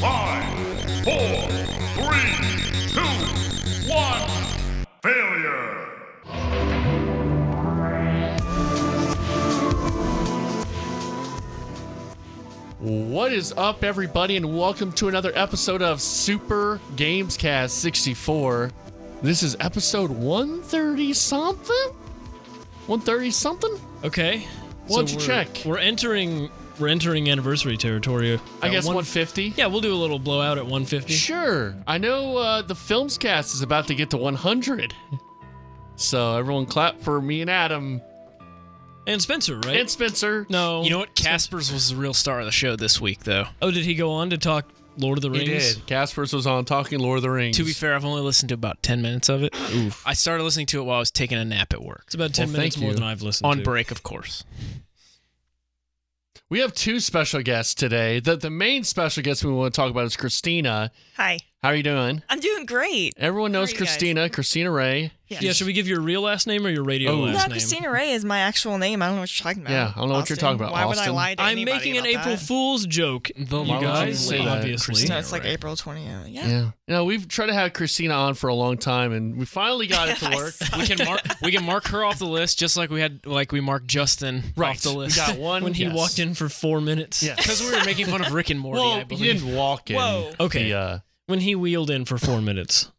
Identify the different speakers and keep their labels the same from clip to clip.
Speaker 1: Five, four, three, two, one. Failure.
Speaker 2: What is up, everybody, and welcome to another episode of Super Gamescast 64. This is episode 130 something? 130 something?
Speaker 3: Okay.
Speaker 2: Why don't you
Speaker 3: we're-
Speaker 2: check?
Speaker 3: We're entering we're entering anniversary territory. Uh,
Speaker 2: I
Speaker 3: At
Speaker 2: guess
Speaker 3: one-
Speaker 2: 150?
Speaker 3: Yeah, we'll do a little blowout at 150.
Speaker 2: Sure. I know uh, the Filmscast is about to get to 100. So everyone clap for me and Adam
Speaker 3: And Spencer, right?
Speaker 2: and Spencer.
Speaker 3: no.
Speaker 4: You know what? Casper's was the real star of the show this week, though.
Speaker 3: Oh, did he go on to talk Lord of the Rings?
Speaker 2: He did. Casper's was on talking Lord of the Rings.
Speaker 4: To be fair, I've only listened to about 10 minutes of it. I started listening to it while I was taking a nap at work.
Speaker 3: It's about 10
Speaker 2: Well,
Speaker 3: minutes
Speaker 2: thank
Speaker 3: more
Speaker 2: you.
Speaker 3: than I've listened
Speaker 4: On
Speaker 3: to.
Speaker 4: break, of course.
Speaker 2: we have two special guests today. The, the main special guest we want to talk about is Christina.
Speaker 5: Hi.
Speaker 2: How are you doing?
Speaker 5: I'm doing great.
Speaker 2: Everyone
Speaker 5: How
Speaker 2: knows
Speaker 5: are you guys?
Speaker 2: Christina, Christina Ray.
Speaker 3: Yeah, should we give your real last name or your radio
Speaker 2: Oh.
Speaker 3: last
Speaker 5: No,
Speaker 3: name?
Speaker 5: Christina Ray is my actual name. I don't know what you're talking about.
Speaker 2: Yeah, I don't know what you're
Speaker 5: Austin.
Speaker 2: talking about,
Speaker 5: Why would
Speaker 2: Austin.
Speaker 5: I lie to
Speaker 3: I'm
Speaker 5: anybody
Speaker 3: making an
Speaker 5: about
Speaker 3: April
Speaker 5: that?
Speaker 3: Fool's joke.
Speaker 4: The
Speaker 3: you
Speaker 2: would
Speaker 3: guys,
Speaker 2: you say that,
Speaker 3: obviously.
Speaker 4: Christina?
Speaker 5: No, it's like
Speaker 4: Right.
Speaker 5: April 20th. Yeah.
Speaker 2: Yeah. No, we've tried to have Christina on for a long time, and we finally got it to
Speaker 5: I
Speaker 2: work.
Speaker 5: suck.
Speaker 4: We can mark we can mark her off the list just like we had like we marked Justin off the
Speaker 2: We
Speaker 4: list.
Speaker 2: got one
Speaker 3: When he
Speaker 2: yes.
Speaker 3: walked in for four minutes. Yeah.
Speaker 4: Because we were making fun of Rick and Morty,
Speaker 2: Well,
Speaker 4: I
Speaker 2: he
Speaker 4: believe.
Speaker 2: didn't walk in.
Speaker 5: Whoa.
Speaker 3: Okay.
Speaker 2: He, uh,
Speaker 3: When he wheeled in for four minutes,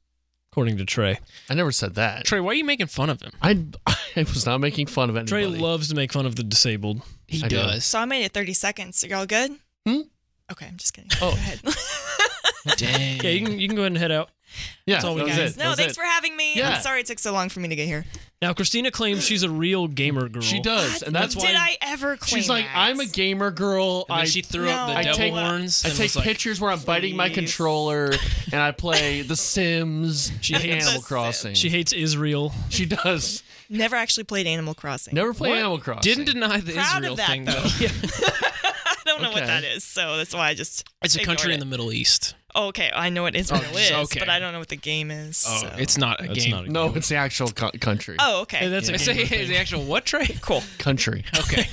Speaker 3: according to Trey.
Speaker 2: I never said that.
Speaker 4: Trey, why are you making fun of him?
Speaker 2: I I was not making fun of
Speaker 3: Trey
Speaker 2: anybody.
Speaker 3: loves to make fun of the disabled.
Speaker 4: He
Speaker 2: I do.
Speaker 4: does.
Speaker 5: So I made it 30 seconds. Are y'all good?
Speaker 2: Hmm?
Speaker 5: Okay, I'm just kidding. Oh. Go ahead.
Speaker 4: Dang.
Speaker 3: Yeah, you can you can go ahead and head out.
Speaker 2: yeah,
Speaker 3: That's all we
Speaker 2: that was
Speaker 3: got.
Speaker 2: it.
Speaker 5: no,
Speaker 2: That was
Speaker 5: thanks
Speaker 2: it.
Speaker 5: for having me.
Speaker 2: Yeah.
Speaker 5: I'm sorry it took so long for me to get here.
Speaker 3: Now Christina claims she's a real gamer girl.
Speaker 2: She does, and that's
Speaker 5: Did
Speaker 2: why
Speaker 5: I ever claim
Speaker 2: she's like,
Speaker 5: that?
Speaker 2: I'm a gamer girl.
Speaker 4: And
Speaker 2: I
Speaker 4: then she threw up
Speaker 5: No.
Speaker 4: the
Speaker 5: I
Speaker 4: devil
Speaker 2: take-
Speaker 4: horns
Speaker 2: I
Speaker 4: and
Speaker 2: take
Speaker 4: was like,
Speaker 2: pictures where I'm biting my
Speaker 5: please.
Speaker 2: controller, and I play The Sims. She
Speaker 3: hates-
Speaker 2: Animal Crossing.
Speaker 3: She hates Israel.
Speaker 2: She does.
Speaker 5: Never actually played Animal Crossing.
Speaker 2: Never play
Speaker 4: What?
Speaker 2: Animal Crossing.
Speaker 4: Didn't deny the
Speaker 5: Proud of
Speaker 4: Israel
Speaker 5: that,
Speaker 4: thing,
Speaker 5: though.
Speaker 4: though.
Speaker 5: I don't know
Speaker 2: Okay.
Speaker 5: what that is, so that's why I just.
Speaker 4: It's a
Speaker 5: ignored
Speaker 4: country in
Speaker 5: it.
Speaker 4: the Middle East.
Speaker 5: Okay, I know what
Speaker 2: Oh,
Speaker 5: Israel
Speaker 4: just-
Speaker 5: is,
Speaker 4: okay.
Speaker 5: but I don't know what the game is.
Speaker 4: Oh,
Speaker 5: so.
Speaker 4: it's not a
Speaker 3: That's
Speaker 4: game.
Speaker 3: not a
Speaker 2: No, it's the actual co- country.
Speaker 5: Oh, okay.
Speaker 3: Hey, that's
Speaker 4: I
Speaker 3: a
Speaker 4: say
Speaker 3: gamer
Speaker 4: hey, the
Speaker 3: thing.
Speaker 4: actual what, Trey?
Speaker 5: cool.
Speaker 2: Country.
Speaker 4: Okay.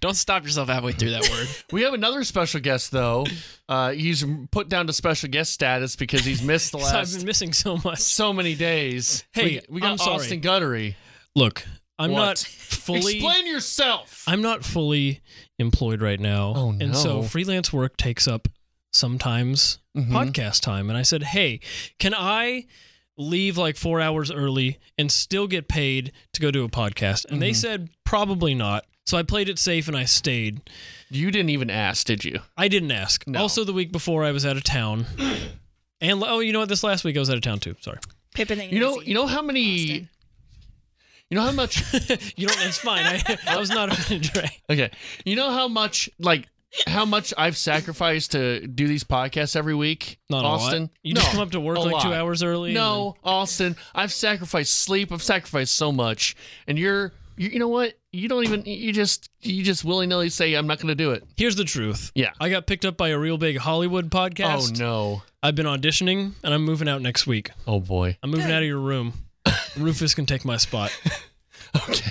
Speaker 4: Don't stop yourself halfway through that word.
Speaker 2: We have another special guest though. Uh, he's put down to special guest status because he's missed the
Speaker 3: I've been
Speaker 2: last
Speaker 3: missing so much.
Speaker 2: so many days.
Speaker 3: Hey,
Speaker 2: we, we got
Speaker 3: I'm sorry.
Speaker 2: Austin Guttery.
Speaker 3: Look, I'm
Speaker 2: What?
Speaker 3: not fully
Speaker 2: Explain yourself.
Speaker 3: I'm not fully employed right now.
Speaker 2: Oh,
Speaker 3: And so
Speaker 2: no.
Speaker 3: freelance work takes up sometimes
Speaker 2: Mhm.
Speaker 3: podcast time. And I said, hey, can I leave like four hours early and still get paid to go do a podcast? And
Speaker 2: Mm-hmm.
Speaker 3: they said, probably not. So I played it safe and I stayed.
Speaker 2: you didn't even ask, did you?
Speaker 3: I didn't ask.
Speaker 2: No.
Speaker 3: Also, the week before, I was out of town. and oh, you know what? This last week, I was out of town too. Sorry.
Speaker 5: Pippin and
Speaker 2: You know,
Speaker 5: Daisy.
Speaker 2: you know how many,
Speaker 5: Austin.
Speaker 2: you know how much.
Speaker 3: You don't, it's fine. I, I was not offended, Trey.
Speaker 2: okay, you know how much like how much I've sacrificed to do these podcasts every week.
Speaker 3: Not a
Speaker 2: Austin,
Speaker 3: lot. You
Speaker 2: no,
Speaker 3: just come up to work
Speaker 2: a
Speaker 3: like two
Speaker 2: lot.
Speaker 3: hours early. and
Speaker 2: No, Austin, I've sacrificed sleep. I've sacrificed so much, and you're, you, you know what? You don't even. You just, you just willy nilly say I'm not going to do it.
Speaker 3: then- Here's the truth.
Speaker 2: Yeah.
Speaker 3: I got picked up by a real big Hollywood podcast.
Speaker 2: Oh no.
Speaker 3: I've been auditioning and I'm moving out next week.
Speaker 2: Oh boy.
Speaker 3: I'm moving
Speaker 5: Good.
Speaker 3: out of your room. Rufus can take my spot.
Speaker 2: Okay.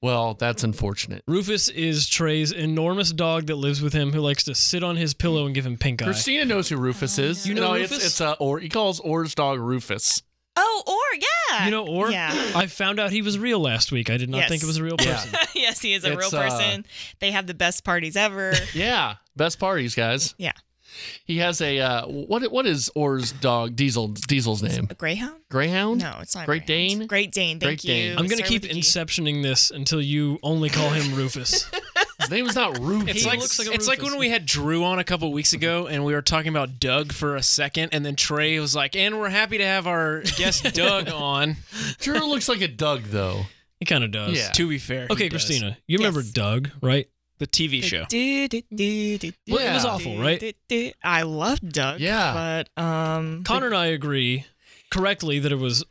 Speaker 2: Well, that's unfortunate.
Speaker 3: Rufus is Trey's enormous dog that lives with him who likes to sit on his pillow and give him pink eye.
Speaker 2: Christina knows who Rufus is.
Speaker 3: You know
Speaker 2: no, It's,
Speaker 3: Rufus?
Speaker 2: it's uh, or he calls Orr's dog Rufus.
Speaker 5: Oh, or yeah.
Speaker 3: You know, or
Speaker 5: yeah.
Speaker 3: I found out he was real last week. I did not
Speaker 5: Yes.
Speaker 3: think it was a real person.
Speaker 5: yes, he is a
Speaker 2: It's,
Speaker 5: real
Speaker 2: uh,
Speaker 5: person. they have the best parties ever.
Speaker 2: Yeah, best parties, guys.
Speaker 5: yeah,
Speaker 2: He has a uh, what? What is Orr's dog Diesel? Diesel's name?
Speaker 5: a greyhound?
Speaker 2: Greyhound?
Speaker 5: No, it's not. a
Speaker 2: Great
Speaker 5: greyhound.
Speaker 2: Dane?
Speaker 5: Great Dane. Thank
Speaker 2: Great Dane.
Speaker 5: you.
Speaker 3: I'm going to
Speaker 5: Start
Speaker 3: keep
Speaker 5: with a G.
Speaker 3: inceptioning this until you only call him Rufus.
Speaker 2: His name is not Rufus.
Speaker 4: It's
Speaker 3: He
Speaker 4: like,
Speaker 3: looks like a
Speaker 4: it's like
Speaker 3: Rufus.
Speaker 4: when we had Drew on a couple weeks ago and we were talking about Doug for a second, and then Trey was like, and we're happy to have our guest Doug on.
Speaker 2: Drew looks like a Doug though.
Speaker 3: he kind of does.
Speaker 2: Yeah.
Speaker 4: To be fair. he
Speaker 3: Okay,
Speaker 4: does.
Speaker 3: Christina, you remember
Speaker 5: Yes.
Speaker 3: Doug, right?
Speaker 4: The TV show.
Speaker 5: Do, do, do, do, do,
Speaker 2: Well, it was
Speaker 5: do,
Speaker 3: awful,
Speaker 5: do,
Speaker 3: right?
Speaker 5: do, do. I loved Doug.
Speaker 2: Yeah.
Speaker 5: But um,
Speaker 3: Connor and I agree correctly that it was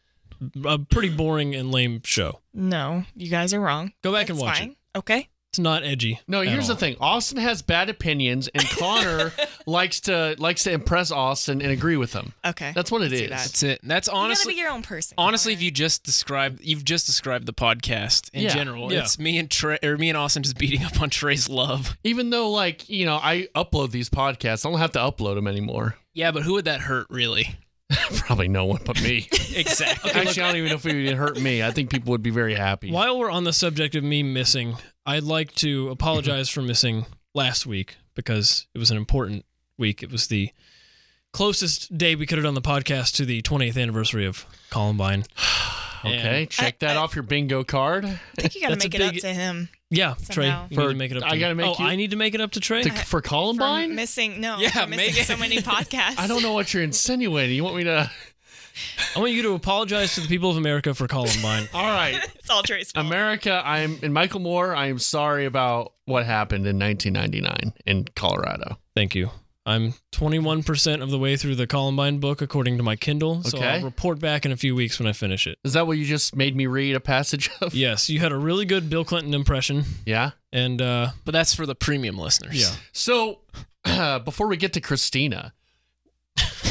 Speaker 3: a pretty boring and lame show.
Speaker 5: no, you guys are wrong.
Speaker 3: Go back and
Speaker 5: It's
Speaker 3: watch
Speaker 5: fine.
Speaker 3: it.
Speaker 5: Okay.
Speaker 3: It's not edgy.
Speaker 2: No,
Speaker 3: at
Speaker 2: here's
Speaker 3: all.
Speaker 2: the thing. Austin has bad opinions, and Connor likes to likes to impress Austin and agree with him.
Speaker 5: Okay.
Speaker 2: That's what it
Speaker 5: I see
Speaker 2: is.
Speaker 5: that.
Speaker 4: That's it. That's
Speaker 5: you gotta
Speaker 4: honestly
Speaker 5: be your own person.
Speaker 4: honestly if
Speaker 5: Connor.
Speaker 4: you just described you've just described the podcast in
Speaker 2: Yeah.
Speaker 4: general.
Speaker 3: Yeah.
Speaker 4: It's me and Trey or me and Austin just beating up on Trey's love.
Speaker 2: Even though, like you know, I upload these podcasts, I don't have to upload them anymore.
Speaker 4: Yeah, but who would that hurt really?
Speaker 2: Probably no one but me.
Speaker 4: Exactly.
Speaker 2: Actually, I don't even know if it would hurt me. I think people would be very happy.
Speaker 3: While we're on the subject of me missing, I'd like to apologize for missing last week because it was an important week. It was the closest day we could have done the podcast to the 20th anniversary of Columbine.
Speaker 2: Okay,
Speaker 3: And-
Speaker 2: check
Speaker 5: I-
Speaker 2: that
Speaker 5: I-
Speaker 2: off your bingo card
Speaker 5: I think you gotta
Speaker 3: that's a
Speaker 5: make it up
Speaker 3: big-
Speaker 5: to him.
Speaker 3: yeah, Trey,
Speaker 5: Somehow.
Speaker 3: you
Speaker 2: For-
Speaker 3: need to make it up. To
Speaker 2: I gotta make
Speaker 3: oh,
Speaker 2: you-
Speaker 3: I need to make it up to Trey.
Speaker 2: to, for
Speaker 5: for
Speaker 2: Columbine.
Speaker 5: missing no,
Speaker 4: Yeah,
Speaker 5: for missing
Speaker 4: make it-
Speaker 5: so many podcasts.
Speaker 2: I don't know what you're insinuating. You want me to?
Speaker 3: I want you to apologize to the people of America for Columbine.
Speaker 2: All right,
Speaker 5: It's all Trey's fault.
Speaker 2: America. I'm and Michael Moore. I am sorry about what happened in 1999 in Colorado.
Speaker 3: Thank you. I'm 21% of the way through the Columbine book according to my Kindle, so
Speaker 2: Okay.
Speaker 3: I'll report back in a few weeks when I finish it.
Speaker 2: Is that what you just made me read a passage of?
Speaker 3: Yes, you had a really good Bill Clinton impression,
Speaker 2: Yeah.
Speaker 3: and uh,
Speaker 4: but that's for the premium listeners.
Speaker 3: yeah.
Speaker 2: So, before we get to Christina,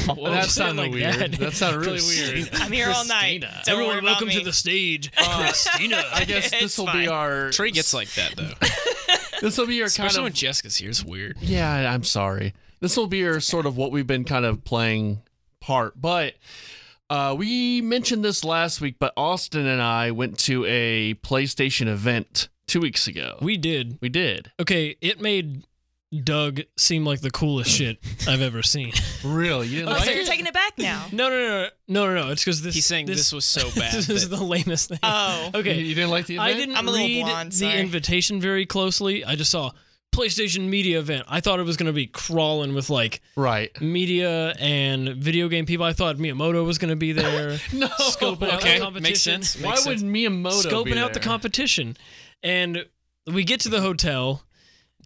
Speaker 4: Whoa.
Speaker 2: that
Speaker 3: say it
Speaker 2: sounded
Speaker 3: like
Speaker 2: weird.
Speaker 3: that.
Speaker 2: Oh, That. sounded really weird.
Speaker 5: I'm here all night.
Speaker 2: Christina.
Speaker 5: Don't worry
Speaker 3: Everyone,
Speaker 5: about
Speaker 3: welcome
Speaker 5: me.
Speaker 3: to the stage,
Speaker 2: Uh,
Speaker 3: Christina.
Speaker 2: I guess
Speaker 5: It's
Speaker 2: this will
Speaker 5: fine.
Speaker 2: be our
Speaker 4: Trey gets like that though.
Speaker 2: This will be your kind
Speaker 4: Especially when
Speaker 2: Um, of
Speaker 4: Jessica's here. It's weird.
Speaker 2: yeah. I'm sorry. This will be your sort of what we've been kind of playing part, but. Uh, we mentioned this last week, but Austin and I went to a PlayStation event two weeks ago.
Speaker 3: we did.
Speaker 2: we did.
Speaker 3: Okay, it made Doug seem like the coolest shit I've ever seen.
Speaker 2: Really? You didn't
Speaker 5: Oh,
Speaker 2: like
Speaker 5: so
Speaker 2: it?
Speaker 5: you're taking it back now.
Speaker 3: No, no, no, no, no, no. no. It's because this.
Speaker 4: He's saying this, was so bad.
Speaker 3: This is
Speaker 4: that-
Speaker 3: the lamest thing.
Speaker 5: Oh.
Speaker 3: okay,
Speaker 2: You didn't like the event?
Speaker 3: I didn't
Speaker 5: I'm a little
Speaker 3: read
Speaker 5: blonde,
Speaker 3: the
Speaker 5: sorry.
Speaker 3: invitation very closely. I just saw PlayStation Media event. I thought it was going to be crawling with like
Speaker 2: Right.
Speaker 3: media and video game people. I thought Miyamoto was going to be there,
Speaker 2: No.
Speaker 3: Scoping out the
Speaker 4: okay,
Speaker 3: competition.
Speaker 4: makes sense.
Speaker 2: Why
Speaker 4: makes
Speaker 2: would
Speaker 4: sense.
Speaker 2: Miyamoto be
Speaker 3: scoping out the
Speaker 2: there?
Speaker 3: competition. And we get to the hotel.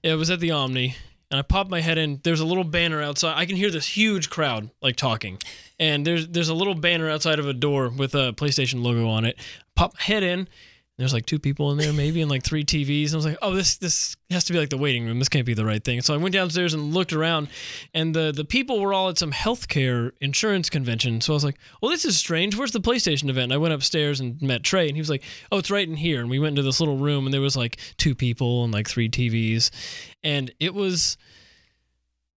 Speaker 3: It was at the Omni, and I popped my head in. There's a little banner outside. I can hear this huge crowd like talking, and there's there's a little banner outside of a door with a PlayStation logo on it. Pop my head in. and There's like two people in there, maybe, and like three TVs. And I was like, "Oh, this this has to be like the waiting room. This can't be the right thing." So I went downstairs and looked around, and the the people were all at some healthcare insurance convention. So I was like, "Well, this is strange. Where's the PlayStation event?" And I went upstairs and met Trey, and he was like, "Oh, it's right in here." And we went into this little room, and there was like two people and like three TVs, and it was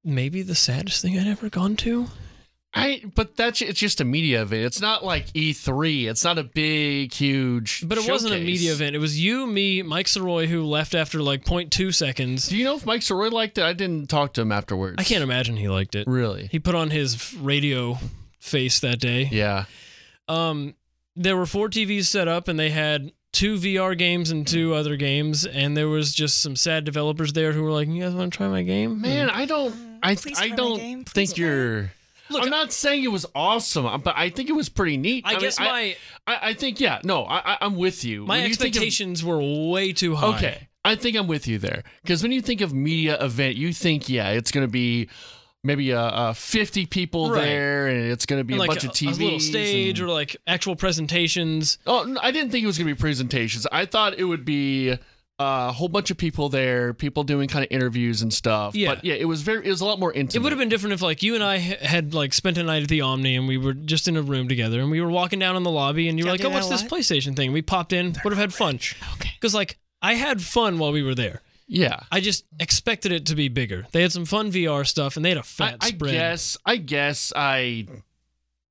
Speaker 3: maybe the saddest thing I'd ever gone to.
Speaker 2: I but that's it's just a media event. It's not like E3. It's not a big, huge.
Speaker 3: But it wasn't a
Speaker 2: showcase.
Speaker 3: media event. It was you, me, Mike Soroy, who left after like 0.2 seconds.
Speaker 2: Do you know if Mike Soroy liked it? I didn't talk to him afterwards.
Speaker 3: I can't imagine he liked it.
Speaker 2: really.
Speaker 3: He put on his radio face that day.
Speaker 2: Yeah.
Speaker 3: um there were four TVs set up and they had two VR games and two other games and there was just some sad developers there who were like, "You guys want to try my game?"
Speaker 2: Man, I don't. I
Speaker 5: Please
Speaker 2: I
Speaker 5: try my game.
Speaker 2: don't
Speaker 5: Please
Speaker 2: think
Speaker 5: try.
Speaker 2: you're. Look, I'm not saying it was awesome, but I think it was pretty neat.
Speaker 3: I,
Speaker 2: mean,
Speaker 3: guess
Speaker 2: I,
Speaker 3: my
Speaker 2: I, I think yeah. No, I, I- I'm with you.
Speaker 3: my
Speaker 2: When you think of-
Speaker 3: expectations were way too high.
Speaker 2: Okay. I think I'm with you there. Because when you think of media event, you think, yeah, it's going to be maybe uh, uh, 50 people
Speaker 3: Right.
Speaker 2: there and it's going to be
Speaker 3: And
Speaker 2: a
Speaker 3: like
Speaker 2: bunch of TVs.
Speaker 3: little stage
Speaker 2: and-
Speaker 3: or like actual presentations.
Speaker 2: oh, no, I didn't think it was going to be presentations. I thought it would be uh, a whole bunch of people there, people doing kind of interviews and stuff.
Speaker 3: Yeah.
Speaker 2: But yeah, it was very, it was a lot more intimate.
Speaker 3: It would have been different if like you and I h- had like spent a night at the Omni and we were just in a room together and we were walking down in the lobby and you were
Speaker 5: Y'all
Speaker 3: like,
Speaker 5: do
Speaker 3: "Oh,
Speaker 5: that
Speaker 3: what's
Speaker 5: a
Speaker 3: this
Speaker 5: lot?
Speaker 3: PlayStation thing?" We popped in, would have had fun.
Speaker 5: Okay.
Speaker 3: Cuz like I had fun while we were there.
Speaker 2: Yeah.
Speaker 3: I just expected it to be bigger. They had some fun VR stuff and they had a
Speaker 2: I,
Speaker 3: fat
Speaker 2: I
Speaker 3: spread.
Speaker 2: guess I guess I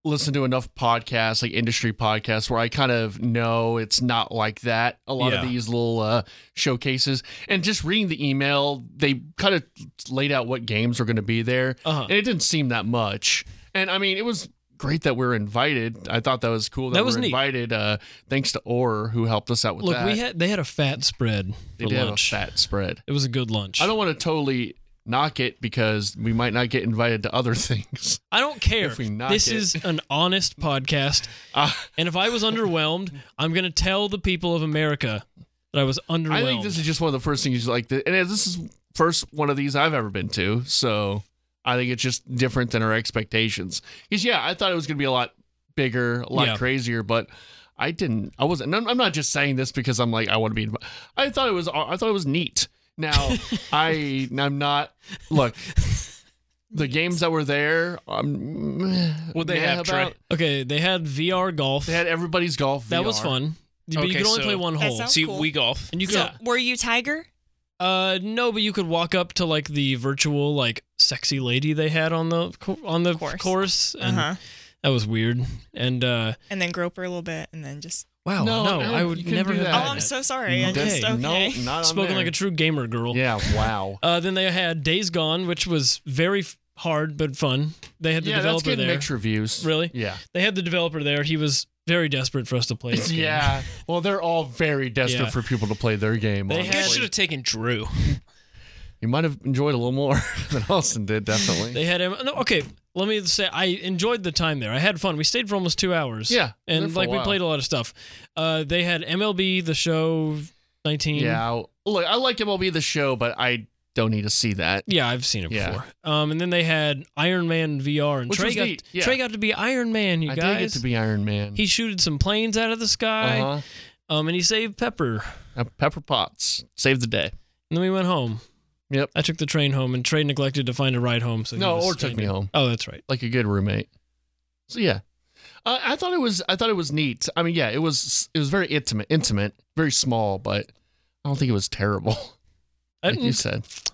Speaker 2: listen to enough podcasts, like industry podcasts, where I kind of know it's not like that. A lot
Speaker 3: Yeah.
Speaker 2: of these little uh, showcases, and just reading the email, they kind of laid out what games were going to be there,
Speaker 3: Uh-huh.
Speaker 2: and it didn't seem that much. And I mean, it was great that we were invited. I thought that was cool that,
Speaker 3: That was
Speaker 2: we were
Speaker 3: neat.
Speaker 2: invited. Uh, thanks to Orr who helped us out with
Speaker 3: Look,
Speaker 2: that.
Speaker 3: we had they had a fat spread
Speaker 2: they
Speaker 3: for
Speaker 2: did have
Speaker 3: lunch.
Speaker 2: a fat spread.
Speaker 3: It was a good lunch.
Speaker 2: I don't want to totally knock it because we might not get invited to other things.
Speaker 3: I don't care.
Speaker 2: If we knock
Speaker 3: this
Speaker 2: it.
Speaker 3: is an honest podcast,
Speaker 2: Uh,
Speaker 3: and if I was underwhelmed, I'm going to tell the people of America that I was underwhelmed.
Speaker 2: I think this is just one of the first things like the, and this is first one of these I've ever been to, so I think it's just different than our expectations. Because yeah, I thought it was gonna be a lot bigger, a lot
Speaker 3: Yeah.
Speaker 2: crazier, but I didn't. I wasn't. and I'm I'm not just saying this because I'm like I want to be. inv- I thought it was. I thought it was neat. Now I I'm not. Look, The games that were there, um,
Speaker 4: What'd they
Speaker 2: meh
Speaker 4: have, Trey?
Speaker 2: about.
Speaker 3: Okay, they had VR golf.
Speaker 2: They had everybody's golf.
Speaker 3: that was
Speaker 2: VR.
Speaker 3: fun. But you
Speaker 4: Okay,
Speaker 3: could only
Speaker 4: so-
Speaker 3: play one
Speaker 5: That
Speaker 3: hole.
Speaker 5: sounds-
Speaker 4: See,
Speaker 5: cool.
Speaker 4: we golf.
Speaker 3: and you could
Speaker 5: So, were you Tiger?
Speaker 3: uh no, but you could walk up to like the virtual like sexy lady they had on the co- on the
Speaker 5: Course.
Speaker 3: course
Speaker 5: Uh
Speaker 3: and
Speaker 5: huh.
Speaker 3: that was weird. And uh
Speaker 5: And then grope her a little bit, and then just.
Speaker 3: wow,
Speaker 2: No,
Speaker 3: no,
Speaker 2: no,
Speaker 3: I
Speaker 2: you
Speaker 3: would
Speaker 2: couldn't
Speaker 3: never
Speaker 2: do
Speaker 3: have
Speaker 2: that.
Speaker 5: Oh,
Speaker 3: done
Speaker 5: I'm
Speaker 3: that.
Speaker 5: so sorry. I
Speaker 3: Uh, Okay.
Speaker 5: just okay.
Speaker 2: No, not on
Speaker 3: spoken
Speaker 2: there.
Speaker 3: like a true gamer girl.
Speaker 2: Yeah. Wow.
Speaker 3: Uh, then they had Days Gone, which was very f- hard but fun. They had the
Speaker 2: yeah, that's
Speaker 3: developer
Speaker 2: getting
Speaker 3: there.
Speaker 2: mixed reviews.
Speaker 3: Really?
Speaker 2: Yeah.
Speaker 3: They had the developer there. He was very desperate for us to play. This game.
Speaker 2: Yeah. Well, they're all very desperate
Speaker 3: Yeah.
Speaker 2: for people to play their game.
Speaker 3: They
Speaker 4: You guys
Speaker 3: had-
Speaker 2: honestly.
Speaker 4: should have taken Drew.
Speaker 2: you might have enjoyed a little more than Austin did, definitely.
Speaker 3: They had him. No, okay. Let me say, I enjoyed the time there. I had fun. We stayed for almost two hours.
Speaker 2: Yeah, there
Speaker 3: and
Speaker 2: for a
Speaker 3: like we
Speaker 2: while.
Speaker 3: played a lot of stuff. Uh, they had MLB the Show 19.
Speaker 2: yeah. I'll- Look, I like MLB the show, but I don't need to see that.
Speaker 3: yeah, I've seen it
Speaker 2: Yeah.
Speaker 3: before. Um, and then they had Iron Man VR, and
Speaker 2: Which
Speaker 3: Trey
Speaker 2: was
Speaker 3: got
Speaker 2: neat, yeah.
Speaker 3: Trey got to be Iron Man. You
Speaker 2: I
Speaker 3: guys,
Speaker 2: did get to be Iron Man.
Speaker 3: he shooted some planes out of the sky.
Speaker 2: uh-huh.
Speaker 3: Um, and he saved Pepper.
Speaker 2: Uh, Pepper Potts saved the day.
Speaker 3: And then we went home.
Speaker 2: Yep.
Speaker 3: I took the train home, and Trey neglected to find a ride home. So he
Speaker 2: No,
Speaker 3: was
Speaker 2: or took me
Speaker 3: stranded.
Speaker 2: home.
Speaker 3: Oh, that's right.
Speaker 2: like a good roommate. So yeah, uh, I thought it was I thought it was neat. I mean, yeah, it was it was very intimate, intimate, very small, but I don't think it was terrible.
Speaker 3: I
Speaker 2: Like you
Speaker 3: didn't-
Speaker 2: said,
Speaker 3: Mm.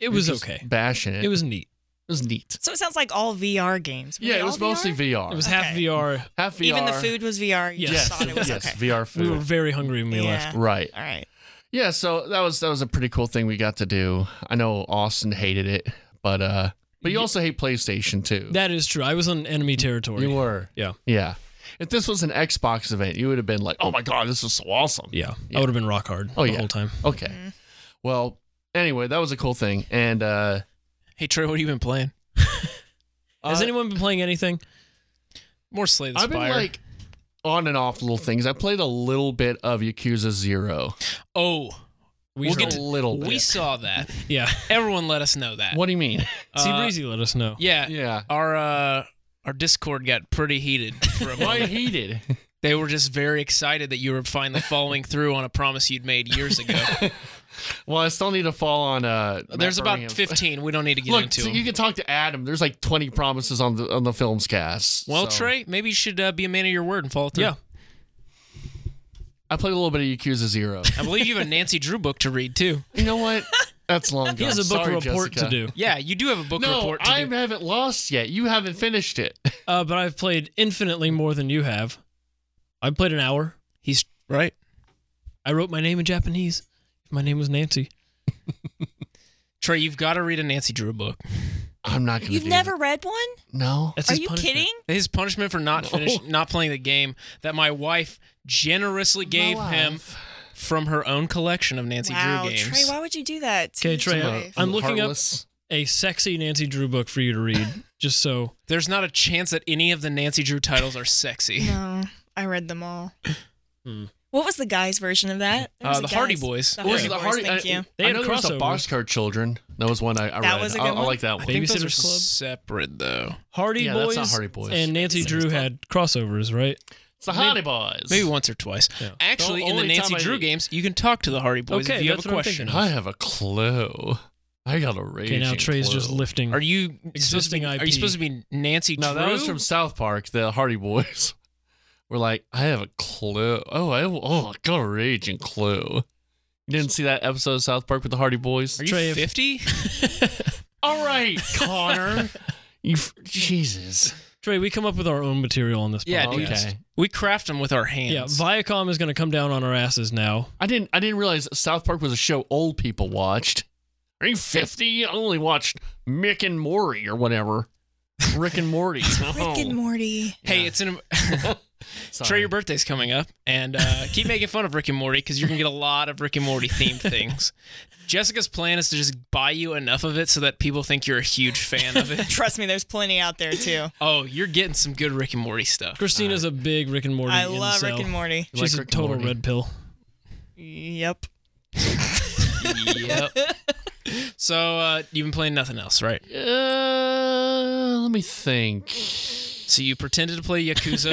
Speaker 3: it was
Speaker 2: You're just
Speaker 3: okay.
Speaker 2: Bashing it,
Speaker 3: It was neat.
Speaker 2: it was neat.
Speaker 5: So it sounds like all VR games. Were
Speaker 2: Yeah,
Speaker 5: they
Speaker 2: it
Speaker 5: all
Speaker 2: was mostly VR.
Speaker 3: It was half
Speaker 5: Okay.
Speaker 3: VR.
Speaker 2: half VR.
Speaker 5: Even the food was VR. You
Speaker 3: Yes.
Speaker 5: just thought it was
Speaker 2: yes,
Speaker 5: okay.
Speaker 2: VR food.
Speaker 3: We were very hungry when we
Speaker 5: yeah.
Speaker 3: left.
Speaker 2: right.
Speaker 5: All right.
Speaker 2: Yeah, so that was that was a pretty cool thing we got to do. I know Austin hated it, but uh, but you also hate PlayStation too.
Speaker 3: That is true. I was on enemy territory.
Speaker 2: you were.
Speaker 3: Yeah.
Speaker 2: Yeah. If this was an Xbox event, you would have been like, "Oh my god, this was so awesome."
Speaker 3: Yeah.
Speaker 2: Yeah.
Speaker 3: I would have been rock hard
Speaker 2: Oh,
Speaker 3: the
Speaker 2: yeah.
Speaker 3: whole time.
Speaker 2: Okay.
Speaker 5: Mm-hmm.
Speaker 2: Well, anyway, that was a cool thing. And uh,
Speaker 4: Hey Trey, what have you been playing?
Speaker 3: Has
Speaker 2: uh,
Speaker 3: anyone been playing anything?
Speaker 4: More Slay the
Speaker 2: I've been
Speaker 4: Spire.
Speaker 2: like on and off little things. I played a little bit of Yakuza Zero.
Speaker 4: oh,
Speaker 3: We
Speaker 4: We'll
Speaker 3: saw-
Speaker 4: get
Speaker 2: a
Speaker 4: to-
Speaker 2: little bit.
Speaker 4: we saw that.
Speaker 3: yeah.
Speaker 4: Everyone let us know that.
Speaker 2: what do you mean?
Speaker 4: Uh,
Speaker 3: Sea Breezy let us know.
Speaker 4: Yeah,
Speaker 2: yeah.
Speaker 4: Our uh, our Discord got pretty heated. For a
Speaker 2: Why
Speaker 4: moment.
Speaker 2: heated?
Speaker 4: they were just very excited that you were finally following through on a promise you'd made years ago.
Speaker 2: Well, I still need to fall on. Uh, Matt
Speaker 4: There's about
Speaker 2: Birmingham's-
Speaker 4: 15. We don't need to get
Speaker 2: Look,
Speaker 4: into
Speaker 2: so
Speaker 4: them.
Speaker 2: you can talk to Adam. There's like 20 promises on the on the film's cast.
Speaker 4: well,
Speaker 2: so.
Speaker 4: Trey, maybe you should uh, be a man of your word and follow through.
Speaker 3: Yeah.
Speaker 2: I played a little bit of Yakuza Zero.
Speaker 4: I believe you have a Nancy Drew book to read too.
Speaker 2: you know what? That's long gone.
Speaker 3: He has a book
Speaker 2: Sorry,
Speaker 3: report
Speaker 2: Jessica.
Speaker 3: to do.
Speaker 4: Yeah, you do have a book
Speaker 2: No,
Speaker 4: report to
Speaker 2: I
Speaker 4: do.
Speaker 2: haven't lost yet. You haven't finished it.
Speaker 3: Uh, but I've played infinitely more than you have. I played an hour.
Speaker 4: He's right.
Speaker 3: I wrote my name in Japanese. My name was Nancy.
Speaker 4: Trey, you've got to read a Nancy Drew book.
Speaker 2: I'm not gonna.
Speaker 5: You've
Speaker 2: do
Speaker 5: never read one?
Speaker 2: that. No.
Speaker 3: That's
Speaker 5: Are
Speaker 3: his
Speaker 5: you
Speaker 3: punishment.
Speaker 5: kidding?
Speaker 4: His punishment for not finish, not playing the game that my wife generously gave him from her own collection of Nancy
Speaker 5: wow,
Speaker 4: Drew games.
Speaker 5: Trey, why would you do that? to
Speaker 3: Okay,
Speaker 5: your
Speaker 3: Trey,
Speaker 5: wife?
Speaker 3: uh, I'm looking up-
Speaker 2: Heartless.
Speaker 3: A sexy Nancy Drew book for you to read, just so.
Speaker 4: There's not a chance that any of the Nancy Drew titles are sexy.
Speaker 5: No, I read them all.
Speaker 3: Hmm.
Speaker 5: What was the guys' version of that? There was
Speaker 4: Uh,
Speaker 5: a
Speaker 4: the Hardy
Speaker 5: guys-
Speaker 4: Boys.
Speaker 5: The
Speaker 2: It was
Speaker 5: Hardy
Speaker 2: the
Speaker 5: Boys.
Speaker 2: Hardy. uh,
Speaker 5: thank
Speaker 2: I,
Speaker 5: you.
Speaker 3: They
Speaker 2: I
Speaker 3: had
Speaker 2: know there was a
Speaker 3: crossover.
Speaker 2: Boxcar Children. That was one I, I
Speaker 5: That
Speaker 2: read.
Speaker 5: was
Speaker 2: I,
Speaker 5: a good
Speaker 2: I
Speaker 5: one.
Speaker 2: like that
Speaker 4: I
Speaker 2: one.
Speaker 4: think those are
Speaker 3: Babysitter's Club?
Speaker 4: separate though.
Speaker 3: Hardy
Speaker 2: Yeah,
Speaker 3: Boys,
Speaker 2: that's not Hardy Boys.
Speaker 3: and Nancy Drew had crossovers, right?
Speaker 2: It's the Honey Boys.
Speaker 4: Maybe once or twice.
Speaker 3: Yeah.
Speaker 4: Actually,
Speaker 2: The
Speaker 4: in the
Speaker 2: only
Speaker 4: Nancy
Speaker 2: time I
Speaker 4: Drew
Speaker 2: read-
Speaker 4: games, you can talk to the Hardy Boys
Speaker 3: Okay,
Speaker 4: if you have
Speaker 3: that's
Speaker 4: a
Speaker 3: what I'm
Speaker 4: question.
Speaker 3: thinking
Speaker 2: I have a clue. I got a raging.
Speaker 3: Okay, now Trey's
Speaker 2: clue.
Speaker 3: just lifting.
Speaker 4: Are you supposed to
Speaker 3: Existing
Speaker 4: be? Are
Speaker 3: IP.
Speaker 4: you supposed to be Nancy
Speaker 2: No,
Speaker 4: Drew?
Speaker 2: that was from South Park. The Hardy Boys were like, I have a clue. Oh, I oh, I got a raging clue. You didn't see that episode of South Park with the Hardy Boys?
Speaker 4: Are
Speaker 3: Trey,
Speaker 4: you
Speaker 3: if-
Speaker 4: 50?
Speaker 2: All right, Connor. you f- Jesus.
Speaker 3: Trey, we come up with our own material on this.
Speaker 4: Yeah,
Speaker 3: podcast.
Speaker 4: dude.
Speaker 2: Okay.
Speaker 4: we craft them with our hands.
Speaker 3: Oh, Yeah, Viacom is going to come down on our asses now.
Speaker 2: I didn't I didn't realize South Park was a show old people watched. Are you 50? I only watched Mick and Morty or whatever. Rick and Morty.
Speaker 4: oh.
Speaker 5: Rick and Morty.
Speaker 4: hey, it's an.
Speaker 2: Sorry.
Speaker 4: Trey, your birthday's coming up, and uh, keep making fun of Rick and Morty because you're gonna get a lot of Rick and Morty themed things. Jessica's plan is to just buy you enough of it so that people think you're a huge fan of it.
Speaker 5: Trust me, there's plenty out there too.
Speaker 4: Oh, you're getting some good Rick and Morty stuff.
Speaker 3: Christina's a big Rick and Morty.
Speaker 5: I love
Speaker 3: incel.
Speaker 5: Rick and Morty.
Speaker 2: You like
Speaker 3: She's
Speaker 2: Rick
Speaker 3: a
Speaker 2: and
Speaker 3: total
Speaker 2: Morty?
Speaker 3: red pill.
Speaker 5: Yep.
Speaker 4: Uh, yep. So uh, you've been playing nothing else, right?
Speaker 2: Uh, let me think.
Speaker 4: So you pretended to play Yakuza.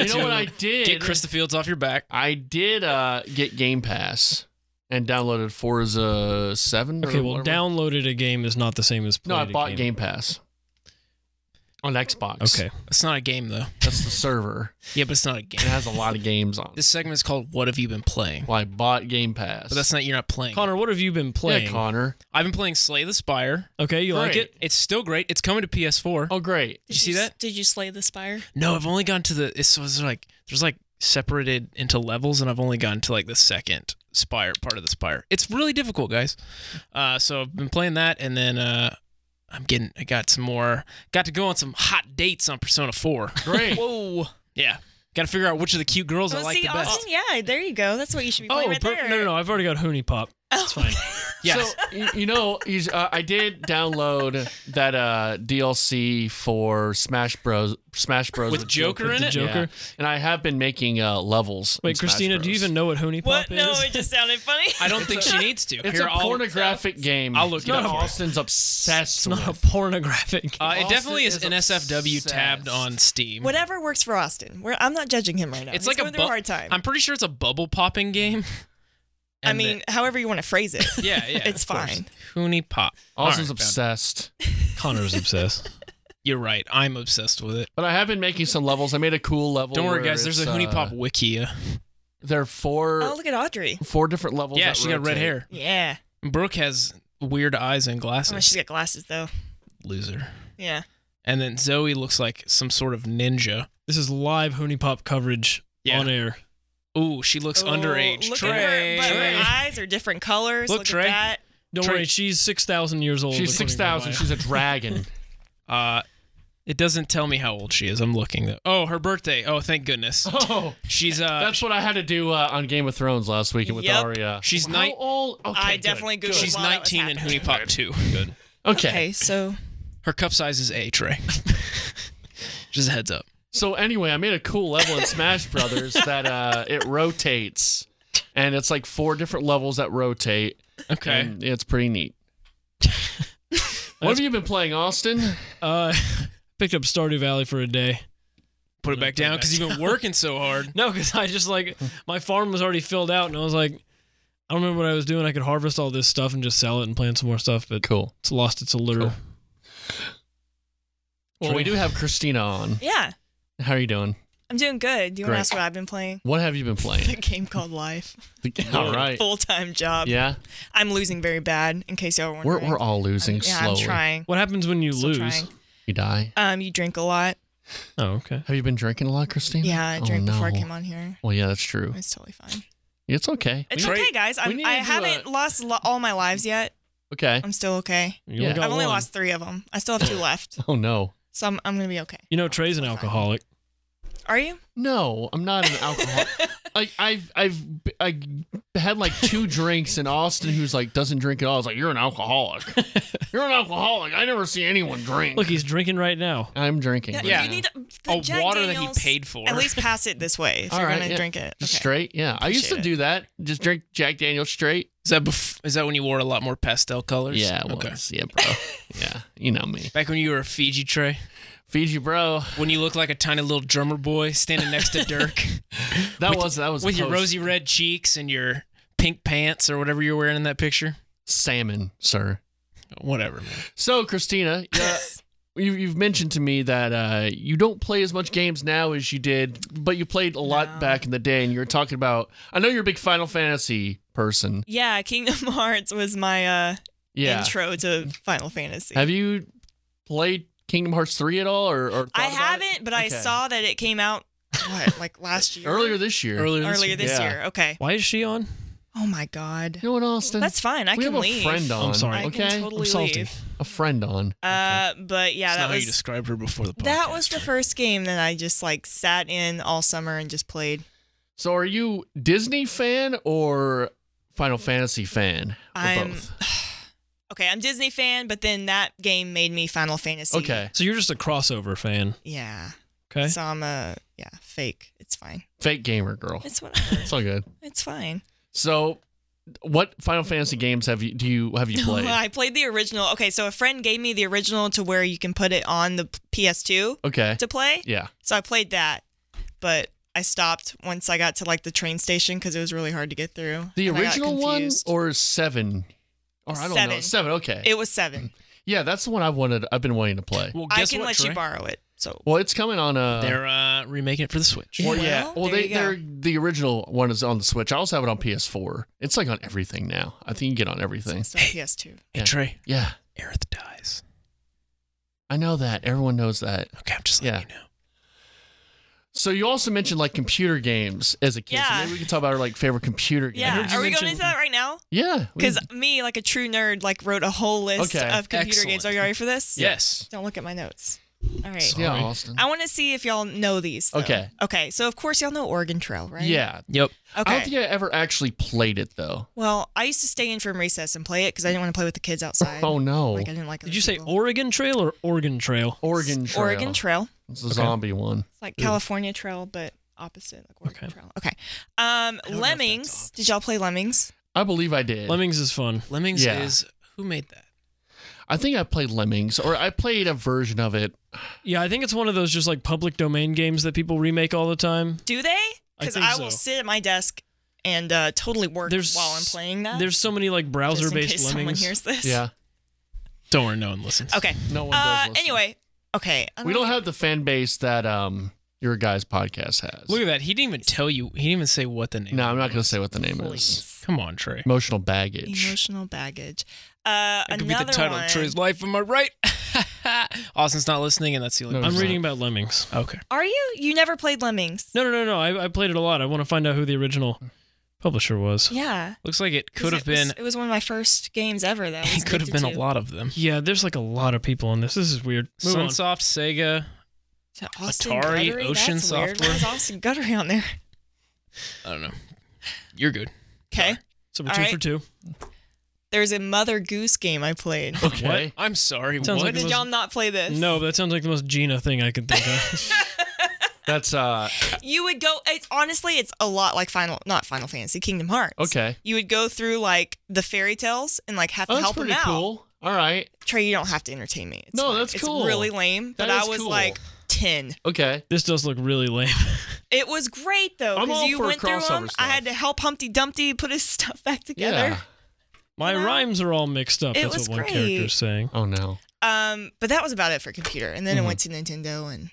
Speaker 2: You know
Speaker 4: to
Speaker 2: what I did?
Speaker 4: Get Chris the Fields off your back.
Speaker 2: I did uh, get Game Pass and downloaded Forza 7. or
Speaker 3: Okay, well,
Speaker 2: whatever.
Speaker 3: downloaded a game is not the same as
Speaker 2: No,
Speaker 3: played
Speaker 2: I
Speaker 3: a
Speaker 2: bought
Speaker 3: game.
Speaker 2: Game Pass. on Xbox.
Speaker 3: Okay.
Speaker 4: It's not a game though.
Speaker 2: That's the server.
Speaker 4: Yeah, but it's not a
Speaker 2: It
Speaker 4: game.
Speaker 2: has a lot of games on. it.
Speaker 4: This segment is called "What Have You Been Playing,"
Speaker 2: Well, I bought Game Pass.
Speaker 4: but that's not you're not playing.
Speaker 3: Connor, what have you been playing?
Speaker 2: yeah, Connor.
Speaker 4: I've been playing Slay the Spire.
Speaker 3: Okay, Oh, you like
Speaker 2: Great.
Speaker 3: it?
Speaker 4: It's still great. It's coming to PS4.
Speaker 2: Oh, great.
Speaker 4: you
Speaker 5: Did
Speaker 4: see
Speaker 5: s-
Speaker 4: that?
Speaker 5: Did you slay the spire?
Speaker 4: No, I've only gone to the. It's, it's like there's like separated into levels, and I've only gone to like the second spire part of the spire. It's really difficult, guys. Uh, so I've been playing that, and then uh, I'm getting. I got some more. Got to go on some hot dates on Persona Four.
Speaker 2: Great.
Speaker 4: Whoa. Yeah. Got to figure out which of the cute girls I
Speaker 5: Oh,
Speaker 4: like
Speaker 5: see,
Speaker 4: the best.
Speaker 5: Austin, yeah, there you go. That's what you should be
Speaker 3: Oh,
Speaker 5: playing right
Speaker 3: per-
Speaker 5: there.
Speaker 3: no, no, no. I've already got Hooney Pop. It's fine.
Speaker 4: Yes.
Speaker 2: So you, you know, you, uh, I did download that uh, DLC for Smash Bros. Smash Bros.
Speaker 4: With Joker in
Speaker 3: the
Speaker 4: it?
Speaker 2: Yeah.
Speaker 3: Joker.
Speaker 2: and I have been making uh, levels. in
Speaker 3: Wait,
Speaker 2: Smash
Speaker 3: Christina, do you
Speaker 2: Bros.
Speaker 3: even know what Hooney Pop
Speaker 5: What?
Speaker 3: is?
Speaker 5: No, it just sounded funny.
Speaker 4: I don't think she needs to.
Speaker 2: It's
Speaker 4: Here,
Speaker 2: a
Speaker 4: I'll-
Speaker 2: pornographic game.
Speaker 4: I'll look
Speaker 2: It's
Speaker 4: it
Speaker 2: not
Speaker 4: up for you.
Speaker 2: Austin's obsessed.
Speaker 3: It's not a
Speaker 2: with.
Speaker 3: pornographic.
Speaker 4: Uh, it
Speaker 2: Austin
Speaker 4: definitely is,
Speaker 2: is
Speaker 4: an SFW tabbed
Speaker 2: obsessed.
Speaker 4: on Steam.
Speaker 5: Whatever works for Austin. We're, I'm not judging him right now.
Speaker 4: It's
Speaker 5: He's
Speaker 4: like
Speaker 5: going
Speaker 4: a,
Speaker 5: through
Speaker 4: bu-
Speaker 5: a hard time.
Speaker 4: I'm pretty sure it's a bubble popping game.
Speaker 5: I
Speaker 4: And the-
Speaker 5: mean, however you want to phrase it.
Speaker 4: yeah, yeah.
Speaker 5: it's
Speaker 4: of course.
Speaker 5: fine.
Speaker 4: Hooney Pop.
Speaker 2: Austin's
Speaker 4: All right, found it.
Speaker 2: obsessed.
Speaker 3: Connor's obsessed.
Speaker 4: You're right. I'm obsessed with it.
Speaker 2: But I have been making some levels. I made a cool level.
Speaker 4: Don't worry,
Speaker 2: where
Speaker 4: guys. There's a
Speaker 2: it's,
Speaker 4: Hooney
Speaker 2: uh,
Speaker 4: Pop wiki.
Speaker 2: There are four
Speaker 5: Oh, look at Audrey.
Speaker 2: four different levels.
Speaker 4: Yeah,
Speaker 2: that
Speaker 4: she got red
Speaker 2: rotate.
Speaker 4: hair.
Speaker 5: Yeah.
Speaker 4: Brooke has weird eyes and
Speaker 5: Oh,
Speaker 4: glasses.
Speaker 5: she's got glasses though.
Speaker 4: Loser.
Speaker 5: Yeah.
Speaker 4: And then Zoe looks like some sort of ninja.
Speaker 3: This is live Hooney Pop coverage
Speaker 4: Yeah.
Speaker 3: on air.
Speaker 4: Ooh, she looks
Speaker 5: Oh,
Speaker 4: underage.
Speaker 5: Look
Speaker 4: Trey.
Speaker 5: at her, but
Speaker 4: Trey.
Speaker 5: her eyes are different colors.
Speaker 4: Look,
Speaker 5: Look,
Speaker 4: Trey.
Speaker 5: at that.
Speaker 3: Don't
Speaker 4: Trey-
Speaker 3: worry, she's six thousand years old.
Speaker 2: She's
Speaker 3: according
Speaker 2: six
Speaker 3: to my
Speaker 2: thousand.
Speaker 3: bio.
Speaker 2: She's a dragon.
Speaker 4: Uh, it doesn't tell me how old she is. I'm looking. Though. Oh, her birthday. Oh, thank goodness.
Speaker 2: oh,
Speaker 4: She's uh,
Speaker 2: that's what I had to do uh, on Game of Thrones last weekend with
Speaker 5: Yep.
Speaker 2: Arya.
Speaker 4: She's
Speaker 2: How
Speaker 4: nine-
Speaker 2: old? Okay,
Speaker 5: I
Speaker 2: good.
Speaker 5: definitely googled.
Speaker 4: she's
Speaker 5: while that was
Speaker 4: 19 in
Speaker 5: happening.
Speaker 4: Hoonie Pop 2. Good.
Speaker 2: Okay.
Speaker 5: Okay, so
Speaker 4: Her cup size is A, Trey. Just a heads up.
Speaker 2: So anyway, I made a cool level in Smash Brothers that uh, it rotates, and it's like four different levels that rotate.
Speaker 4: Okay.
Speaker 2: And it's pretty neat. what have you been playing, Austin?
Speaker 3: Uh, picked up Stardew Valley for a day.
Speaker 4: Put it back down because you've been working so hard.
Speaker 3: No, because I just like my farm was already filled out, and I was like, I don't remember what I was doing. I could harvest all this stuff and just sell it and plant some more stuff, but
Speaker 2: Cool.
Speaker 3: it's lost its allure.
Speaker 2: Cool. Well, we do have Christina on.
Speaker 5: yeah,
Speaker 2: How are you doing?
Speaker 5: I'm doing good. Do you want
Speaker 2: Great.
Speaker 5: to ask what I've been playing?
Speaker 2: What have you been
Speaker 5: The
Speaker 2: playing?
Speaker 5: game called Life.
Speaker 2: all right.
Speaker 5: Full time job.
Speaker 2: Yeah,
Speaker 5: I'm losing very bad. In case y'all were
Speaker 2: we're
Speaker 5: wondering.
Speaker 2: we're all losing
Speaker 5: I'm, yeah,
Speaker 2: slowly.
Speaker 5: I'm trying.
Speaker 3: What happens when you
Speaker 5: Still
Speaker 3: lose?
Speaker 5: trying.
Speaker 2: You die.
Speaker 5: Um, you drink a lot.
Speaker 3: Oh, okay.
Speaker 2: Have you been drinking a lot, Christina?
Speaker 5: Yeah, I
Speaker 2: Oh,
Speaker 5: drank before I
Speaker 2: no.
Speaker 5: came on here.
Speaker 2: Well, yeah, that's true.
Speaker 5: It's totally fine.
Speaker 2: It's okay.
Speaker 5: It's
Speaker 4: need-
Speaker 5: okay, guys.
Speaker 2: we
Speaker 5: I'm,
Speaker 2: need
Speaker 5: I
Speaker 2: to do
Speaker 5: haven't
Speaker 2: a-
Speaker 5: lost lo- all my lives yet.
Speaker 2: Okay.
Speaker 5: I'm still okay.
Speaker 3: You
Speaker 2: Yeah.
Speaker 3: got
Speaker 5: I've only
Speaker 3: one.
Speaker 5: lost three of them. I still have two left,
Speaker 2: Oh no.
Speaker 5: so I'm, I'm gonna be okay.
Speaker 3: You know, Trey's an alcoholic.
Speaker 5: Are you?
Speaker 2: No, I'm not an alcoholic. I, I've I've b- I had like two drinks, and Austin, who's like doesn't drink at all, is like, "You're an alcoholic. You're an alcoholic. I never see anyone drink."
Speaker 3: Look, he's drinking right now.
Speaker 2: I'm drinking.
Speaker 5: No,
Speaker 2: right
Speaker 4: Yeah.
Speaker 5: You
Speaker 2: now.
Speaker 5: need to, the
Speaker 4: Oh,
Speaker 5: Jack
Speaker 4: water that he
Speaker 5: Daniels-
Speaker 4: paid for.
Speaker 5: At least pass it this way if
Speaker 2: All
Speaker 5: you're
Speaker 2: right,
Speaker 5: gonna
Speaker 2: yeah.
Speaker 5: drink it.
Speaker 2: just
Speaker 5: Okay.
Speaker 2: straight. Yeah, I used to
Speaker 5: Appreciate it.
Speaker 2: do that. Just drink Jack Daniel's straight.
Speaker 4: Is that bef- is that when you wore a lot more pastel colors?
Speaker 2: Yeah, it
Speaker 4: Okay.
Speaker 2: was. Yeah, bro. yeah, you know me.
Speaker 4: Back when you were a Fiji Trey,
Speaker 2: Fiji, bro.
Speaker 4: when you looked like a tiny little drummer boy standing next to Dirk
Speaker 2: That was that was
Speaker 4: with your
Speaker 2: post-
Speaker 4: rosy red cheeks and your pink pants or whatever you're wearing in that picture.
Speaker 2: salmon, sir.
Speaker 4: Whatever. Man.
Speaker 2: So, Christina, uh, you, you've mentioned to me that uh, you don't play as much games now as you did, but you played a lot
Speaker 5: No.
Speaker 2: back in the day. And you were talking about, I know you're a big Final Fantasy person.
Speaker 5: Yeah, Kingdom Hearts was my uh,
Speaker 2: Yeah.
Speaker 5: intro to Final Fantasy.
Speaker 2: Have you played Kingdom Hearts 3 at all? Or, or thought
Speaker 5: I
Speaker 2: about
Speaker 5: haven't, but I
Speaker 2: Okay.
Speaker 5: saw that it came out what like last
Speaker 2: it?
Speaker 5: year,
Speaker 2: Earlier this year.
Speaker 4: Earlier this
Speaker 5: earlier
Speaker 4: year.
Speaker 5: this
Speaker 2: yeah.
Speaker 5: year. Okay.
Speaker 3: Why is she on?
Speaker 5: Oh my god,
Speaker 2: You know what, Austin?
Speaker 5: that's fine. I
Speaker 2: we
Speaker 5: can
Speaker 2: have
Speaker 5: leave.
Speaker 2: a friend on.
Speaker 3: I'm sorry.
Speaker 5: I
Speaker 2: Okay.
Speaker 5: can totally
Speaker 3: I'm salty.
Speaker 5: leave.
Speaker 2: a friend on.
Speaker 5: Uh, but yeah,
Speaker 4: That's not how
Speaker 5: that
Speaker 4: you
Speaker 5: was
Speaker 4: described her before the podcast.
Speaker 5: that was the first game that I just like sat in all summer and just played.
Speaker 2: So, are you Disney fan or Final Fantasy fan? Or
Speaker 5: I'm-
Speaker 2: both?
Speaker 5: Okay, I'm Disney fan, but then that game made me Final Fantasy.
Speaker 2: Okay.
Speaker 3: So you're just a crossover fan,
Speaker 5: Yeah.
Speaker 3: okay?
Speaker 5: So I'm a yeah fake. It's fine.
Speaker 2: Fake gamer girl.
Speaker 5: It's whatever.
Speaker 2: It's all good.
Speaker 5: it's fine.
Speaker 2: So, what Final Fantasy games have you do you have you played?
Speaker 5: I played the original. Okay, so a friend gave me the original to where you can put it on the PS2
Speaker 2: okay,
Speaker 5: to play.
Speaker 2: yeah,
Speaker 5: So I played that, but I stopped once I got to like the train station because it was really hard to get through.
Speaker 2: the
Speaker 5: and I got
Speaker 2: original one
Speaker 5: confused.
Speaker 2: or seven, or I don't know
Speaker 5: Seven.
Speaker 2: seven. Okay,
Speaker 5: it was seven.
Speaker 2: Yeah, that's the one I've wanted. I've been wanting to play.
Speaker 4: Well,
Speaker 5: I
Speaker 4: guess
Speaker 5: can
Speaker 4: what,
Speaker 5: let
Speaker 4: Trey?
Speaker 5: you borrow it. So
Speaker 2: Well, it's coming on a.
Speaker 4: They're uh, remaking it for the Switch.
Speaker 2: well,
Speaker 5: Well,
Speaker 2: yeah. Well,
Speaker 5: there
Speaker 2: they
Speaker 5: you go.
Speaker 2: they're the original one is on the Switch. I also have it on PS4. It's like on everything now. I think you get on everything.
Speaker 5: it's on PS2.
Speaker 4: Hey, Trey,
Speaker 2: Yeah,
Speaker 4: Aerith dies.
Speaker 2: I know that. Everyone knows that.
Speaker 4: Okay, I'm just letting
Speaker 2: Yeah.
Speaker 4: you know.
Speaker 2: So you also mentioned like computer games as a kid. So
Speaker 5: Yeah.
Speaker 2: maybe we can talk about our like favorite computer games.
Speaker 5: Yeah.
Speaker 4: heard you
Speaker 5: Are we
Speaker 4: mention-
Speaker 5: going into that right now?
Speaker 2: Yeah. we-
Speaker 5: Because me, like a true nerd, like wrote a whole list
Speaker 2: Okay,
Speaker 5: of computer games. Are
Speaker 4: excellent.
Speaker 5: you ready for this?
Speaker 4: Yes.
Speaker 5: Don't look at my notes. All right.
Speaker 4: Sorry.
Speaker 2: yeah, Austin.
Speaker 5: I want to see if y'all know these. though.
Speaker 2: Okay.
Speaker 5: Okay. So of course y'all know Oregon Trail, right?
Speaker 2: Yeah.
Speaker 4: Yep.
Speaker 5: Okay.
Speaker 2: I don't think I ever actually played it though.
Speaker 5: well, I used to stay in from recess and play it because I didn't want to play with the kids outside.
Speaker 2: Oh no.
Speaker 5: Like I didn't like.
Speaker 3: Did
Speaker 5: other
Speaker 3: you say
Speaker 5: people.
Speaker 3: Oregon Trail or Oregon Trail?
Speaker 2: Oregon Trail.
Speaker 5: Oregon Trail?
Speaker 2: It's the zombie one.
Speaker 5: It's like California Trail, but opposite, like Oregon
Speaker 3: Okay.
Speaker 5: Trail. Okay. Um,
Speaker 4: know if that's
Speaker 5: Lemmings.
Speaker 4: opposite.
Speaker 5: Did y'all play Lemmings?
Speaker 2: I believe I did.
Speaker 3: Lemmings is fun.
Speaker 4: Lemmings
Speaker 2: Yeah.
Speaker 4: is who made that?
Speaker 2: I think I played Lemmings, or I played a version of it.
Speaker 3: Yeah, I think it's one of those just like public domain games that people remake all the time.
Speaker 5: Do they?
Speaker 3: I
Speaker 5: Because
Speaker 3: think
Speaker 5: I, will
Speaker 3: so.
Speaker 5: sit at my desk and uh, totally work
Speaker 3: There's
Speaker 5: while I'm playing that.
Speaker 3: There's so many like
Speaker 5: just in
Speaker 3: browser-based
Speaker 5: case someone
Speaker 3: Lemmings.
Speaker 5: hears this.
Speaker 2: Yeah.
Speaker 4: Don't worry, no one listens.
Speaker 5: Okay.
Speaker 2: No one does.
Speaker 5: Uh,
Speaker 2: listen.
Speaker 5: anyway. Okay. I
Speaker 2: we don't
Speaker 5: know.
Speaker 2: have the fan base that um your guys podcast has.
Speaker 4: Look at that. He didn't even tell you. He didn't even say what the name.
Speaker 2: no, I'm
Speaker 4: was.
Speaker 2: not going to say what the name is.
Speaker 5: Please.
Speaker 4: Come on, Trey.
Speaker 2: Emotional baggage.
Speaker 5: Emotional baggage.
Speaker 4: That
Speaker 5: Uh,
Speaker 4: could be
Speaker 5: another
Speaker 4: the title.
Speaker 5: one.
Speaker 4: of Trey's life. Am I right? Austin's not listening, and that's the only.
Speaker 2: No,
Speaker 4: one.
Speaker 3: I'm
Speaker 2: There's
Speaker 3: reading about Lemmings.
Speaker 4: Okay.
Speaker 5: Are you? You never played Lemmings?
Speaker 3: No, no, no, no. I, I played it a lot. I want to find out who the original publisher was.
Speaker 5: Yeah.
Speaker 4: Looks like it
Speaker 5: 'cause
Speaker 4: could
Speaker 5: it
Speaker 4: have
Speaker 5: was-
Speaker 4: been.
Speaker 5: It was one of my first games ever, though.
Speaker 4: It could have been a lot of them.
Speaker 3: Yeah, there's like a lot of people in this. This is weird. Move on.
Speaker 4: Sunsoft, Sega.
Speaker 5: To Austin
Speaker 4: Atari,
Speaker 5: Guttery?
Speaker 4: Ocean
Speaker 5: That's
Speaker 4: Software.
Speaker 5: weird. Why is Austin Guttery on there?
Speaker 4: I don't know. You're good.
Speaker 5: Okay.
Speaker 3: So we're
Speaker 5: All
Speaker 3: two
Speaker 5: right.
Speaker 3: for two.
Speaker 5: There's a Mother Goose game I played.
Speaker 2: Okay.
Speaker 4: I'm sorry.
Speaker 3: Sounds
Speaker 4: what?
Speaker 3: like
Speaker 5: Did y'all not play this?
Speaker 3: No, that sounds like the most Gina thing I could think of.
Speaker 2: That's uh
Speaker 5: You would go. It's honestly, it's a lot like Final, not Final Fantasy, Kingdom Hearts.
Speaker 2: okay.
Speaker 5: You would go through like the fairy tales and like have to
Speaker 2: Oh, that's
Speaker 5: help
Speaker 2: pretty
Speaker 5: them out.
Speaker 2: cool. All right.
Speaker 5: Trey, you don't have to entertain me. It's
Speaker 2: No,
Speaker 5: fine.
Speaker 2: that's
Speaker 5: it's
Speaker 2: cool.
Speaker 5: really lame, but
Speaker 2: That
Speaker 5: I
Speaker 2: is
Speaker 5: was
Speaker 2: cool.
Speaker 5: like ten.
Speaker 2: Okay.
Speaker 3: this does look really lame.
Speaker 5: It was great though
Speaker 2: I'm all
Speaker 5: because you
Speaker 2: for
Speaker 5: went through them.
Speaker 2: crossover
Speaker 5: I
Speaker 2: stuff.
Speaker 5: had to help Humpty Dumpty put his stuff back together.
Speaker 3: My
Speaker 5: You know?
Speaker 3: rhymes are all mixed up.
Speaker 5: It
Speaker 3: That's
Speaker 5: was
Speaker 3: what one
Speaker 5: great.
Speaker 3: character's saying.
Speaker 2: Oh no.
Speaker 5: Um, but that was about it for computer, and then it went to Nintendo, and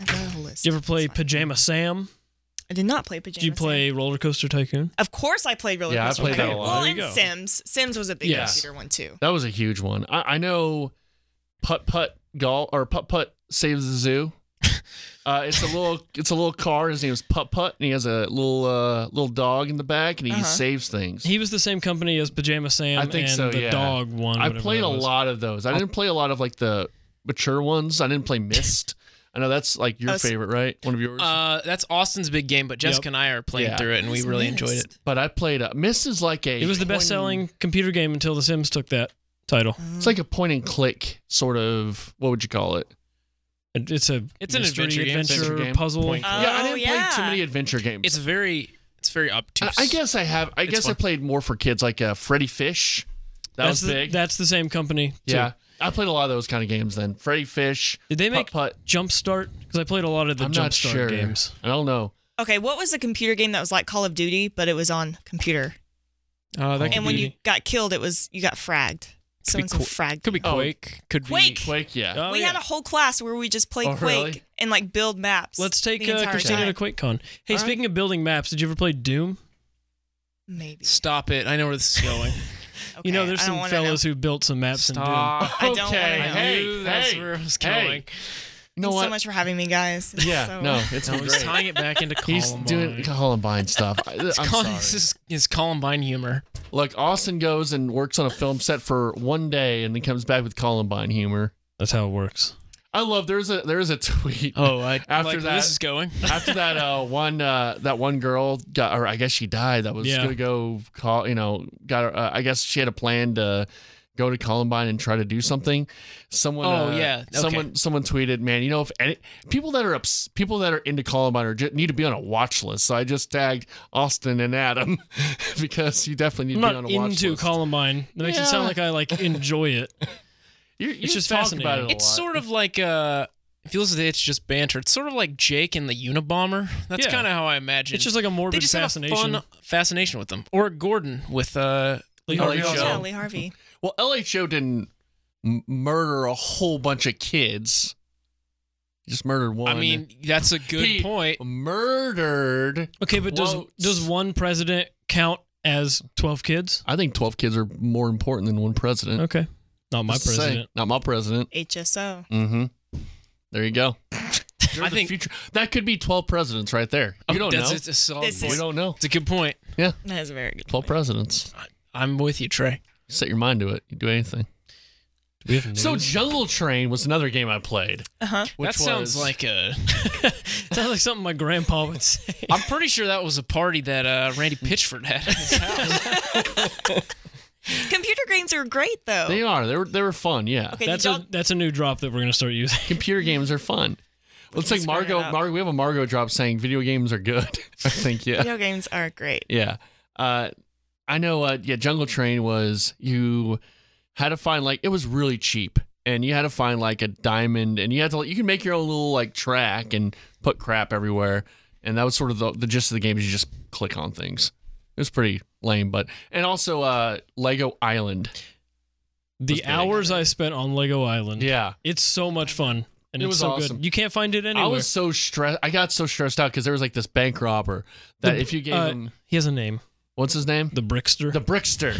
Speaker 5: I got a whole list.
Speaker 3: Mm-hmm. You ever play
Speaker 5: It's fine.
Speaker 3: Pajama Sam?
Speaker 5: I did not play Pajama.
Speaker 3: Did you play Roller Coaster Tycoon?
Speaker 5: Of course, I played Roller
Speaker 2: Yeah, I
Speaker 5: Coaster
Speaker 2: played that
Speaker 5: Tycoon.
Speaker 2: a lot.
Speaker 5: Well,
Speaker 3: There
Speaker 5: and
Speaker 3: you go.
Speaker 5: Sims. Sims was a big
Speaker 2: Yes.
Speaker 5: computer one too.
Speaker 2: That was a huge one. I, I know putt putt golf or putt putt saves the zoo. Uh, it's a little it's a little car. His name is Putt Putt, and he has a little uh, little dog in the back, and he
Speaker 5: Uh-huh.
Speaker 2: saves things.
Speaker 3: He was the same company as Pajama Sam
Speaker 2: I think
Speaker 3: and
Speaker 2: so,
Speaker 3: the
Speaker 2: yeah.
Speaker 3: dog one.
Speaker 2: I
Speaker 3: whatever
Speaker 2: played
Speaker 3: that
Speaker 2: a
Speaker 3: was.
Speaker 2: lot of those. I didn't play a lot of like the mature ones. I didn't play Mist. I know that's like your
Speaker 5: Oh, so-
Speaker 2: favorite, right? One of yours.
Speaker 4: Uh, that's Austin's big game, but Jessica
Speaker 3: Yep.
Speaker 4: and I are playing
Speaker 2: Yeah.
Speaker 4: through it, and we
Speaker 5: Who's
Speaker 4: really
Speaker 5: next?
Speaker 4: enjoyed it.
Speaker 2: but I played uh, Mist is like a.
Speaker 3: It was the
Speaker 2: point-
Speaker 3: best-selling computer game until The Sims took that title.
Speaker 2: It's like a point and click sort of. What would you call it?
Speaker 3: It- It's a
Speaker 4: It's an
Speaker 3: mystery,
Speaker 4: adventure game.
Speaker 3: adventure,
Speaker 2: Adventure game.
Speaker 3: puzzle.
Speaker 4: Point.
Speaker 5: Oh,
Speaker 2: yeah, I didn't
Speaker 5: yeah.
Speaker 2: play too many adventure games.
Speaker 4: It's very, it's very
Speaker 2: I,
Speaker 4: obtuse.
Speaker 2: I guess I have. I guess I
Speaker 4: fun.
Speaker 2: played more for kids, like uh, Freddy Fish. That
Speaker 3: that's
Speaker 2: was
Speaker 3: the,
Speaker 2: big.
Speaker 3: That's the same company. too.
Speaker 2: yeah, I played a lot of those kind of games. Then Freddy Fish.
Speaker 3: Did they make
Speaker 2: Putt Putt?
Speaker 3: Jumpstart? Because I played a lot of the
Speaker 2: I'm not
Speaker 3: Jumpstart
Speaker 2: sure.
Speaker 3: games.
Speaker 2: I don't know.
Speaker 5: Okay, what was the computer game that was like Call of Duty, but it was on computer?
Speaker 4: Uh, that
Speaker 5: and when you got killed, it was you got fragged.
Speaker 4: could be,
Speaker 5: Someone said fragged.
Speaker 4: could be
Speaker 2: Oh.
Speaker 4: Quake, could be
Speaker 5: Quake.
Speaker 2: Quake, yeah.
Speaker 3: Oh,
Speaker 5: we had
Speaker 3: yeah.
Speaker 5: a whole class where we just played
Speaker 2: Oh,
Speaker 5: Quake
Speaker 2: really?
Speaker 5: and like build maps.
Speaker 3: Let's take
Speaker 5: the
Speaker 3: uh,
Speaker 5: entire
Speaker 3: Christina
Speaker 5: time.
Speaker 3: to QuakeCon. Hey,
Speaker 2: All
Speaker 3: speaking of building maps, did you ever play Doom?
Speaker 5: Maybe.
Speaker 4: Stop it! I know where this is going.
Speaker 3: you know,
Speaker 5: Okay,
Speaker 3: there's
Speaker 5: I don't
Speaker 3: some
Speaker 5: wanna
Speaker 3: fellows who built some maps in Doom.
Speaker 4: Stop.
Speaker 5: I don't wanna
Speaker 2: okay.
Speaker 5: know.
Speaker 4: I
Speaker 2: Hey,
Speaker 4: knew
Speaker 2: hey,
Speaker 4: that's where I was
Speaker 2: hey.
Speaker 4: going.
Speaker 2: You know
Speaker 5: Know. Thanks
Speaker 2: what?
Speaker 5: so much for having me, guys. It's
Speaker 2: yeah,
Speaker 5: so-
Speaker 2: no, it's been
Speaker 4: No, he's
Speaker 2: great.
Speaker 4: tying it back into Columbine.
Speaker 2: He's doing Columbine stuff. I, am
Speaker 4: It's Col-
Speaker 2: sorry.
Speaker 4: This is his Columbine humor.
Speaker 2: Look, Austin goes and works on a film set for one day, and then comes back with Columbine humor.
Speaker 3: That's how it works.
Speaker 2: I love. There's a there's a tweet.
Speaker 4: Oh, I
Speaker 2: After
Speaker 4: like where
Speaker 2: that-
Speaker 4: this is going.
Speaker 2: After that, uh, one uh, that one girl got, or I guess she died. That was
Speaker 3: Yeah.
Speaker 2: gonna go call. You know, got. Uh, I guess she had a plan to go to Columbine and try to do something. Someone.
Speaker 4: Oh,
Speaker 2: uh,
Speaker 4: yeah, okay.
Speaker 2: Someone. Someone tweeted, man. You know, if any people that are ups, people that are into Columbine are ju- need to be on a watch list. So I just tagged Austin and Adam because you definitely
Speaker 3: I'm
Speaker 2: need to be on
Speaker 3: not
Speaker 2: a watch
Speaker 3: into
Speaker 2: list.
Speaker 3: Columbine. That makes it sound
Speaker 2: Yeah.
Speaker 3: like I like enjoy it.
Speaker 2: You, you
Speaker 3: just
Speaker 2: talk about it.
Speaker 3: fascinating.
Speaker 2: a
Speaker 4: It's
Speaker 2: lot.
Speaker 4: sort of like uh, it feels like it's just banter. It's sort of like Jake and the Unabomber. That's
Speaker 3: Yeah.
Speaker 4: kind of how I imagine.
Speaker 3: It's just like a
Speaker 4: they
Speaker 3: morbid
Speaker 4: just
Speaker 3: fascination.
Speaker 4: have a fun fascination with them, or Gordon with uh,
Speaker 3: Like, oh,
Speaker 2: Harvey
Speaker 3: Harvey
Speaker 2: Oswald.
Speaker 5: Yeah,
Speaker 2: Show.
Speaker 5: Lee Harvey.
Speaker 2: Well, LHO didn't m- murder a whole bunch of kids. He Just murdered one.
Speaker 4: I mean, that's a good
Speaker 2: He
Speaker 4: point.
Speaker 2: murdered.
Speaker 3: Okay, but does
Speaker 2: quotes.
Speaker 3: does one president count as twelve kids?
Speaker 2: I think twelve kids are more important than one president.
Speaker 3: Okay, not my
Speaker 2: Just to say.
Speaker 3: president.
Speaker 2: not my president.
Speaker 5: HSO.
Speaker 2: Mm-hmm. There you go. You're
Speaker 4: I
Speaker 2: the
Speaker 4: think- Oh,
Speaker 2: future. that could be twelve presidents right there. You don't
Speaker 4: that's,
Speaker 2: know.
Speaker 4: It's a solid
Speaker 5: This
Speaker 4: point.
Speaker 2: we don't know.
Speaker 4: It's a good point.
Speaker 5: That is a very good.
Speaker 2: Twelve presidents.
Speaker 4: I'm with you, Trey.
Speaker 2: Set your mind to it. You do anything.
Speaker 3: We have
Speaker 2: So Jungle Train was another game I played.
Speaker 5: Uh huh.
Speaker 2: Which
Speaker 4: that sounds
Speaker 2: was-
Speaker 4: like a.
Speaker 3: sounds like something my grandpa would say.
Speaker 4: I'm pretty sure that was a party that uh, Randy Pitchford had. at his house.
Speaker 5: Computer games are great though.
Speaker 2: they are. They were they were fun. Yeah.
Speaker 5: okay,
Speaker 3: That's
Speaker 5: did
Speaker 3: a
Speaker 5: y'all-
Speaker 3: that's a new drop that we're gonna start using.
Speaker 2: Computer games are fun. Let's take
Speaker 5: Let's
Speaker 2: Margo.
Speaker 5: bring it up.
Speaker 2: Margo. We have a Margo drop saying video games are good. I think yeah.
Speaker 5: video games are great.
Speaker 2: Yeah. Uh, I know. Uh, yeah, Jungle Train was you had to find like it was really cheap, and you had to find like a diamond, and you had to like, you can make your own little like track and put crap everywhere, and that was sort of the, the gist of the game. Is you just click on things. It was pretty lame, but and also uh, Lego Island.
Speaker 3: The hours I spent on Lego Island.
Speaker 2: Yeah.
Speaker 3: It's so much fun. And
Speaker 2: It
Speaker 3: it's
Speaker 2: was
Speaker 3: so
Speaker 2: awesome.
Speaker 3: good. You can't find it anywhere.
Speaker 2: I was so stressed. I got so stressed out because there was like this bank robber that
Speaker 3: The-
Speaker 2: if you gave
Speaker 3: uh,
Speaker 2: him
Speaker 3: He has a name.
Speaker 2: what's his name
Speaker 3: The Brickster.
Speaker 2: The Brickster.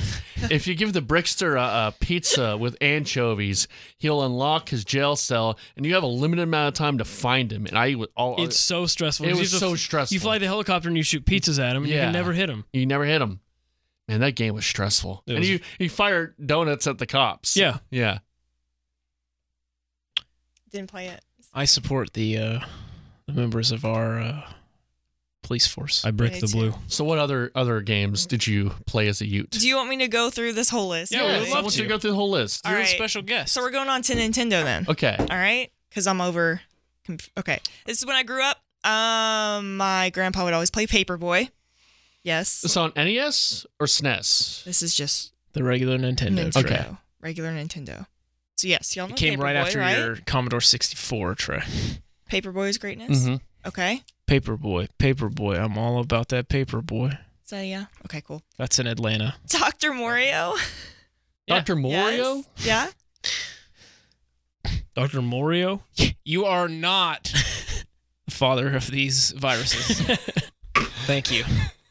Speaker 2: if you give the Brickster a, a pizza with anchovies, he'll unlock his jail cell, and you have a limited amount of time to find him. And I would all
Speaker 3: it's so stressful.
Speaker 2: It
Speaker 3: 'cause you
Speaker 2: was
Speaker 3: have to
Speaker 2: so
Speaker 3: f-
Speaker 2: stressful.
Speaker 3: You fly the helicopter and you shoot pizzas at him and you
Speaker 2: Yeah.
Speaker 3: can never hit him.
Speaker 2: you never hit him. Man, that game was stressful.
Speaker 3: It
Speaker 2: and
Speaker 3: was-
Speaker 2: you you fire donuts at the cops.
Speaker 3: Yeah.
Speaker 2: yeah.
Speaker 5: Didn't play it.
Speaker 4: I support the uh, the members of our uh, police force.
Speaker 3: I brick
Speaker 5: Me
Speaker 3: the
Speaker 5: too.
Speaker 3: blue.
Speaker 2: So what other other games did you play as a Ute?
Speaker 5: Do you want me to go through this whole list?
Speaker 4: Yeah, we
Speaker 5: Really?
Speaker 4: would
Speaker 2: I
Speaker 4: love
Speaker 2: want
Speaker 4: to.
Speaker 2: you to go through the whole list.
Speaker 5: All
Speaker 4: You're a
Speaker 5: right.
Speaker 4: special guest.
Speaker 5: So we're going on to Nintendo then.
Speaker 2: Okay.
Speaker 5: All right, because I'm over. Conf- okay, this is when I grew up. Um, my grandpa would always play Paperboy. Yes,
Speaker 2: This on NES or E SNES?
Speaker 5: this is just
Speaker 4: the regular Nintendo.
Speaker 5: Nintendo,
Speaker 4: Trey.
Speaker 2: Okay.
Speaker 5: regular Nintendo. So yes, y'all know
Speaker 4: It came right
Speaker 5: Paperboy,
Speaker 4: after your Commodore 64, Trey.
Speaker 5: Paperboy's greatness.
Speaker 2: Mm-hmm.
Speaker 5: Okay,
Speaker 4: Paperboy, Paperboy. I'm all about that Paperboy.
Speaker 5: so yeah, okay, cool.
Speaker 4: That's in Atlanta.
Speaker 5: Doctor Mario.
Speaker 4: Yeah.
Speaker 2: Dr. Mario?
Speaker 5: Yes. Yeah.
Speaker 3: Dr. Morio?
Speaker 4: You are not the father of these viruses. Thank you.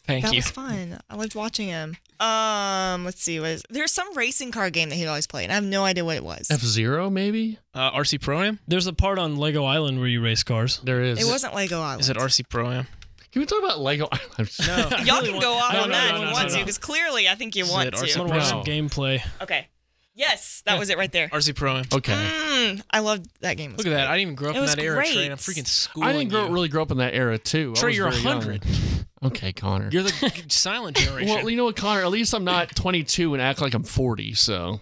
Speaker 4: Thank
Speaker 5: that
Speaker 4: you.
Speaker 5: was fun. I loved watching him. Um, let's see. Was there's some racing car game that he'd always play, and I have no idea what it was.
Speaker 2: F Zero, maybe?
Speaker 4: Uh, RC Pro Am?
Speaker 3: There's a part on Lego Island where you race cars.
Speaker 2: There is.
Speaker 5: It wasn't Lego Island.
Speaker 4: Is it RC Pro Am?
Speaker 2: Can we talk about Lego Island?
Speaker 4: No.
Speaker 5: Y'all can go off
Speaker 3: No,
Speaker 5: on
Speaker 3: no, no,
Speaker 5: that if
Speaker 3: no,
Speaker 5: you want
Speaker 3: no,
Speaker 5: to,
Speaker 3: no.
Speaker 5: because clearly I think you
Speaker 4: Is
Speaker 5: want
Speaker 4: it
Speaker 5: to.
Speaker 4: our
Speaker 3: I want to watch some
Speaker 2: No.
Speaker 3: gameplay.
Speaker 5: Okay. Yes, that was it right there.
Speaker 4: RC Pro Am.
Speaker 2: Okay.
Speaker 5: Mm, I loved that game.
Speaker 4: Look at that. I didn't even grow up
Speaker 5: It
Speaker 4: in
Speaker 5: was
Speaker 4: that era, Trey, and I'm
Speaker 5: great.
Speaker 4: freaking schooling
Speaker 2: I didn't grow,
Speaker 4: you.
Speaker 2: really grow up in that era too. I
Speaker 4: Trey,
Speaker 2: was
Speaker 4: you're
Speaker 2: very young.
Speaker 4: 100.
Speaker 2: Okay, Connor.
Speaker 4: You're the silent generation.
Speaker 2: well, you know what, Connor? At least I'm not 22 and act like I'm 40. So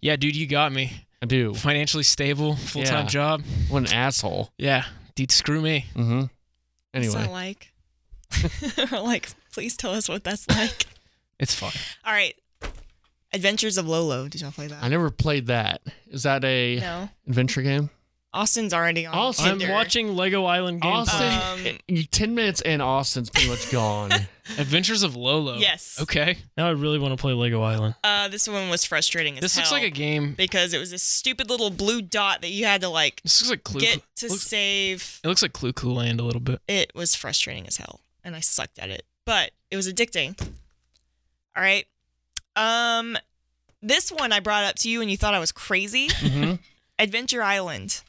Speaker 4: yeah, dude, you got me.
Speaker 2: I do.
Speaker 4: Financially stable, full time
Speaker 2: Yeah.
Speaker 4: job.
Speaker 2: What an asshole.
Speaker 4: Yeah, dude, screw me.
Speaker 2: Mm-hmm.
Speaker 5: It's not
Speaker 2: Anyway,
Speaker 5: like. We're like, please tell us what that's like.
Speaker 4: It's fine.
Speaker 5: All right. Adventures of Lolo. Did y'all play that?
Speaker 2: I never played that. Is that a
Speaker 5: No.
Speaker 2: adventure game?
Speaker 5: Austin's already on.
Speaker 2: Austin-
Speaker 3: I'm
Speaker 5: Tinder.
Speaker 3: watching Lego Island gameplay.
Speaker 2: Austin, eh,
Speaker 5: Um,
Speaker 2: you- 10 minutes in, Austin's pretty much gone.
Speaker 4: Adventures of Lolo.
Speaker 5: Yes.
Speaker 4: Okay.
Speaker 3: now I really want to play Lego Island.
Speaker 5: Uh, this one was frustrating as
Speaker 4: This looks
Speaker 5: hell
Speaker 4: like a game.
Speaker 5: because it was this stupid little blue dot that you had to like
Speaker 4: This looks like Clue.
Speaker 5: get to
Speaker 4: looks-
Speaker 5: save.
Speaker 4: it looks like Clue Clue Land a little bit.
Speaker 5: It was frustrating as hell, and I sucked at it, but it was addicting. All right. Um, this one I brought up to you, and you thought I was crazy.
Speaker 2: hmm
Speaker 5: Adventure Island.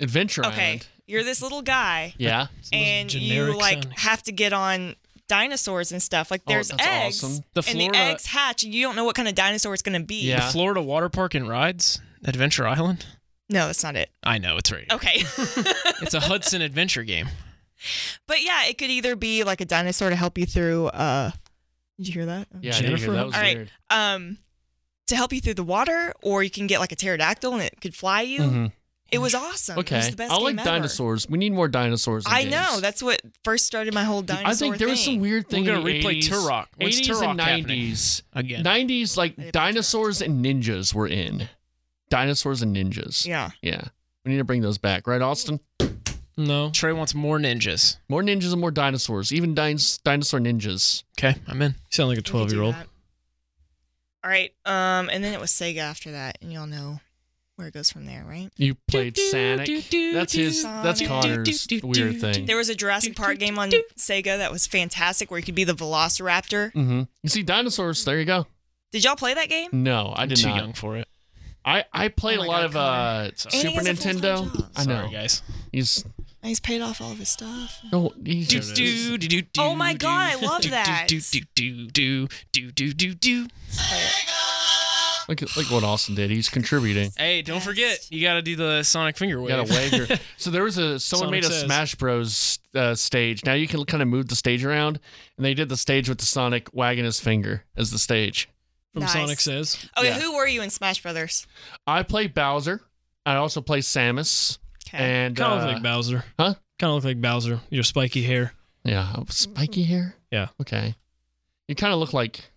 Speaker 2: Adventure
Speaker 5: okay,
Speaker 2: Island.
Speaker 5: you're this little guy,
Speaker 2: Yeah.
Speaker 5: and you
Speaker 3: generic
Speaker 5: like
Speaker 3: sounding.
Speaker 5: have to get on dinosaurs and stuff. Like there's
Speaker 2: Oh, that's
Speaker 5: eggs,
Speaker 2: awesome.
Speaker 4: The
Speaker 5: and the
Speaker 4: Florida-
Speaker 5: eggs hatch, and you don't know what kind of dinosaur it's gonna be.
Speaker 2: Yeah.
Speaker 4: Florida Water Park and Rides, Adventure Island.
Speaker 5: No, that's not it.
Speaker 4: I know it's right.
Speaker 5: Okay,
Speaker 4: It's a Hudson adventure game.
Speaker 5: but yeah, it could either be like a dinosaur to help you through. uh Did you hear that?
Speaker 2: Yeah, I did
Speaker 3: Jennifer?
Speaker 2: hear that was
Speaker 5: All right.
Speaker 2: weird.
Speaker 5: Um, to help you through the water, or you can get like a pterodactyl and it could fly you.
Speaker 2: Mhm.
Speaker 4: Mm-hmm.
Speaker 5: It was awesome. It was
Speaker 2: Okay.
Speaker 5: the best
Speaker 2: I
Speaker 5: game
Speaker 2: like
Speaker 5: ever.
Speaker 2: dinosaurs. We need more dinosaurs. in
Speaker 5: I
Speaker 2: games.
Speaker 5: know. That's what first started my whole dinosaur
Speaker 2: I think there was some
Speaker 5: thing.
Speaker 2: weird thing.
Speaker 4: gonna
Speaker 2: in the
Speaker 4: replay
Speaker 2: 80s,
Speaker 4: Turok. When's
Speaker 2: 80s and
Speaker 4: Turok
Speaker 2: 90s.
Speaker 4: happening? Again.
Speaker 2: 90s, like dinosaurs and ninjas were in. Dinosaurs and ninjas.
Speaker 5: Yeah.
Speaker 2: Yeah. We need to bring those back, right, Austin?
Speaker 3: No.
Speaker 4: Trey wants more ninjas.
Speaker 2: More ninjas and more dinosaurs, even din- dinosaur ninjas.
Speaker 4: Okay, I'm in.
Speaker 3: You sound like a
Speaker 5: We could do
Speaker 3: 12 year old.
Speaker 5: that. All right. Um, and then it was Sega after that, and y'all know where it goes from there, right?
Speaker 2: You played Sonic. That's his. That's
Speaker 5: Sonic.
Speaker 2: Connor's weird thing.
Speaker 5: There was a Jurassic Park game on Sega that was fantastic, where you could be the Velociraptor.
Speaker 2: Mm-hmm. You see dinosaurs. There you go.
Speaker 5: Did y'all play that game?
Speaker 2: No, I did
Speaker 4: too
Speaker 2: not.
Speaker 4: young for it.
Speaker 2: I I played
Speaker 5: Oh
Speaker 2: a
Speaker 5: my
Speaker 2: lot
Speaker 5: God,
Speaker 2: of uh
Speaker 4: And
Speaker 5: he
Speaker 2: Super
Speaker 5: has a full-time
Speaker 2: Nintendo.
Speaker 5: job.
Speaker 2: I know.
Speaker 4: Sorry, guys.
Speaker 2: He's
Speaker 5: And he's paid off all of his stuff.
Speaker 2: no. He's
Speaker 4: Do,
Speaker 2: just-
Speaker 4: do, do, do, do,
Speaker 5: Oh my God, I
Speaker 4: do,
Speaker 5: love
Speaker 4: do,
Speaker 5: that.
Speaker 4: Do, do, do, do, do, do, do, do.
Speaker 2: Look at look what Austin did. He's contributing.
Speaker 4: Hey, don't
Speaker 5: Best.
Speaker 4: forget, you got to do the Sonic finger wave.
Speaker 2: You gotta wave your. So there was a someone
Speaker 4: Sonic
Speaker 2: made a
Speaker 4: says.
Speaker 2: Smash Bros. Uh, stage. Now you can kind of move the stage around, and they did the stage with the Sonic wagging his finger as the stage.
Speaker 4: From
Speaker 5: Nice.
Speaker 4: Sonic Says.
Speaker 5: Okay,
Speaker 2: Yeah.
Speaker 5: who were you in Smash Brothers?
Speaker 2: I play Bowser. I also play Samus.
Speaker 5: Okay.
Speaker 2: And
Speaker 4: Kind of
Speaker 2: uh,
Speaker 4: Eh, look like Bowser.
Speaker 2: huh?
Speaker 4: Kind of look like Bowser. Your spiky hair.
Speaker 2: yeah, oh, spiky hair.
Speaker 4: Yeah.
Speaker 2: Okay. You kind of look like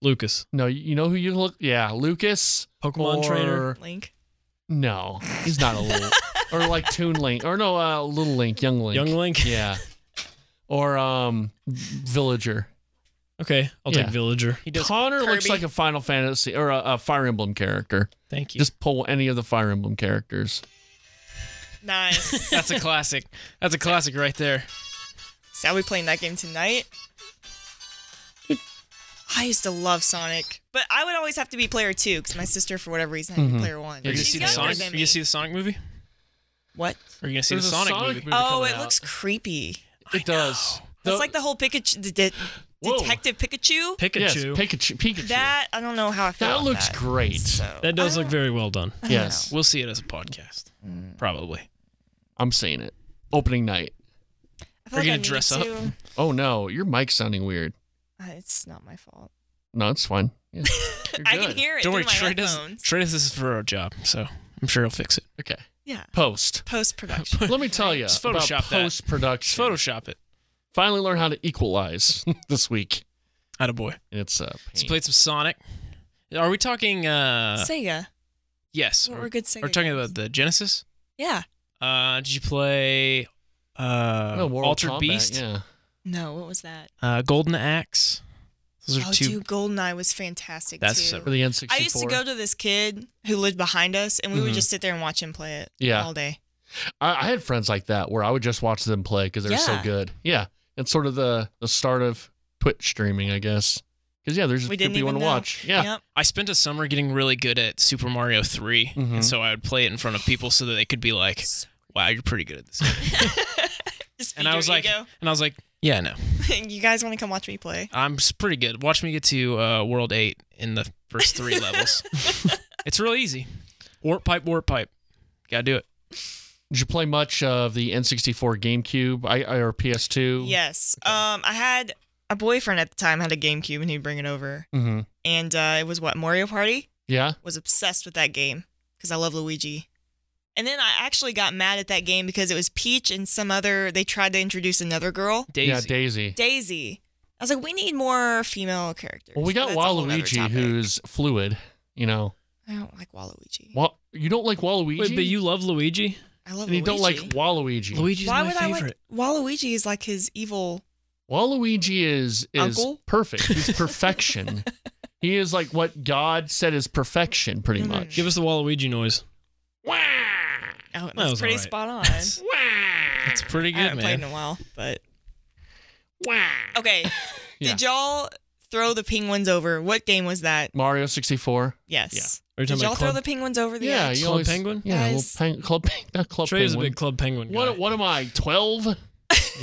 Speaker 4: Lucas.
Speaker 2: no. You know who you look? Yeah, Lucas.
Speaker 4: Pokemon
Speaker 2: or-
Speaker 4: trainer.
Speaker 5: Link.
Speaker 2: No, he's not a little. or like Toon Link, or no, uh, Little Link, Young Link.
Speaker 4: Young Link.
Speaker 2: Yeah. Or um, Villager.
Speaker 4: Okay, I'll
Speaker 2: Yeah.
Speaker 4: take Villager.
Speaker 2: He Connor looks
Speaker 5: Kirby.
Speaker 2: like a Final Fantasy or a, a Fire Emblem character.
Speaker 4: Thank you.
Speaker 2: Just pull any of the Fire Emblem characters.
Speaker 5: Nice.
Speaker 4: That's a classic. That's a classic right there.
Speaker 5: so we playing that game tonight. I used to love Sonic, but I would always have to be player two because my sister, for whatever reason, had to be player one.
Speaker 4: Are Mm-hmm. you gonna
Speaker 5: She's
Speaker 4: see the
Speaker 5: younger
Speaker 4: Sonic? Are
Speaker 5: than
Speaker 4: you
Speaker 5: me.
Speaker 4: gonna see the Sonic movie?
Speaker 5: What?
Speaker 4: Are you gonna see
Speaker 2: There's
Speaker 4: the
Speaker 2: a
Speaker 4: Sonic,
Speaker 2: Sonic
Speaker 4: movie?
Speaker 2: movie.
Speaker 5: Oh,
Speaker 2: coming
Speaker 5: it
Speaker 2: out.
Speaker 5: looks creepy.
Speaker 2: It does. The-
Speaker 5: That's like the whole Pikachu, the de-
Speaker 2: Whoa.
Speaker 5: Detective
Speaker 2: yes,
Speaker 5: Pikachu.
Speaker 4: Pikachu.
Speaker 2: Pikachu. Pikachu.
Speaker 5: That I don't know how I feel.
Speaker 2: That
Speaker 5: about
Speaker 2: looks
Speaker 5: that.
Speaker 2: great.
Speaker 5: So,
Speaker 4: that does
Speaker 5: I
Speaker 4: look
Speaker 5: don't-
Speaker 4: very well done.
Speaker 5: I don't
Speaker 2: yes,
Speaker 5: know.
Speaker 4: We'll see it as a podcast, probably.
Speaker 2: I'm seeing it. Opening night.
Speaker 5: I feel
Speaker 4: We're
Speaker 5: like I
Speaker 4: gonna
Speaker 5: need
Speaker 4: dress up.
Speaker 5: to-
Speaker 2: Oh no, your mic's sounding weird.
Speaker 5: Uh, It's not my fault.
Speaker 2: No, it's fine. Yeah. You're
Speaker 5: I can
Speaker 2: good.
Speaker 5: hear it
Speaker 4: Don't worry,
Speaker 5: through my
Speaker 4: Trey does.
Speaker 5: headphones.
Speaker 4: Trey does this for our job, so I'm sure he'll fix it.
Speaker 2: Okay.
Speaker 5: Yeah.
Speaker 2: Post.
Speaker 5: Post production.
Speaker 2: Let me tell you
Speaker 4: Just
Speaker 2: about
Speaker 4: Photoshop that.
Speaker 2: post production.
Speaker 4: Photoshop it.
Speaker 2: Finally, learn how to equalize this week.
Speaker 4: Out of boy.
Speaker 2: And it's uh,
Speaker 4: Let's
Speaker 2: pain.
Speaker 4: play some Sonic. Are we talking? uh
Speaker 5: Sega.
Speaker 4: Yes.
Speaker 5: What
Speaker 4: Are
Speaker 5: were
Speaker 4: we-
Speaker 5: good Sega?
Speaker 4: We're talking
Speaker 5: games?
Speaker 4: about the Genesis.
Speaker 5: Yeah.
Speaker 4: Uh Did you play?
Speaker 2: No,
Speaker 4: Uh,
Speaker 2: Oh, Mortal
Speaker 4: Altered
Speaker 2: Kombat,
Speaker 4: Beast,
Speaker 2: Yeah.
Speaker 5: No, what was that?
Speaker 4: uh, Golden Axe. Those are
Speaker 5: Oh,
Speaker 4: two.
Speaker 5: dude, Goldeneye was fantastic
Speaker 4: That's
Speaker 5: too.
Speaker 2: For
Speaker 4: separate.
Speaker 2: the N64.
Speaker 5: I used to go to this kid who lived behind us, and we
Speaker 2: Mhm.
Speaker 4: Mm-hmm.
Speaker 5: would just sit there and watch him play it
Speaker 2: Yeah.
Speaker 5: all day.
Speaker 2: I, I had friends like that where I would just watch them play because they're so
Speaker 5: Yeah.
Speaker 2: good. Yeah, it's sort of the the start of Twitch streaming, I guess. Because yeah, there's
Speaker 5: We
Speaker 2: just
Speaker 5: didn't
Speaker 2: people you
Speaker 5: even
Speaker 2: want to
Speaker 5: know.
Speaker 2: watch. Yeah,
Speaker 5: Yep.
Speaker 4: I spent a summer getting really good at Super Mario 3,
Speaker 2: Mhm.
Speaker 4: and so I would play it in front of people so that they could be like, "Wow, you're pretty good at this."
Speaker 5: Just feed
Speaker 4: and I
Speaker 5: your
Speaker 4: was like,
Speaker 5: ego.
Speaker 4: and I was like, "Yeah, no,
Speaker 5: you guys want to come watch me play?
Speaker 4: I'm s- pretty good. Watch me get to uh, World 8 in the first three levels. it's real easy. Warp pipe, warp pipe. Gotta do it.
Speaker 2: did you play much of the N64, GameCube, I, I- or PS2?
Speaker 5: Yes. Um, I had a boyfriend at the time had a GameCube, and he'd bring it over,
Speaker 4: Mm-hmm.
Speaker 2: hmm
Speaker 5: and uh, it was what Mario Party.
Speaker 2: Yeah.
Speaker 5: Was obsessed with that game because I love Luigi. And then I actually got mad at that game because it was Peach and some other. They tried to introduce another girl,
Speaker 4: Daisy.
Speaker 2: Yeah, Daisy.
Speaker 5: Daisy. I was like, we need more female characters.
Speaker 2: well, we
Speaker 5: but
Speaker 2: got
Speaker 5: that's a whole other
Speaker 2: Waluigi,
Speaker 5: topic.
Speaker 2: who's fluid. You know,
Speaker 5: I don't like Waluigi.
Speaker 2: well, you don't like Waluigi,
Speaker 4: Wait, but you love Luigi?
Speaker 5: I love
Speaker 2: and you don't like
Speaker 5: Luigi.
Speaker 2: Waluigi.
Speaker 4: Luigi's
Speaker 5: Why
Speaker 4: my
Speaker 5: would
Speaker 4: favorite.
Speaker 5: I like Waluigi? Is like his evil.
Speaker 2: Waluigi is is
Speaker 5: Uncle?
Speaker 2: perfect. He's perfection. he is like what God said is perfection, pretty
Speaker 5: Mhm.
Speaker 2: much.
Speaker 4: Give us the Waluigi noise.
Speaker 5: Oh,
Speaker 4: That
Speaker 5: that's
Speaker 4: was
Speaker 5: pretty
Speaker 4: alright.
Speaker 5: spot on. I
Speaker 4: It's pretty good,
Speaker 5: haven't played in
Speaker 4: man.
Speaker 5: a while, but. Okay. Did y'all throw the penguins over? What game was that?
Speaker 2: Mario 64.
Speaker 5: Yes.
Speaker 4: Are you
Speaker 5: Did
Speaker 4: talking
Speaker 5: y'all
Speaker 4: about
Speaker 5: throw
Speaker 4: Club,
Speaker 5: the penguins over the
Speaker 2: yeah,
Speaker 5: edge?
Speaker 2: you
Speaker 4: Club
Speaker 2: always,
Speaker 4: Penguin?
Speaker 2: Yeah, a
Speaker 5: Guys.
Speaker 2: little peng, club, peng, not club
Speaker 4: Trey's a
Speaker 2: penguin.
Speaker 4: big Club Penguin guy.
Speaker 2: What, what am I? Twelve?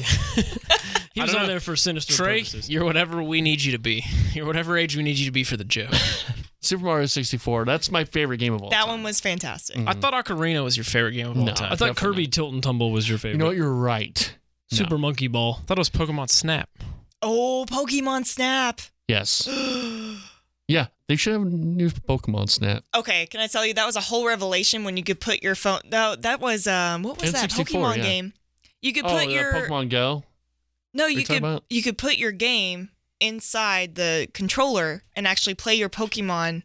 Speaker 4: he I was don't on know.
Speaker 3: They're
Speaker 4: there
Speaker 3: for sinister
Speaker 4: Trey,
Speaker 3: purposes.
Speaker 4: you're whatever we need you to be. You're whatever age we need you to be for the joke.
Speaker 2: Mm-hmm. Super Mario 64. That's my favorite game of all.
Speaker 5: That
Speaker 2: time. Mm.
Speaker 5: one was fantastic.
Speaker 4: I thought Ocarina was your favorite game of all
Speaker 2: No.
Speaker 4: time.
Speaker 3: I thought Kirby
Speaker 2: definitely.
Speaker 3: Tilt and Tumble was your favorite.
Speaker 2: You know what? You're right. No.
Speaker 3: Super Monkey Ball.
Speaker 4: I thought it was Pokemon Snap.
Speaker 5: Oh, Pokemon Snap.
Speaker 2: Yes. yeah, they should have a new Pokemon Snap.
Speaker 5: Okay, can I tell you that was a whole revelation when you could put your phone. No, that was um, what was that
Speaker 2: N64,
Speaker 5: Pokemon
Speaker 2: yeah.
Speaker 5: game? You could
Speaker 2: Oh,
Speaker 5: put
Speaker 2: the
Speaker 5: your
Speaker 2: Pokemon Go.
Speaker 5: no,
Speaker 2: you
Speaker 5: you
Speaker 2: talking
Speaker 5: could
Speaker 2: about?
Speaker 5: you could put your game inside the controller and actually play your Pokemon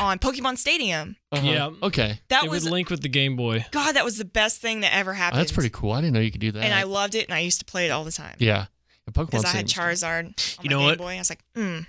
Speaker 5: on Pokemon Stadium.
Speaker 2: Uh-huh.
Speaker 3: Yeah.
Speaker 2: Okay.
Speaker 5: That
Speaker 3: it
Speaker 5: was
Speaker 3: would link with the Game Boy.
Speaker 5: God, that was the best thing that ever
Speaker 2: Oh,
Speaker 5: happened.
Speaker 2: that's pretty cool. I didn't know you could do that.
Speaker 5: And I loved it, and I used to play it all the time
Speaker 2: yeah. The Pokemon
Speaker 5: because I had
Speaker 2: Snap.
Speaker 5: Charizard on
Speaker 4: You
Speaker 5: my
Speaker 4: know
Speaker 5: Game
Speaker 4: what?
Speaker 5: Boy. I was like, mm,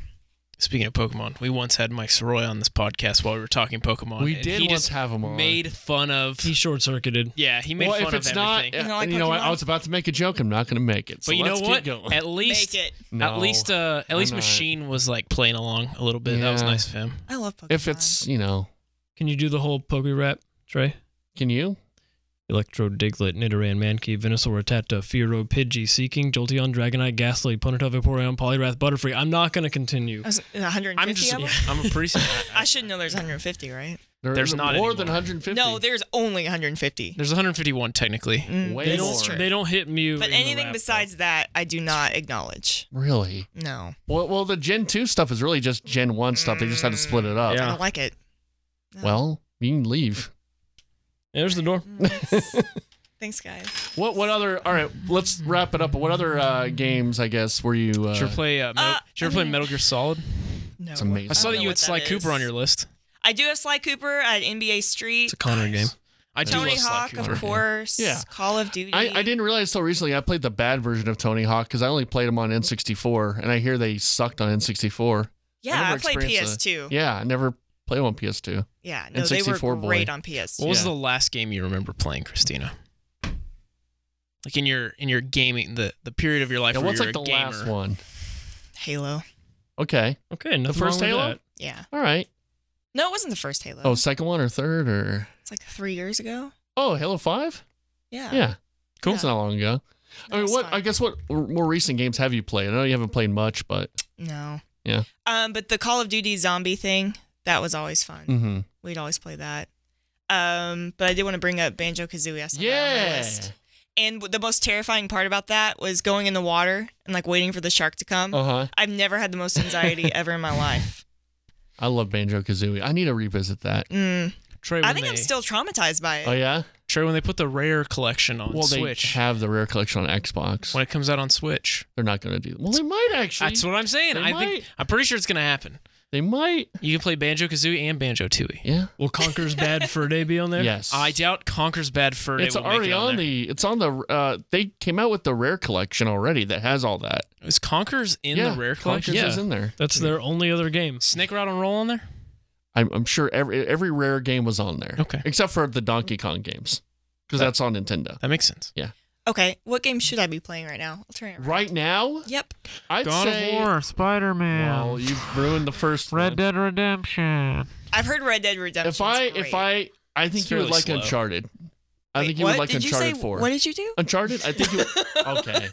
Speaker 4: Speaking of Pokemon, we once had Mike Soroy on this podcast while we were talking Pokemon.
Speaker 2: We
Speaker 4: and
Speaker 2: did
Speaker 4: He
Speaker 2: once
Speaker 4: just
Speaker 2: have him on.
Speaker 4: made fun of.
Speaker 3: He short circuited.
Speaker 4: yeah, he made
Speaker 2: well,
Speaker 4: fun
Speaker 2: if it's
Speaker 4: of
Speaker 2: not, uh,
Speaker 4: everything.
Speaker 5: You know, like
Speaker 2: you know what?
Speaker 5: Pokemon?
Speaker 2: I was about to make a joke. I'm not going to make it. So
Speaker 4: but you know
Speaker 2: let's
Speaker 4: what?
Speaker 2: Keep going.
Speaker 4: At least,
Speaker 5: Make it.
Speaker 2: No.
Speaker 4: at least, uh, at least
Speaker 2: I'm not.
Speaker 4: Machine was like playing along a little bit. That was
Speaker 2: Yeah.
Speaker 4: nice of him.
Speaker 5: I love Pokemon.
Speaker 2: if it's you know,
Speaker 3: Can you do the whole Poke rap, Trey?
Speaker 2: can you?
Speaker 3: Electro, Diglett, Nidoran, Mankey, Venusaur, Rattata, Fearow, Pidgey, Seeking, Jolteon, Dragonite, Ghastly, Punitov, Vaporeon, Poliwrath, Butterfree. I'm not going to continue.
Speaker 5: I was- 150
Speaker 4: I'm just,
Speaker 5: of them?
Speaker 4: I'm a priest.
Speaker 5: I should know there's 150, right?
Speaker 2: There
Speaker 4: There's
Speaker 2: are
Speaker 4: not
Speaker 2: more
Speaker 4: anymore.
Speaker 2: than 150.
Speaker 5: No, there's only 150.
Speaker 4: There's 151 technically.
Speaker 5: Mm,
Speaker 2: Way
Speaker 3: They
Speaker 5: this
Speaker 2: more.
Speaker 5: is
Speaker 3: don't,
Speaker 5: true.
Speaker 3: they don't hit Mew. in
Speaker 5: But
Speaker 3: the
Speaker 5: anything
Speaker 3: rap,
Speaker 5: besides that, I do not acknowledge.
Speaker 2: really.
Speaker 5: No,
Speaker 2: Well, well, the Gen two stuff is really just Gen one stuff. They just had to split it up.
Speaker 5: I
Speaker 3: Yeah.
Speaker 5: don't like it.
Speaker 2: Well, you can leave.
Speaker 3: though. There's the door.
Speaker 5: Mm. Thanks, guys.
Speaker 2: What? What other? All right, let's wrap it up. But what other uh, games? I guess were you? Uh,
Speaker 4: Should we play? Uh, Metal,
Speaker 5: Uh,
Speaker 4: should we
Speaker 5: I
Speaker 4: play
Speaker 5: mean-
Speaker 4: Metal Gear Solid?
Speaker 5: No,
Speaker 2: It's amazing.
Speaker 4: I saw
Speaker 5: don't
Speaker 4: that
Speaker 5: know
Speaker 4: you
Speaker 5: what
Speaker 4: had Sly
Speaker 5: that
Speaker 4: Cooper
Speaker 5: is.
Speaker 4: on your list.
Speaker 5: I do have Sly Cooper at NBA Street.
Speaker 3: It's a Connor game.
Speaker 4: I do
Speaker 5: Tony
Speaker 4: love Sly
Speaker 5: Hawk,
Speaker 4: Cooper.
Speaker 5: of course.
Speaker 2: Yeah.
Speaker 5: Call of Duty.
Speaker 2: I, I didn't realize till recently I played the bad version of Tony Hawk because I only played him on N64, and I hear they sucked on N64. I
Speaker 5: Yeah,
Speaker 2: never
Speaker 5: I, played
Speaker 2: experienced
Speaker 5: PS2. yeah.
Speaker 2: Yeah, I never played one PS2.
Speaker 5: no,
Speaker 2: And
Speaker 5: they were
Speaker 2: 64 boy.
Speaker 5: great on PS2.
Speaker 4: What was
Speaker 2: Yeah.
Speaker 4: the last game you remember playing, Christina? Like in your in your gaming the the period of your life
Speaker 2: Yeah,
Speaker 4: where
Speaker 2: what's
Speaker 4: you're
Speaker 2: like the
Speaker 4: a gamer.
Speaker 2: last one?
Speaker 5: Halo.
Speaker 2: Okay,
Speaker 3: Okay, nothing
Speaker 2: first
Speaker 3: wrong with
Speaker 2: Halo?
Speaker 3: that.
Speaker 5: Yeah.
Speaker 2: all right.
Speaker 5: No, it wasn't the first Halo.
Speaker 2: Oh, second one or third or
Speaker 5: It's like three years ago.
Speaker 2: oh, Halo Five.
Speaker 5: Yeah.
Speaker 2: Yeah, cool.
Speaker 5: Yeah.
Speaker 2: It's not long ago.
Speaker 5: No,
Speaker 2: I mean,
Speaker 5: it's
Speaker 2: what?
Speaker 5: fine.
Speaker 2: I guess what more recent games have you played? I know you haven't played much, but
Speaker 5: No.
Speaker 2: Yeah.
Speaker 5: Um, but the Call of Duty zombie thing that was always fun.
Speaker 2: mm-hmm.
Speaker 5: We'd always play that. Um, but I did want to bring up Banjo Kazooie. I saw that on my
Speaker 2: yeah.
Speaker 5: list. And w- the most terrifying part about that was going in the water and like waiting for the shark to come.
Speaker 2: Uh
Speaker 4: Uh-huh.
Speaker 2: huh.
Speaker 5: I've never had the most anxiety ever in my life.
Speaker 2: I love Banjo Kazooie. I need to revisit that.
Speaker 5: Mm.
Speaker 4: Trey,
Speaker 5: I
Speaker 4: when
Speaker 5: think I'm
Speaker 4: they-
Speaker 5: still traumatized by it.
Speaker 2: Oh yeah.
Speaker 4: Trey when they put the rare collection on
Speaker 2: Well,
Speaker 4: Switch.
Speaker 2: they have the rare collection on Xbox.
Speaker 4: when it comes out on Switch.
Speaker 2: They're not going to do. Well, they might actually.
Speaker 4: That's what I'm saying.
Speaker 2: they
Speaker 4: I think
Speaker 2: might.
Speaker 4: I'm pretty sure it's gonna happen.
Speaker 2: They might.
Speaker 4: You can play Banjo Kazooie and Banjo Tooie.
Speaker 2: Yeah.
Speaker 3: Will Conker's Bad Fur Day be on there?
Speaker 2: Yes.
Speaker 4: I doubt Conker's Bad Fur Day
Speaker 2: It's
Speaker 4: will make
Speaker 2: already
Speaker 4: it on,
Speaker 2: on,
Speaker 4: there.
Speaker 2: the. It's on the. Uh, they came out with the rare collection already that has all that.
Speaker 4: Is Conker's in
Speaker 2: yeah,
Speaker 4: the rare
Speaker 2: Conker's
Speaker 4: collection?
Speaker 3: Yeah.
Speaker 2: is in there.
Speaker 3: That's their only other game.
Speaker 4: Snake Rattle and Roll on there?
Speaker 2: I'm, I'm sure every every rare game was on there.
Speaker 4: Okay.
Speaker 2: Except for the Donkey Kong games, because that's on Nintendo.
Speaker 4: That makes sense.
Speaker 5: Okay, what game should I be playing right now? I'll turn it. Around.
Speaker 2: Right now,
Speaker 5: Yep.
Speaker 2: I'd
Speaker 4: God of
Speaker 2: say.
Speaker 6: War, Spider Man,
Speaker 2: Well, you've ruined the first
Speaker 6: Red
Speaker 2: one.
Speaker 6: Dead Redemption.
Speaker 5: I've heard Red Dead Redemption.
Speaker 2: If I if I I think
Speaker 4: It's
Speaker 2: you would
Speaker 4: fairly
Speaker 2: like
Speaker 4: slow.
Speaker 2: Uncharted. I think you
Speaker 5: what?
Speaker 2: would like
Speaker 5: did
Speaker 2: Uncharted
Speaker 5: you say,
Speaker 2: Four.
Speaker 5: What did you do?
Speaker 2: Uncharted. I think you. okay.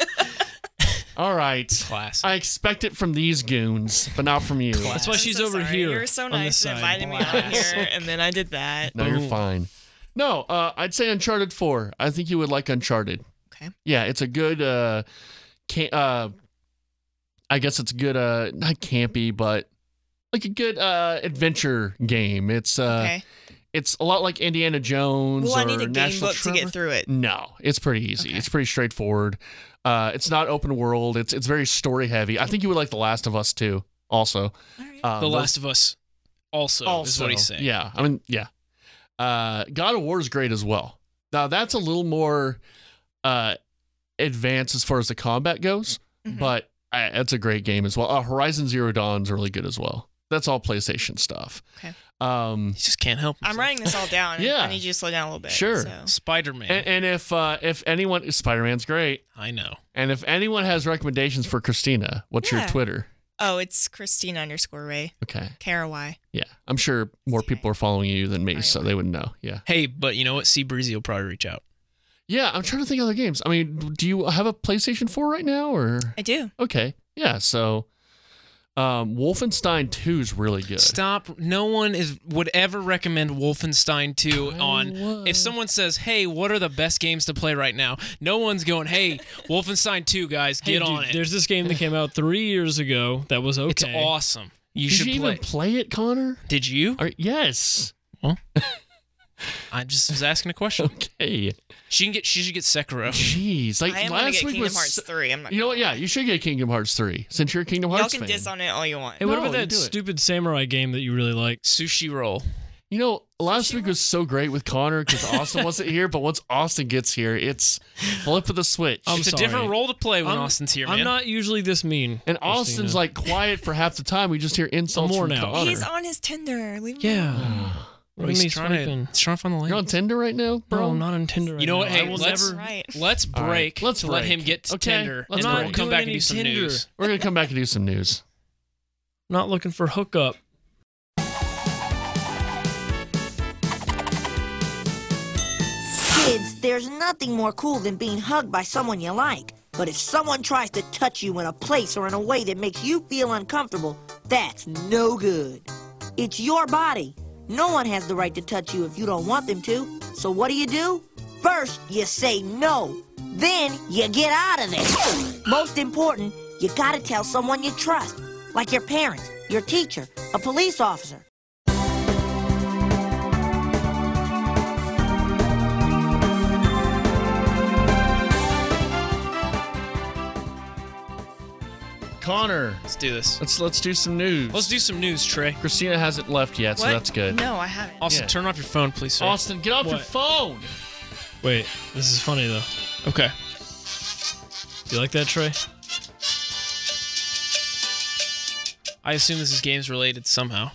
Speaker 2: All right.
Speaker 4: Class.
Speaker 2: I expect it from these goons, but not from you.
Speaker 3: That's
Speaker 4: Class.
Speaker 3: why
Speaker 5: I'm
Speaker 3: she's
Speaker 5: so
Speaker 3: over
Speaker 5: sorry.
Speaker 3: here.
Speaker 5: You were so
Speaker 3: on
Speaker 5: nice
Speaker 3: this
Speaker 5: and
Speaker 3: side.
Speaker 5: invited me on here, and then I did that.
Speaker 2: No,
Speaker 4: Boom.
Speaker 2: you're fine. No, uh, I'd say Uncharted Four. I think you would like Uncharted.
Speaker 5: Okay.
Speaker 2: Yeah, it's a good. Uh, can- uh, I guess it's good. Uh, not campy, but like a good uh, adventure game. It's uh,
Speaker 5: okay.
Speaker 2: it's a lot like Indiana Jones.
Speaker 5: Well, I
Speaker 2: or
Speaker 5: need a game
Speaker 2: National
Speaker 5: book to
Speaker 2: Treasure.
Speaker 5: get through it.
Speaker 2: No, it's pretty easy.
Speaker 5: Okay.
Speaker 2: It's pretty straightforward. Uh, it's not open world. It's it's very story heavy. I think you would like The Last of Us too. Also,
Speaker 5: All right.
Speaker 2: uh,
Speaker 4: the Last of Us also, is what he's saying.
Speaker 2: Yeah, I mean, yeah. Uh, God of War is great as well. Now that's a little more uh, advanced as far as the combat goes,
Speaker 5: Mhm.
Speaker 2: but I, that's a great game as well. Uh, Horizon Zero Dawn's really good as well. That's all PlayStation stuff.
Speaker 5: Okay.
Speaker 2: Um,
Speaker 4: He just can't help
Speaker 5: I'm
Speaker 4: himself.
Speaker 5: writing this all down. and
Speaker 2: Yeah.
Speaker 5: I need you to slow down a little bit.
Speaker 2: Sure.
Speaker 5: so.
Speaker 4: Spider Man.
Speaker 3: Eh,
Speaker 2: and, and if uh, if anyone, Spider Man's great.
Speaker 4: I know.
Speaker 2: And if anyone has recommendations for Christina, what's your
Speaker 5: Yeah.
Speaker 2: Twitter?
Speaker 5: Oh, it's Christine underscore Ray.
Speaker 2: Okay.
Speaker 5: Caraway.
Speaker 2: Yeah, I'm sure more people are following you than me, so they would know. Yeah.
Speaker 4: Hey, but you know what? Sea Breezy will probably reach out.
Speaker 2: Yeah, I'm trying to think of other games. I mean, do you have a PlayStation 4 right now or
Speaker 5: I do.
Speaker 2: Okay. Yeah. So um, Wolfenstein 2 is really good.
Speaker 4: Stop. No one is would ever recommend Wolfenstein 2
Speaker 2: I
Speaker 4: on if
Speaker 2: would.
Speaker 4: someone says, "Hey, what are the best games to play right now?" No one's going, "Hey, Wolfenstein 2 guys,
Speaker 3: Hey,
Speaker 4: get
Speaker 3: dude,
Speaker 4: on it.
Speaker 3: There's this game that came out three years ago that was okay.
Speaker 4: It's awesome. You
Speaker 2: Did
Speaker 4: should
Speaker 2: you
Speaker 4: play."
Speaker 2: even play it, Connor?
Speaker 4: Did you?
Speaker 2: Are, yes.
Speaker 4: I just was asking a question.
Speaker 2: Okay.
Speaker 4: She can get she should get Sekiro.
Speaker 2: Jeez. Like
Speaker 5: I am gonna
Speaker 2: last
Speaker 5: get
Speaker 2: week
Speaker 5: Kingdom
Speaker 2: was.
Speaker 5: Hearts three. I'm not.
Speaker 2: You know what?
Speaker 5: gonna
Speaker 2: Yeah,
Speaker 5: lie.
Speaker 2: you should get Kingdom Hearts 3 since you're a Kingdom
Speaker 5: Y'all
Speaker 2: Hearts
Speaker 5: can
Speaker 2: fan.
Speaker 5: diss on it all you want.
Speaker 3: Hey, what
Speaker 2: No,
Speaker 3: about
Speaker 2: you
Speaker 3: that
Speaker 2: do it.
Speaker 3: stupid samurai game that you really like?
Speaker 4: Sushi roll.
Speaker 2: You know, last
Speaker 5: she
Speaker 2: week
Speaker 5: was-
Speaker 2: was so great with Connor because Austin wasn't here, but once Austin gets here, it's flip of the switch.
Speaker 3: I'm
Speaker 4: it's
Speaker 3: sorry.
Speaker 4: a different role to play when
Speaker 3: I'm-
Speaker 4: Austin's here, man.
Speaker 3: I'm not usually this mean.
Speaker 2: and
Speaker 3: Christina.
Speaker 2: Austin's like quiet for half the time. We just hear insults
Speaker 3: more
Speaker 2: from
Speaker 3: now.
Speaker 2: Connor.
Speaker 5: He's on his Tinder. Leave him alone.
Speaker 3: yeah.
Speaker 4: Bro,
Speaker 3: Let
Speaker 4: he's
Speaker 3: me
Speaker 4: trying to,
Speaker 3: sleep in.
Speaker 4: he's trying to find the link.
Speaker 2: You're on Tinder right now, bro.
Speaker 3: Bro, I'm not on Tinder. Right
Speaker 4: You know what?
Speaker 3: now.
Speaker 4: Hey,
Speaker 3: I will
Speaker 4: let's
Speaker 3: never.
Speaker 5: Right.
Speaker 4: let's
Speaker 2: All
Speaker 4: break.
Speaker 2: right, let's
Speaker 4: to let
Speaker 2: break.
Speaker 4: him get to
Speaker 2: Okay,
Speaker 4: Tinder,
Speaker 2: let's
Speaker 4: and then we'll
Speaker 2: break.
Speaker 4: come back and
Speaker 3: Doing
Speaker 4: do some
Speaker 3: any Tinder.
Speaker 4: news.
Speaker 2: We're gonna come back and do some news.
Speaker 3: Not looking for hookup.
Speaker 7: Kids, there's nothing more cool than being hugged by someone you like. But if someone tries to touch you in a place or in a way that makes you feel uncomfortable, that's no good. It's your body. No one has the right to touch you if you don't want them to. So what do you do? First, you say no. Then, you get out of there. Most important, you gotta tell someone you trust, like your parents, your teacher, a police officer.
Speaker 2: Connor,
Speaker 4: Let's do this.
Speaker 2: let's let's do some news.
Speaker 4: Let's do some news, Trey.
Speaker 2: Christina hasn't left yet, so
Speaker 5: What?
Speaker 2: that's good.
Speaker 5: No, I haven't.
Speaker 4: Also,
Speaker 2: Yeah.
Speaker 4: turn off your phone, please, sir.
Speaker 2: Austin, get off your
Speaker 3: What?
Speaker 2: phone.
Speaker 3: Wait, this is funny though.
Speaker 4: Okay.
Speaker 3: You like that, Trey?
Speaker 4: I assume this is games related somehow.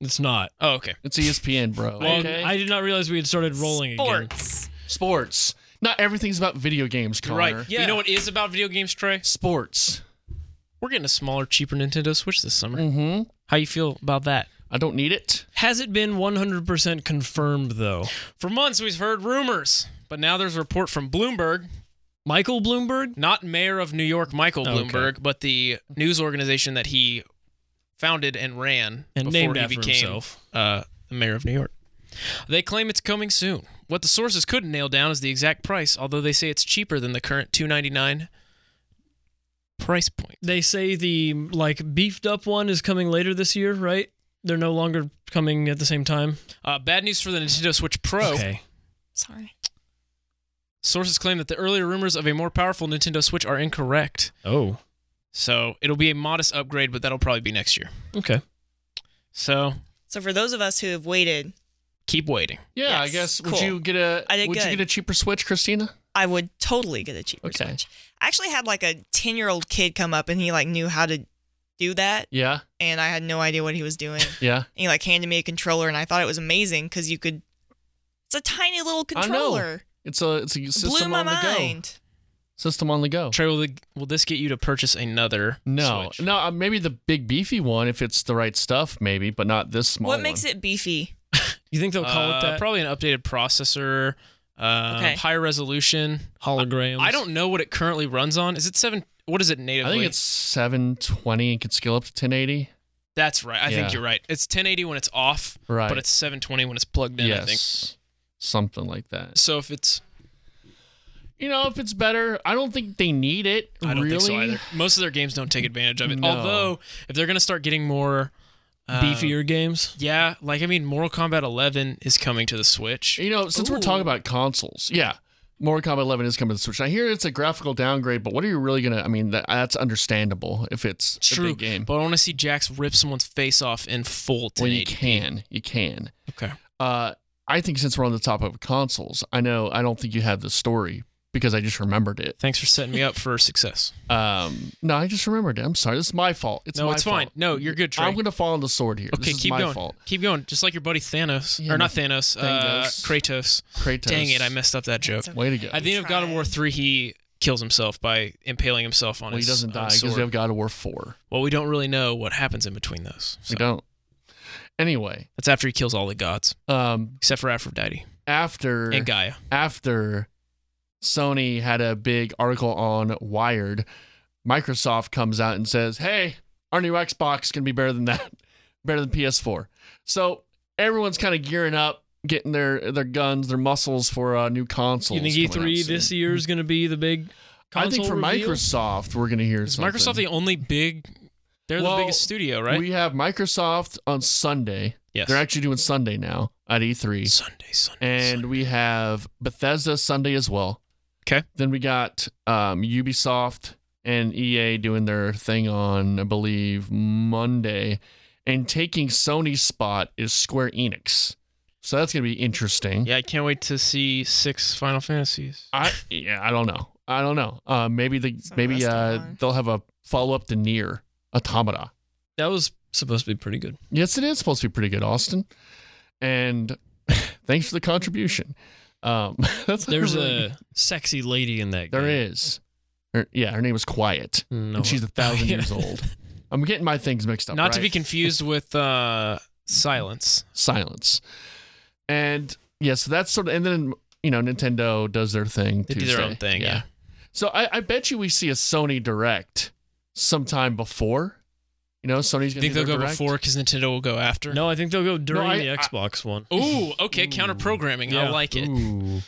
Speaker 3: It's not.
Speaker 4: Oh, okay.
Speaker 2: It's E ESPN, bro.
Speaker 3: I,
Speaker 2: okay.
Speaker 3: I did not realize we had started rolling again.
Speaker 5: Sports.
Speaker 2: Sports. Not everything's about video games, Connor.
Speaker 4: Right. You know what is about video games, Trey?
Speaker 2: Sports.
Speaker 4: We're getting a smaller, cheaper Nintendo Switch this summer.
Speaker 2: Mm-hmm.
Speaker 4: How you feel about that?
Speaker 2: I don't need it.
Speaker 3: Has it been 100% confirmed though?
Speaker 4: For months, we've heard rumors, but now there's a report from Bloomberg,
Speaker 3: Michael Bloomberg?
Speaker 4: not mayor of New York, Michael
Speaker 3: Okay.
Speaker 4: Bloomberg, but the news organization that he founded and ran
Speaker 3: And
Speaker 4: before
Speaker 3: named
Speaker 4: he
Speaker 3: after
Speaker 4: became
Speaker 3: himself.
Speaker 4: Uh, the mayor of New York. They claim it's coming soon. What the sources couldn't nail down is the exact price, although they say it's cheaper than the current 2.99 price point.
Speaker 3: They say the like beefed up one is coming later this year, right? They're no longer coming at the same time.
Speaker 4: Uh, bad news for the Nintendo Switch Pro.
Speaker 3: Okay.
Speaker 5: Sorry.
Speaker 4: Sources claim that the earlier rumors of a more powerful Nintendo Switch are incorrect.
Speaker 3: Oh.
Speaker 4: So it'll be a modest upgrade, but that'll probably be next year.
Speaker 3: Okay.
Speaker 4: So
Speaker 5: So for those of us who have waited,
Speaker 4: keep waiting.
Speaker 2: Yeah, I
Speaker 5: Yes,
Speaker 2: guess. Would
Speaker 5: cool.
Speaker 2: you get a?
Speaker 5: I did
Speaker 2: would you
Speaker 5: good.
Speaker 2: get a cheaper Switch, Christina?
Speaker 5: I would totally get a cheaper
Speaker 2: Okay.
Speaker 5: Switch. I actually had like a ten-year-old kid come up and he like knew how to do that,
Speaker 2: Yeah.
Speaker 5: and I had no idea what he was doing.
Speaker 2: Yeah.
Speaker 5: And he like handed me a controller, and I thought it was amazing because you could. It's a tiny little controller.
Speaker 2: It's a it's a system
Speaker 5: Blew my
Speaker 2: on the go.
Speaker 5: mind.
Speaker 2: System on the go.
Speaker 4: Trey, will, the, will this get you to purchase another?
Speaker 2: No,
Speaker 4: Switch?
Speaker 2: no, uh, maybe the big beefy one if it's the right stuff, maybe, but not this small.
Speaker 5: What makes it beefy?
Speaker 3: You think they'll call
Speaker 4: Uh,
Speaker 3: it that?
Speaker 4: Probably an updated processor, um,
Speaker 5: Okay.
Speaker 4: high resolution.
Speaker 3: Holograms.
Speaker 4: I don't know what it currently runs on. Is it seven? What is it
Speaker 2: I
Speaker 4: natively?
Speaker 2: think it's 720 and could scale up to 1080.
Speaker 4: That's right. I
Speaker 2: Yeah.
Speaker 4: think you're right. It's 1080 when it's off,
Speaker 2: Right.
Speaker 4: but it's 720 when it's plugged in. I think.
Speaker 2: yes, something like that.
Speaker 4: So if it's,
Speaker 2: You know, if it's better, I don't think they need it.
Speaker 4: I don't
Speaker 2: really.
Speaker 4: think so either. Most of their games don't take advantage of it.
Speaker 2: No.
Speaker 4: Although if they're gonna start getting more uh,
Speaker 3: beefier games.
Speaker 4: Yeah, like I mean, Mortal Kombat 11 is coming to the Switch.
Speaker 2: You know, since we're talking about consoles, yeah, Mortal Kombat 11 is coming to the Switch. I hear it's a graphical downgrade, but what are you really gonna? I mean, that, that's understandable if it's
Speaker 4: It's
Speaker 2: a
Speaker 4: true,
Speaker 2: big game.
Speaker 4: but I want to see Jax rip someone's face off in full
Speaker 2: well, you
Speaker 4: 1080.
Speaker 2: can, you can.
Speaker 4: okay.
Speaker 2: Uh, I think since we're on the top of consoles, I know I don't think you have the story because I just remembered it.
Speaker 4: Thanks for setting me up for success.
Speaker 2: Um, no, I just remembered it. I'm sorry. This is my fault. It's
Speaker 4: no,
Speaker 2: my
Speaker 4: it's
Speaker 2: fault.
Speaker 4: fine. No, you're good, Trey.
Speaker 2: I'm gonna fall on the sword here.
Speaker 4: okay,
Speaker 2: this is
Speaker 4: keep
Speaker 2: my
Speaker 4: going.
Speaker 2: fault.
Speaker 4: Keep going. Just like your buddy Thanos,
Speaker 2: Yeah,
Speaker 4: or not
Speaker 2: no.
Speaker 4: Thanos, uh,
Speaker 2: Thanos.
Speaker 4: Kratos.
Speaker 2: Kratos.
Speaker 4: Dang it, I messed up that joke.
Speaker 5: It's okay.
Speaker 2: Way to go.
Speaker 4: At the end of God of War 3, he kills himself by impaling himself on
Speaker 2: well, he
Speaker 4: his
Speaker 2: doesn't
Speaker 4: own
Speaker 2: die because
Speaker 4: Uh, sword.
Speaker 2: we have God of War four.
Speaker 4: well, we don't really know what happens in between those. So
Speaker 2: We don't. Anyway,
Speaker 4: that's after he kills all the gods
Speaker 2: um,
Speaker 4: except for Aphrodite
Speaker 2: after
Speaker 4: and Gaia.
Speaker 2: after Sony had a big article on Wired, Microsoft comes out and says, "Hey, our new Xbox can be better than that, better than PS4." So everyone's kind of gearing up, getting their their guns, their muscles for a new console.
Speaker 3: You think E3 this year is going to be the big
Speaker 2: I
Speaker 3: console
Speaker 2: think for
Speaker 3: reveal?
Speaker 2: Microsoft, we're gonna hear
Speaker 4: Is
Speaker 2: something.
Speaker 4: Microsoft the only big? They're
Speaker 2: Well,
Speaker 4: the biggest studio, right?
Speaker 2: We have Microsoft on Sunday.
Speaker 4: yes.
Speaker 2: They're actually doing Sunday now at E E3.
Speaker 4: Sunday, Sunday.
Speaker 2: and
Speaker 4: Sunday.
Speaker 2: we have Bethesda Sunday as well.
Speaker 4: 'Kay.
Speaker 2: Then we got um, Ubisoft and EA doing their thing on, I believe, Monday, and taking Sony's spot is Square Enix. So that's gonna be interesting.
Speaker 4: Yeah, I can't wait to see six Final Fantasies.
Speaker 2: I yeah, I don't know. I don't know. Uh, maybe the
Speaker 5: Some
Speaker 2: maybe
Speaker 5: rest
Speaker 2: uh,
Speaker 5: online.
Speaker 2: they'll have a follow up to near Automata.
Speaker 4: That was supposed to be pretty good.
Speaker 2: Yes, it is supposed to be pretty good, Austin. And thanks for the contribution. Um, that's
Speaker 3: There's
Speaker 2: really-
Speaker 3: a sexy lady in that.
Speaker 2: there
Speaker 3: game.
Speaker 2: is. Her, yeah, her name is Quiet,
Speaker 3: No.
Speaker 2: and she's a thousand
Speaker 4: yeah.
Speaker 2: years old. I'm getting my things mixed up.
Speaker 4: Not to
Speaker 2: right?
Speaker 4: be confused with uh, Silence.
Speaker 2: silence. And yeah, so that's sort of, and then you know, Nintendo does their thing.
Speaker 4: They do their
Speaker 2: Tuesday.
Speaker 4: own thing, yeah.
Speaker 2: So I, I bet you we see a Sony Direct sometime before. You know, Sony's gonna
Speaker 4: You think
Speaker 2: do
Speaker 4: they'll
Speaker 2: their
Speaker 4: go
Speaker 2: Direct.
Speaker 4: before because Nintendo will go after?
Speaker 3: No, I think they'll go during
Speaker 2: I-
Speaker 3: the
Speaker 2: I-
Speaker 3: Xbox one.
Speaker 4: Ooh, okay, counter programming. I
Speaker 3: Yeah.
Speaker 4: like it.
Speaker 2: Ooh,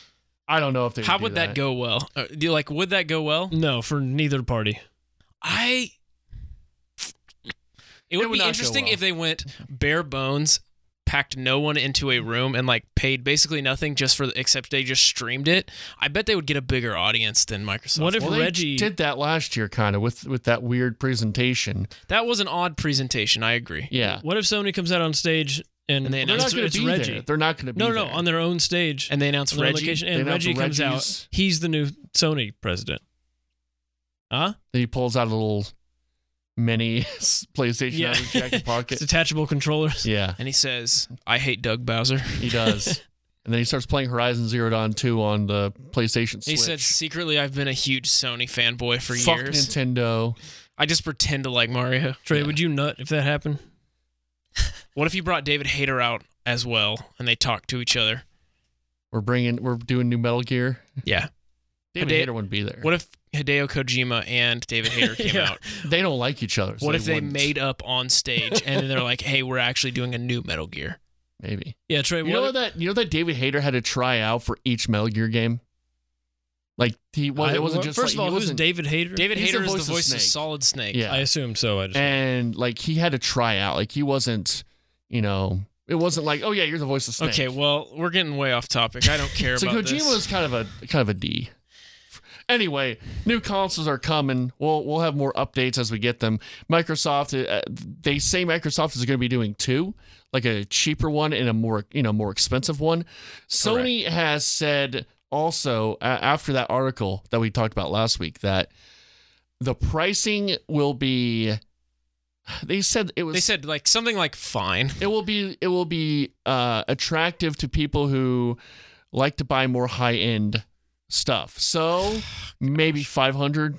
Speaker 2: I don't know if they.
Speaker 4: How
Speaker 2: do Mm.
Speaker 4: would that, go well? Uh, do you like would that go well?
Speaker 3: No, for neither party.
Speaker 4: I. It would,
Speaker 2: would
Speaker 4: be
Speaker 2: not go
Speaker 4: interesting
Speaker 2: well.
Speaker 4: if they went bare bones, packed no one into a room, and like paid basically nothing just for except they just streamed it. I bet they would get a bigger audience than Microsoft.
Speaker 3: What if
Speaker 2: Well, they
Speaker 3: Reggie?
Speaker 2: did that last year, kind of with with that weird presentation.
Speaker 4: that was an odd presentation? I agree.
Speaker 2: Yeah,
Speaker 3: What if Sony comes out on stage and,
Speaker 4: And they
Speaker 3: they're
Speaker 4: announce
Speaker 3: not going
Speaker 2: they're not going
Speaker 3: it's
Speaker 2: to be
Speaker 3: Reggie?
Speaker 2: there. They're not going to be
Speaker 3: no,
Speaker 2: there.
Speaker 3: no, on their own stage
Speaker 4: And they announced
Speaker 3: on their own
Speaker 4: Reggie.
Speaker 3: location,
Speaker 2: They
Speaker 3: and
Speaker 2: announce
Speaker 3: Reggie comes
Speaker 2: Reggie's-
Speaker 3: out. He's the new Sony president. Huh?
Speaker 2: he pulls out a little mini PlayStation
Speaker 3: Yeah.
Speaker 2: out of his jacket
Speaker 3: It's
Speaker 2: pocket.
Speaker 3: detachable controllers.
Speaker 2: yeah,
Speaker 4: And he says, "I hate Doug Bowser."
Speaker 2: He does. and then he starts playing Horizon Zero Dawn 2 on the PlayStation Switch.
Speaker 4: He said, "Secretly, I've been a huge Sony fanboy for
Speaker 2: Fuck
Speaker 4: years.
Speaker 2: Nintendo.
Speaker 4: I just pretend to like Mario."
Speaker 3: Trey, would you nut if that happened?
Speaker 4: What if you brought David Hayter out as well, and they talked to each other?
Speaker 2: We're bringing, we're doing new Metal Gear.
Speaker 4: Yeah.
Speaker 2: David
Speaker 4: Hideo-
Speaker 2: Hayter wouldn't be there.
Speaker 4: What if Hideo Kojima and David Hayter came
Speaker 3: Yeah.
Speaker 4: out?
Speaker 2: they don't like each other. so
Speaker 4: What if they
Speaker 2: wouldn't.
Speaker 4: made up on stage and then they're like, "Hey, we're actually doing a new Metal Gear."
Speaker 2: maybe?
Speaker 3: Yeah, Trey.
Speaker 2: You
Speaker 3: what
Speaker 2: know that you know that David Hayter had to try out for each Metal Gear game. Like he was,
Speaker 3: I-
Speaker 2: it wasn't
Speaker 3: well,
Speaker 2: just
Speaker 3: first
Speaker 2: like,
Speaker 3: of all,
Speaker 2: he
Speaker 3: who's
Speaker 2: wasn't-
Speaker 3: David Hayter?
Speaker 4: David
Speaker 2: He's the
Speaker 4: Hayter is the
Speaker 2: voice of
Speaker 4: voice of,
Speaker 2: Snake.
Speaker 4: Solid Snake.
Speaker 2: Yeah,
Speaker 3: I assume so. I just
Speaker 2: and like he had to try out. Like he wasn't, you know, it wasn't like, oh yeah, you're the voice of Snake.
Speaker 4: Okay, well, we're getting way off topic. I don't care
Speaker 2: So
Speaker 4: about
Speaker 2: Kojima
Speaker 4: this.
Speaker 2: is kind of a kind of a D. Anyway, new consoles are coming. We'll we'll have more updates as we get them. Microsoft, uh, they say Microsoft is going to be doing two, like a cheaper one and a more you know more expensive one. Sony has said also uh, after that article that we talked about last week that the pricing will be. They said it was
Speaker 4: they said like something like fine.
Speaker 2: it will be it will be uh, attractive to people who like to buy more high end stuff. So maybe five hundred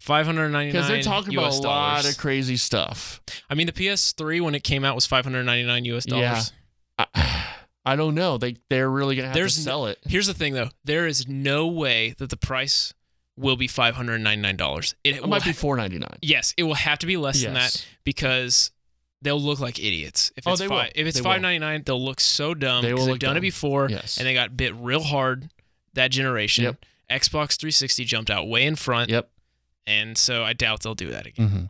Speaker 4: 599
Speaker 2: because they're talking about
Speaker 4: US
Speaker 2: a lot
Speaker 4: dollars.
Speaker 2: of crazy stuff.
Speaker 4: I mean, the PS3 when it came out was 599 US dollars.
Speaker 2: Yeah. I, I don't know. They they're really gonna have
Speaker 4: There's
Speaker 2: to
Speaker 4: n-
Speaker 2: sell it.
Speaker 4: Here's the thing, though. There is no way that the price will be five hundred ninety nine dollars. It,
Speaker 2: It
Speaker 4: will
Speaker 2: might be
Speaker 4: ha-
Speaker 2: four ninety nine.
Speaker 4: yes, it will have to be less than that
Speaker 2: Yes.
Speaker 4: because they'll look like idiots. If
Speaker 2: Oh,
Speaker 4: it's
Speaker 2: they will.
Speaker 4: five, if it's
Speaker 2: They will.
Speaker 4: five ninety nine, they'll look so dumb
Speaker 2: They will
Speaker 4: because they've
Speaker 2: look
Speaker 4: done it
Speaker 2: dumb.
Speaker 4: before
Speaker 2: Yes.
Speaker 4: and they got bit real hard that generation.
Speaker 2: Yep.
Speaker 4: Xbox 360 jumped out way in front,
Speaker 2: Yep.
Speaker 4: and so I doubt they'll do that again.
Speaker 2: Mm-hmm.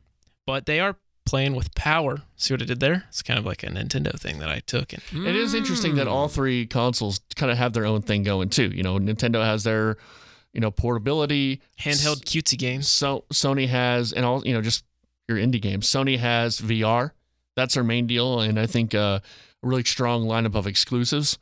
Speaker 4: But they are playing with power. See what I did there? It's kind of like a Nintendo thing that I took. And
Speaker 2: It is interesting that all three consoles kind of have their own thing going too. You know, Nintendo has their you know portability.
Speaker 4: handheld cutesy games.
Speaker 2: So Sony has, and all you know, just your indie games. Sony has VR. That's their main deal, and I think uh, a really strong lineup of exclusives.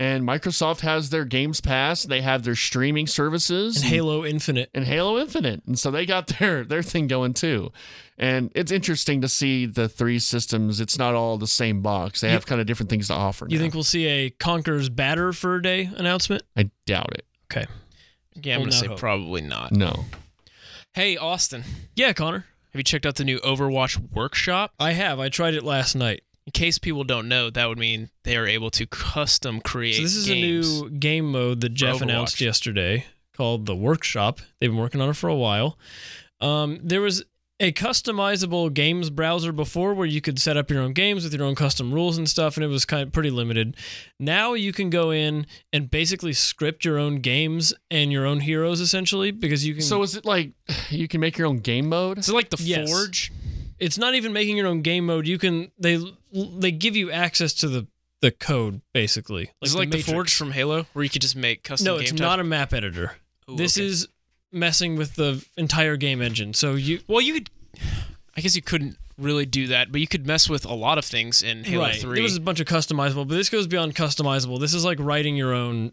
Speaker 2: And Microsoft has their Games Pass. They have their streaming services
Speaker 3: and Mm. Halo Infinite.
Speaker 2: and Halo Infinite, and so they got their their thing going too. And it's interesting to see the three systems. It's not all the same box. They have kind of different things to offer.
Speaker 3: You
Speaker 2: now.
Speaker 3: think we'll see a Conker's batter for a day announcement?
Speaker 2: I doubt it.
Speaker 4: Yeah, I'm
Speaker 3: Hold
Speaker 4: gonna
Speaker 3: out
Speaker 4: say
Speaker 3: hope.
Speaker 4: probably not.
Speaker 2: No.
Speaker 4: Hey, Austin, have
Speaker 3: Yeah, Connor.
Speaker 4: you checked out the new Overwatch workshop?
Speaker 3: I have. I tried it last night.
Speaker 4: In case people don't know, that would mean they are able to custom create.
Speaker 3: So this is
Speaker 4: games.
Speaker 3: a new game mode that Jeff
Speaker 4: Overwatch.
Speaker 3: announced yesterday called the Workshop. They've been working on it for a while. Um, there was a customizable games browser before where you could set up your own games with your own custom rules and stuff, and it was kind of pretty limited. Now you can go in and basically script your own games and your own heroes essentially because you can.
Speaker 2: So is it like you can make your own game mode?
Speaker 4: Is it like the
Speaker 3: Yes.
Speaker 4: Forge?
Speaker 3: it's not even making your own game mode. You can they they give you access to the the code basically.
Speaker 4: is it like the,
Speaker 3: Matrix.
Speaker 4: Forge from Halo, where you could just make custom?
Speaker 3: No,
Speaker 4: game
Speaker 3: it's
Speaker 4: types?
Speaker 3: not a map editor.
Speaker 4: Ooh,
Speaker 3: this
Speaker 4: okay.
Speaker 3: is messing with the entire game engine. So you
Speaker 4: Well, you could. I I guess you couldn't really do that, but you could mess with a lot of things in Halo
Speaker 8: right.
Speaker 4: Three.
Speaker 8: There was a bunch of customizable, but this goes beyond customizable. This is like writing your own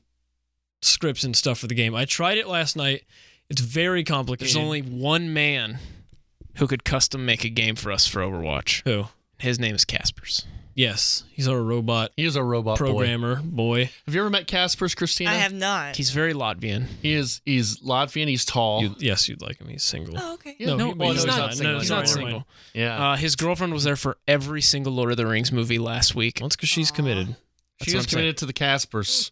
Speaker 8: scripts and stuff for the game. I tried it last night. It's very complicated.
Speaker 4: There's only one man who could custom make a game for us for Overwatch.
Speaker 8: who?
Speaker 4: His name is Caspers.
Speaker 8: Yes, he's our robot
Speaker 2: He is a robot boy.
Speaker 8: programmer boy.
Speaker 2: Have you ever met Casper's Christina?
Speaker 5: I have not.
Speaker 4: He's very Latvian.
Speaker 2: He is. He's Latvian. He's tall.
Speaker 8: You, yes, you'd like him. He's single.
Speaker 5: oh, okay.
Speaker 2: Yeah,
Speaker 8: No,
Speaker 2: he-
Speaker 8: but
Speaker 2: well,
Speaker 8: he's
Speaker 2: no,
Speaker 8: not- no,
Speaker 4: He's
Speaker 8: Sorry,
Speaker 4: not
Speaker 8: never
Speaker 4: single.
Speaker 8: mind.
Speaker 2: Yeah.
Speaker 4: Uh, his girlfriend was there for every single Lord of the Rings movie last week.
Speaker 8: Well, it's because she's committed.
Speaker 2: she was
Speaker 4: what I'm saying.
Speaker 2: committed to the Caspers.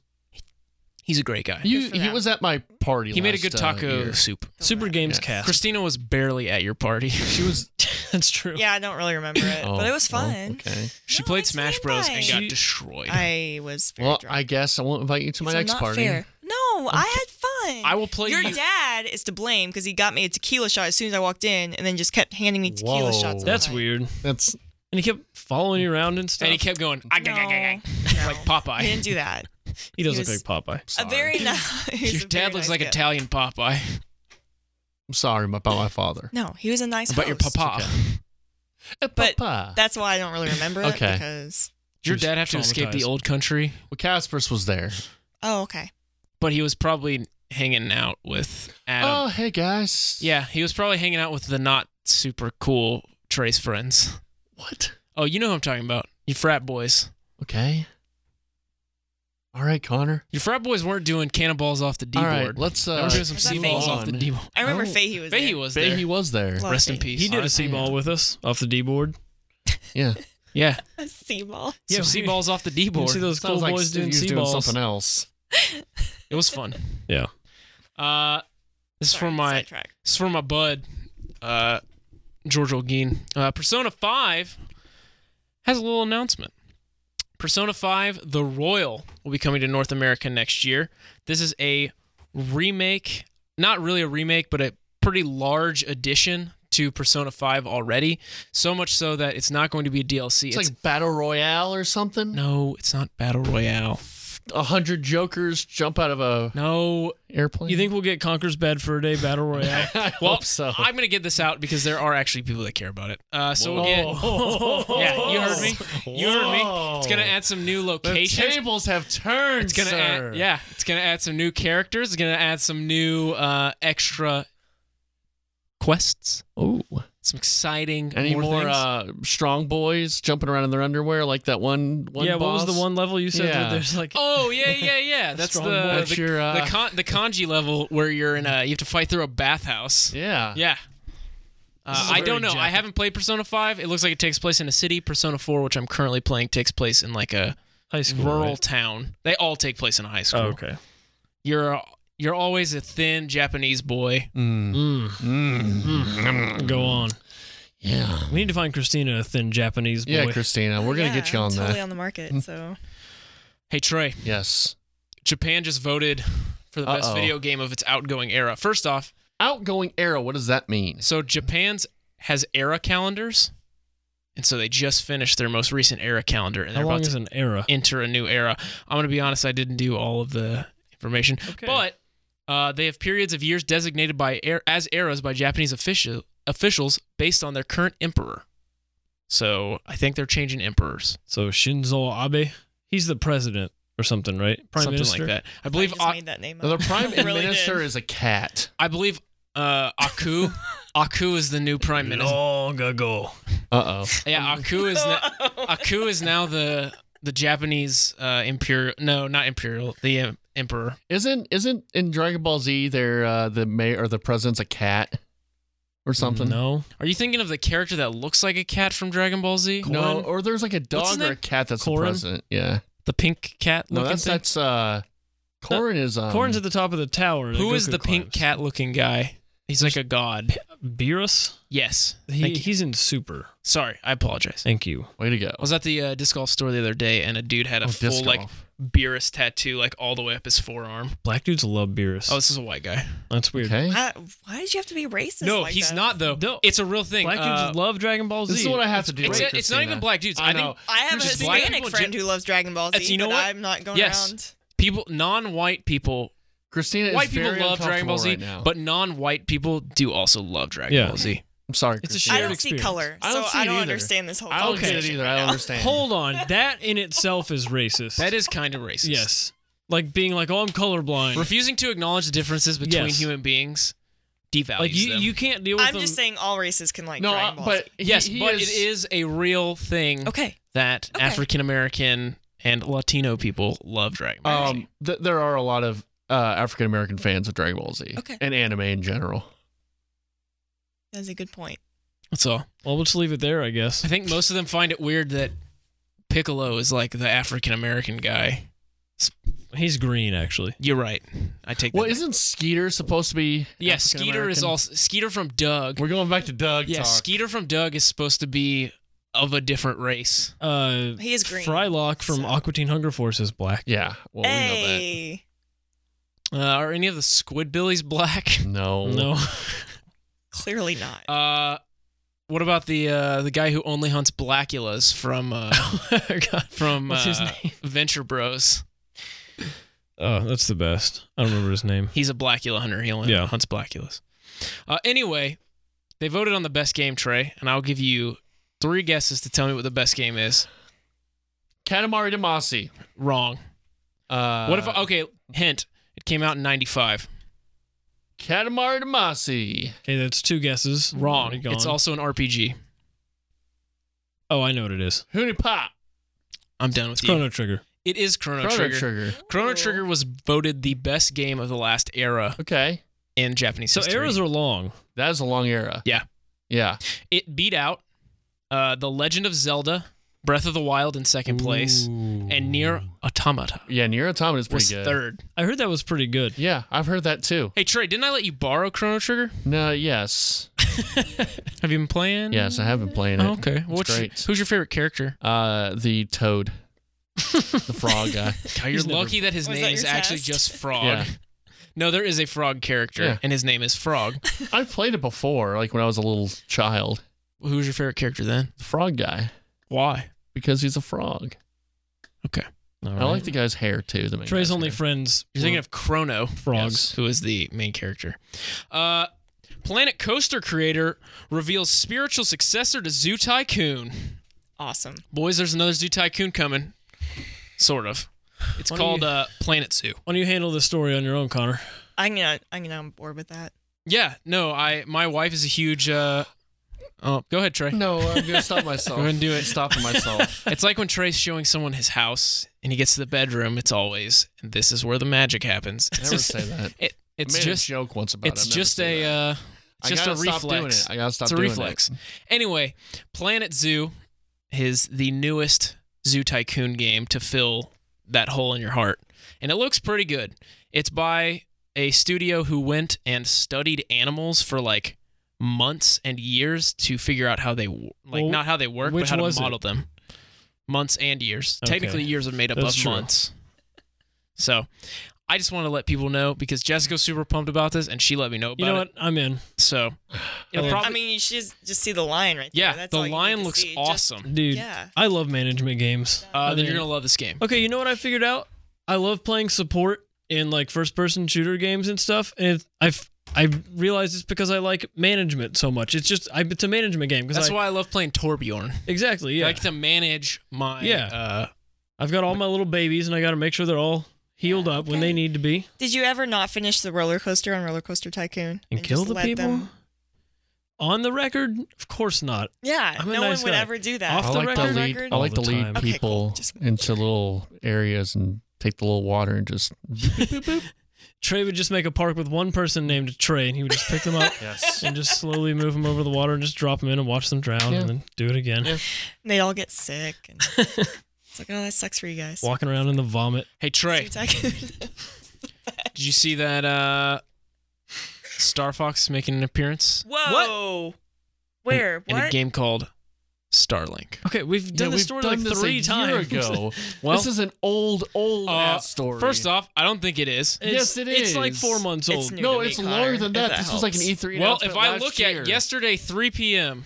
Speaker 4: He's a great guy.
Speaker 2: You,
Speaker 5: for
Speaker 2: he
Speaker 5: them.
Speaker 2: was at my party.
Speaker 4: He made a
Speaker 2: last,
Speaker 4: good
Speaker 2: uh,
Speaker 4: taco
Speaker 2: year.
Speaker 4: soup.
Speaker 8: Super Games Cast.
Speaker 4: Christina was barely at your party. She was.
Speaker 8: That's true.
Speaker 5: Yeah, I don't really remember it,
Speaker 2: Oh,
Speaker 5: but it was
Speaker 2: well,
Speaker 5: fun.
Speaker 2: okay.
Speaker 4: She
Speaker 5: No,
Speaker 4: played
Speaker 5: it's
Speaker 4: Smash
Speaker 5: fine.
Speaker 4: Bros. and got
Speaker 8: She-
Speaker 4: destroyed. I,
Speaker 5: I was very
Speaker 2: Well,
Speaker 5: drunk.
Speaker 2: I guess I won't invite you to my
Speaker 5: So
Speaker 2: next
Speaker 5: not
Speaker 2: party.
Speaker 5: fair. No, I had fun.
Speaker 4: will play
Speaker 5: Your
Speaker 4: you.
Speaker 5: dad is to blame because he got me a tequila shot as soon as I walked in, and then just kept handing me
Speaker 2: Whoa.
Speaker 5: tequila shots. all
Speaker 8: That's
Speaker 5: night.
Speaker 8: weird. And
Speaker 2: That's
Speaker 8: he kept following you around and stuff.
Speaker 4: and he kept going. "Ah, I,
Speaker 5: No,
Speaker 4: like
Speaker 5: no.
Speaker 4: Popeye.
Speaker 5: He didn't do that.
Speaker 8: He does
Speaker 5: he
Speaker 8: look
Speaker 5: was-
Speaker 8: like Popeye.
Speaker 5: A very nice.
Speaker 4: Your dad looks like
Speaker 5: a
Speaker 4: Italian Popeye,
Speaker 2: I'm sorry about my father.
Speaker 5: No, he was a nice.
Speaker 4: but your
Speaker 5: host.
Speaker 4: papa.
Speaker 2: Eh,
Speaker 5: But
Speaker 2: Papa.
Speaker 5: That's why I don't really remember it
Speaker 2: Okay.
Speaker 5: because.
Speaker 4: Did your
Speaker 8: He was
Speaker 4: dad have to escape the
Speaker 8: traumatized.
Speaker 4: old country?
Speaker 2: well, Casper's was there.
Speaker 5: Oh, okay.
Speaker 4: But he was probably hanging out with Adam.
Speaker 2: Oh, hey guys.
Speaker 4: Yeah, he was probably hanging out with the not super cool Trace friends.
Speaker 2: What?
Speaker 4: Oh, you know who I'm talking about. You frat boys.
Speaker 2: Okay. All right, Connor.
Speaker 4: Your frat boys weren't doing cannonballs off the D
Speaker 2: All
Speaker 4: board.
Speaker 2: right, let's.
Speaker 4: They
Speaker 2: Uh,
Speaker 4: were doing some
Speaker 5: Was that
Speaker 4: C balls
Speaker 5: Fahey?
Speaker 4: off the D board.
Speaker 5: I remember
Speaker 2: don't-
Speaker 5: Fahey was
Speaker 4: Fahey
Speaker 5: there.
Speaker 4: was
Speaker 2: Fahey
Speaker 4: there.
Speaker 2: was there.
Speaker 5: Love
Speaker 4: Rest in
Speaker 5: Fahey.
Speaker 4: peace.
Speaker 8: He did a
Speaker 2: Alright,
Speaker 8: C
Speaker 2: hang
Speaker 8: ball
Speaker 2: on.
Speaker 8: with us off the D board.
Speaker 2: Yeah.
Speaker 4: Yeah.
Speaker 5: A sea ball.
Speaker 8: Yeah,
Speaker 4: Some
Speaker 8: we-
Speaker 4: C balls off the D
Speaker 8: You
Speaker 4: board.
Speaker 8: see those cool
Speaker 2: Sounds like
Speaker 8: boys doing
Speaker 2: he was
Speaker 8: C balls.
Speaker 2: something else.
Speaker 4: It was fun.
Speaker 8: Yeah.
Speaker 4: Uh, this is
Speaker 5: Sorry,
Speaker 4: for my
Speaker 5: sidetrack.
Speaker 4: this is for my bud, uh, George Olguin. Uh, Persona Five has a little announcement. Persona Five: The Royal will be coming to North America next year. This is a remake, not really a remake, but a pretty large addition to Persona Five already. So much so that it's not going to be a DLC.
Speaker 2: It's, like battle royale or something.
Speaker 4: no, it's not battle royale.
Speaker 2: A hundred jokers jump out of a
Speaker 4: No,
Speaker 2: airplane.
Speaker 8: You think we'll get Conker's Bad for a Day Battle Royale?
Speaker 2: I
Speaker 4: Well,
Speaker 2: hope so.
Speaker 4: I'm gonna get this out because there are actually people that care about it. Uh, so we'll get, yeah, you heard me. You heard me. It's gonna add some new
Speaker 2: The
Speaker 4: locations.
Speaker 2: tables have turned,
Speaker 4: It's gonna
Speaker 2: sir.
Speaker 4: add, yeah, it's gonna add some new characters. It's gonna add some new uh, extra quests.
Speaker 2: Ooh.
Speaker 4: Some exciting
Speaker 2: Any more,
Speaker 4: things.
Speaker 2: uh, strong boys jumping around in their underwear like that one? one
Speaker 8: yeah, what was
Speaker 2: boss?
Speaker 8: the one level you said?
Speaker 2: Yeah.
Speaker 8: That there's like
Speaker 4: Oh yeah, yeah, yeah. That's the
Speaker 8: Strong
Speaker 4: the,
Speaker 2: boy. Your, uh,
Speaker 4: the, con- the kanji level where you're in a you have to fight through a bathhouse.
Speaker 2: Yeah.
Speaker 4: Yeah. Uh,
Speaker 8: is a
Speaker 4: I don't
Speaker 8: very
Speaker 4: know. I
Speaker 8: Jap-
Speaker 4: haven't played Persona 5. It looks like it takes place in a city. Persona 4, which I'm currently playing, takes place in like a
Speaker 8: high school.
Speaker 4: rural
Speaker 8: right?
Speaker 4: town. They all take place in a high school.
Speaker 8: Oh, okay.
Speaker 4: You're you're always a thin Japanese boy.
Speaker 8: Mm. Go on.
Speaker 2: Yeah.
Speaker 8: We need to find Christina a thin Japanese boy.
Speaker 2: Yeah, Christina, we're gonna
Speaker 5: Yeah,
Speaker 2: get you
Speaker 5: I'm
Speaker 2: on
Speaker 5: totally
Speaker 2: that.
Speaker 5: on the market. So
Speaker 4: Hey Trey,
Speaker 2: Yes.
Speaker 4: Japan just voted for the best
Speaker 2: Uh-oh.
Speaker 4: video game of its outgoing era. First off,
Speaker 2: Outgoing era. What does that mean?
Speaker 4: so Japan's has era calendars, and so they just finished their most recent era calendar, and
Speaker 8: How
Speaker 4: they're
Speaker 8: long
Speaker 4: about to
Speaker 8: is an era?
Speaker 4: enter a new era. I'm gonna be honest, I didn't do all of the information,
Speaker 8: Okay.
Speaker 4: but uh, they have periods of years designated by er- as eras by Japanese official officials based on their current emperor. So I think they're changing emperors,
Speaker 8: So Shinzo Abe, he's the president or something, right? Prime
Speaker 4: something
Speaker 8: minister.
Speaker 4: like that. I
Speaker 5: I
Speaker 4: believe
Speaker 5: just
Speaker 4: I,
Speaker 5: made that name up.
Speaker 2: Now, the prime
Speaker 5: Really did.
Speaker 2: minister is a cat.
Speaker 4: I believe uh, Aku Aku is the new prime minister.
Speaker 8: Long ago.
Speaker 2: Uh oh.
Speaker 4: Yeah, Aku is na- Aku is now the the Japanese uh, imperial. No, not imperial. The um, emperor.
Speaker 2: Isn't isn't in Dragon Ball Z there uh, the mayor or the president's a cat or something?
Speaker 8: No.
Speaker 4: Are you thinking of the character that looks like a cat from Dragon Ball Z?
Speaker 2: No,
Speaker 4: Gohan?
Speaker 2: or there's like a
Speaker 4: What's his
Speaker 2: dog or a
Speaker 4: name?
Speaker 2: cat that's
Speaker 8: Corrin?
Speaker 2: the president. Yeah.
Speaker 4: the pink cat
Speaker 2: No,
Speaker 4: looking
Speaker 2: that's
Speaker 4: thing?
Speaker 2: that's uh Corin is um,
Speaker 8: Corn's at the top of the tower. that
Speaker 4: Who is
Speaker 8: Goku
Speaker 4: the pink
Speaker 8: climbs.
Speaker 4: cat looking guy? He's like a god.
Speaker 8: Beerus?
Speaker 4: Yes.
Speaker 8: He,
Speaker 4: Thank you.
Speaker 8: he's in Super.
Speaker 4: Sorry, I apologize. I
Speaker 8: Thank you.
Speaker 2: way to go.
Speaker 4: was at the uh, disc golf store the other day, and a dude had a
Speaker 2: Oh,
Speaker 4: full
Speaker 2: disc
Speaker 4: like
Speaker 2: golf.
Speaker 4: Beerus tattoo, like all the way up his forearm.
Speaker 8: Black dudes love Beerus.
Speaker 4: Oh, this is a white guy.
Speaker 8: That's weird.
Speaker 2: Okay.
Speaker 5: I- why did you have to be racist?
Speaker 4: No,
Speaker 5: like
Speaker 4: he's
Speaker 5: that?
Speaker 4: not though.
Speaker 8: No.
Speaker 4: It's a real thing.
Speaker 8: Black
Speaker 4: Uh,
Speaker 8: dudes love Dragon Ball Z.
Speaker 2: This is what I have to do.
Speaker 4: it's,
Speaker 2: right,
Speaker 4: it's not even
Speaker 2: Christina?
Speaker 4: black dudes.
Speaker 2: I
Speaker 4: I,
Speaker 2: know.
Speaker 4: think
Speaker 5: I have a
Speaker 4: Just black
Speaker 5: Hispanic
Speaker 4: people
Speaker 5: friend
Speaker 4: gen-
Speaker 5: who loves Dragon Ball Z,
Speaker 4: That's- you know
Speaker 5: but
Speaker 4: what?
Speaker 5: I'm not going
Speaker 4: Yes.
Speaker 5: around.
Speaker 4: people, non-white people,
Speaker 2: Christina is
Speaker 4: white people
Speaker 2: very
Speaker 4: love Dragon Ball Z,
Speaker 2: uncomfortable right now.
Speaker 4: but non-white people do also love Dragon
Speaker 8: Yeah.
Speaker 4: Ball Z.
Speaker 2: I'm sorry.
Speaker 3: It's a
Speaker 2: Christina.
Speaker 5: I
Speaker 3: shared
Speaker 5: don't see
Speaker 3: experience.
Speaker 5: color,
Speaker 2: I don't
Speaker 5: so
Speaker 2: see
Speaker 5: I
Speaker 2: it
Speaker 5: don't
Speaker 2: either.
Speaker 5: understand this whole.
Speaker 2: I don't get it
Speaker 5: conversation
Speaker 2: either.
Speaker 5: right
Speaker 2: I don't
Speaker 5: now.
Speaker 2: understand.
Speaker 3: Hold on, that in itself is racist.
Speaker 4: That is kind of racist.
Speaker 3: yes, like being like, oh, I'm colorblind.
Speaker 4: Refusing to acknowledge the differences between
Speaker 3: Yes.
Speaker 4: human beings devalues
Speaker 3: like you,
Speaker 4: them.
Speaker 3: you can't deal with
Speaker 5: I'm
Speaker 3: them.
Speaker 5: just saying all races can like
Speaker 2: no,
Speaker 5: Dragon
Speaker 2: uh,
Speaker 5: Balls.
Speaker 2: but he-
Speaker 4: yes,
Speaker 2: he
Speaker 4: but it is a real thing
Speaker 5: okay,
Speaker 4: that
Speaker 5: Okay.
Speaker 4: African American and Latino people love Dragon Ball. Z.
Speaker 2: Um, th- there are a lot of uh, African American fans of Dragon Ball Z
Speaker 5: Okay.
Speaker 2: and anime in general.
Speaker 5: that's a good point.
Speaker 4: That's all.
Speaker 3: well, we'll just leave it there, I guess.
Speaker 4: I think most of them find it weird that Piccolo is like the African American guy.
Speaker 3: He's green, actually.
Speaker 4: You're right. I take that.
Speaker 2: Well, isn't Skeeter supposed to be?
Speaker 4: yeah, Skeeter is
Speaker 2: African-American?
Speaker 4: also Skeeter from Doug.
Speaker 2: We're going back to Doug.
Speaker 4: Yeah,
Speaker 2: talk.
Speaker 4: Skeeter from Doug is supposed to be of a different race.
Speaker 3: Uh,
Speaker 5: He is green.
Speaker 3: Frylock from
Speaker 5: so-
Speaker 3: Aqua Teen Hunger Force is black.
Speaker 2: Yeah. Well,
Speaker 5: hey,
Speaker 4: Uh, are any of the Squidbillies black?
Speaker 2: we know that. No.
Speaker 3: No,
Speaker 5: clearly not.
Speaker 4: Uh, what about the uh, the guy who only hunts blackulas from uh, from
Speaker 3: Oh What's his
Speaker 4: uh, Venture Bros?
Speaker 3: oh, that's the best. I don't remember his name.
Speaker 4: He's a blackula hunter. He only
Speaker 3: Yeah.
Speaker 4: hunts blackulas. Uh, anyway, they voted on the best game, Trey, and I'll give you three guesses to tell me what the best game is.
Speaker 2: Katamari Damacy.
Speaker 4: Wrong.
Speaker 2: Uh,
Speaker 4: what if? Okay, hint. It came out in '95.
Speaker 2: Katamari Damacy?
Speaker 3: Okay, that's two guesses.
Speaker 4: Wrong.
Speaker 3: Already gone.
Speaker 4: It's also an RPG.
Speaker 3: oh, I know what it is.
Speaker 2: Huni Pop.
Speaker 4: I'm done with
Speaker 3: It's
Speaker 4: you.
Speaker 3: Chrono Oh. Trigger.
Speaker 4: it is Chrono,
Speaker 2: Chrono
Speaker 4: Trigger.
Speaker 2: Trigger.
Speaker 4: Chrono Trigger was voted the best game of the last era
Speaker 2: Okay,
Speaker 4: in Japanese
Speaker 3: So
Speaker 4: history.
Speaker 3: arrows are long.
Speaker 2: that is a long era.
Speaker 4: Yeah.
Speaker 2: Yeah.
Speaker 4: it beat out uh, The Legend of Zelda, Breath of the Wild in second place, and Near Automata
Speaker 2: Yeah. Nier Automata is pretty
Speaker 4: was
Speaker 2: good.
Speaker 4: third.
Speaker 3: I heard that was pretty good.
Speaker 2: Yeah, I've heard that too.
Speaker 4: Hey Trey, didn't I let you borrow Chrono Trigger?
Speaker 2: No. Yes.
Speaker 4: Have you been playing?
Speaker 2: Yes, I have been playing it.
Speaker 4: Oh, okay. What's your-
Speaker 2: great.
Speaker 4: who's your favorite character?
Speaker 2: Uh, the Toad, the Frog guy.
Speaker 4: God, you're lucky that his
Speaker 5: Was
Speaker 4: name
Speaker 5: Oh, that
Speaker 4: is
Speaker 5: your
Speaker 4: actually
Speaker 5: test?
Speaker 4: just Frog.
Speaker 2: Yeah.
Speaker 4: No, there is a frog character,
Speaker 2: Yeah.
Speaker 4: and his name is Frog.
Speaker 2: I've played it before, like when I was a little child.
Speaker 4: Who's your favorite character then?
Speaker 2: The Frog guy,
Speaker 4: Why?
Speaker 2: because he's a frog.
Speaker 4: Okay.
Speaker 3: All
Speaker 2: I
Speaker 3: right.
Speaker 2: like the guy's hair too. The main
Speaker 3: Trey's
Speaker 2: guy's
Speaker 3: only
Speaker 2: hair.
Speaker 3: friends.
Speaker 4: You're thinking of Chrono.
Speaker 3: frogs.
Speaker 4: who is the main character. Uh, Planet Coaster creator reveals spiritual successor to Zoo Tycoon.
Speaker 5: Awesome.
Speaker 4: Boys, there's another Zoo Tycoon coming. Sort of. It's
Speaker 3: Why don't
Speaker 4: called
Speaker 3: you-
Speaker 4: uh, Planet Zoo.
Speaker 3: Why don't you handle this story on your own, Connor?
Speaker 5: I'm gonna I'm gonna on board with that.
Speaker 4: Yeah, no, I my wife is a huge. Uh, oh, go ahead, Trey.
Speaker 2: No, I'm gonna stop myself.
Speaker 4: Go ahead and do it.
Speaker 2: Stopping myself.
Speaker 4: It's like when Trey's showing someone his house and he gets to the bedroom. It's always and this is where the magic happens. It's
Speaker 2: Never
Speaker 4: just,
Speaker 2: say that.
Speaker 4: it, it's
Speaker 2: I made
Speaker 4: just
Speaker 2: a joke once about it.
Speaker 4: it's
Speaker 2: I've never
Speaker 4: just
Speaker 2: said
Speaker 4: a
Speaker 2: that.
Speaker 4: uh, it's
Speaker 2: I
Speaker 4: just a
Speaker 2: gotta
Speaker 4: reflex.
Speaker 2: stop doing it. I gotta stop
Speaker 4: it's a
Speaker 2: doing it.
Speaker 4: reflex. Anyway, Planet Zoo is the newest Zoo Tycoon game to fill that hole in your heart, and it looks pretty good. It's by a studio who went and studied animals for like months and years to figure out how they w- like
Speaker 3: Well,
Speaker 4: not how they work, but
Speaker 3: which
Speaker 4: how
Speaker 3: was
Speaker 4: to
Speaker 3: it?
Speaker 4: model them. Months and years.
Speaker 3: Okay.
Speaker 4: Technically, years are made up
Speaker 3: That's
Speaker 4: of
Speaker 3: true.
Speaker 4: months. So, I just want to let people know because Jessica's super pumped about this, and she let me know about
Speaker 3: You know
Speaker 4: it.
Speaker 3: what? I'm in.
Speaker 4: So, it'll
Speaker 3: I
Speaker 4: probably,
Speaker 5: I mean, you should just- just see the line right
Speaker 4: yeah,
Speaker 5: there. That's all
Speaker 4: the
Speaker 5: you need
Speaker 4: line
Speaker 5: to
Speaker 4: looks
Speaker 5: see. Just-
Speaker 4: awesome.
Speaker 3: Dude,
Speaker 5: yeah.
Speaker 3: I love management games.
Speaker 4: uh,
Speaker 3: I
Speaker 4: then you're
Speaker 3: mean-
Speaker 4: gonna love this game.
Speaker 3: Okay, you know what I figured out? I love playing support in like first person shooter games and stuff. And it's, I've I realized it's because I like management so much. It's just I it's a management game because
Speaker 4: That's
Speaker 3: I
Speaker 4: why I love playing Torbjorn.
Speaker 3: exactly
Speaker 4: I
Speaker 3: yeah.
Speaker 4: like to manage my
Speaker 3: Yeah.
Speaker 4: uh,
Speaker 3: I've got all my little babies and I got to make sure they're all healed up when
Speaker 5: okay.
Speaker 3: they need to be
Speaker 5: Did you ever not finish the roller coaster on Roller Coaster Tycoon
Speaker 3: and, kill
Speaker 5: just
Speaker 3: the
Speaker 5: let
Speaker 3: people.
Speaker 5: them-
Speaker 3: On the record, of course not.
Speaker 5: Yeah,
Speaker 3: I'm a
Speaker 5: no
Speaker 3: nice
Speaker 5: one would
Speaker 3: guy.
Speaker 5: ever do that.
Speaker 3: Off
Speaker 2: I
Speaker 3: the
Speaker 2: like to
Speaker 3: record-
Speaker 2: lead. I
Speaker 3: All
Speaker 2: like
Speaker 3: the
Speaker 2: to lead
Speaker 3: time.
Speaker 5: Okay,
Speaker 2: people
Speaker 5: cool. Just-
Speaker 2: into little areas and take the little water and just.
Speaker 3: Trey would just make a park with one person named Trey, and he would just pick them up
Speaker 2: Yes.
Speaker 3: and just slowly move them over the water and just drop them in and watch them drown
Speaker 2: Yeah.
Speaker 3: and then do it again.
Speaker 5: And They'd all get sick. And it's like, oh, that sucks for you guys.
Speaker 3: Walking around in the vomit.
Speaker 4: Hey Trey,
Speaker 5: Zoo Tycoon.
Speaker 4: did you see that uh, Star Fox making an appearance
Speaker 5: Whoa. Where?
Speaker 4: in
Speaker 5: what?
Speaker 4: a game called Starlink?
Speaker 3: Okay, we've done
Speaker 2: yeah,
Speaker 3: this
Speaker 2: we've
Speaker 3: story
Speaker 2: done
Speaker 3: like
Speaker 2: this
Speaker 3: three
Speaker 2: a
Speaker 3: times.
Speaker 2: Year ago.
Speaker 4: Well-
Speaker 2: this is an old, old
Speaker 4: Uh,
Speaker 2: ass story.
Speaker 4: First off, I don't think it is.
Speaker 3: It's,
Speaker 2: Yes, it
Speaker 3: It's like
Speaker 2: is.
Speaker 3: four months
Speaker 5: It's
Speaker 3: old.
Speaker 5: new.
Speaker 2: no,
Speaker 5: to me,
Speaker 2: it's
Speaker 5: Connor,
Speaker 2: longer than
Speaker 5: if
Speaker 2: that.
Speaker 5: that
Speaker 2: This was like an
Speaker 5: helps.
Speaker 2: E3.
Speaker 4: Well,
Speaker 2: announcement
Speaker 4: if I
Speaker 2: last
Speaker 4: look
Speaker 2: year.
Speaker 4: at yesterday 3 p.m.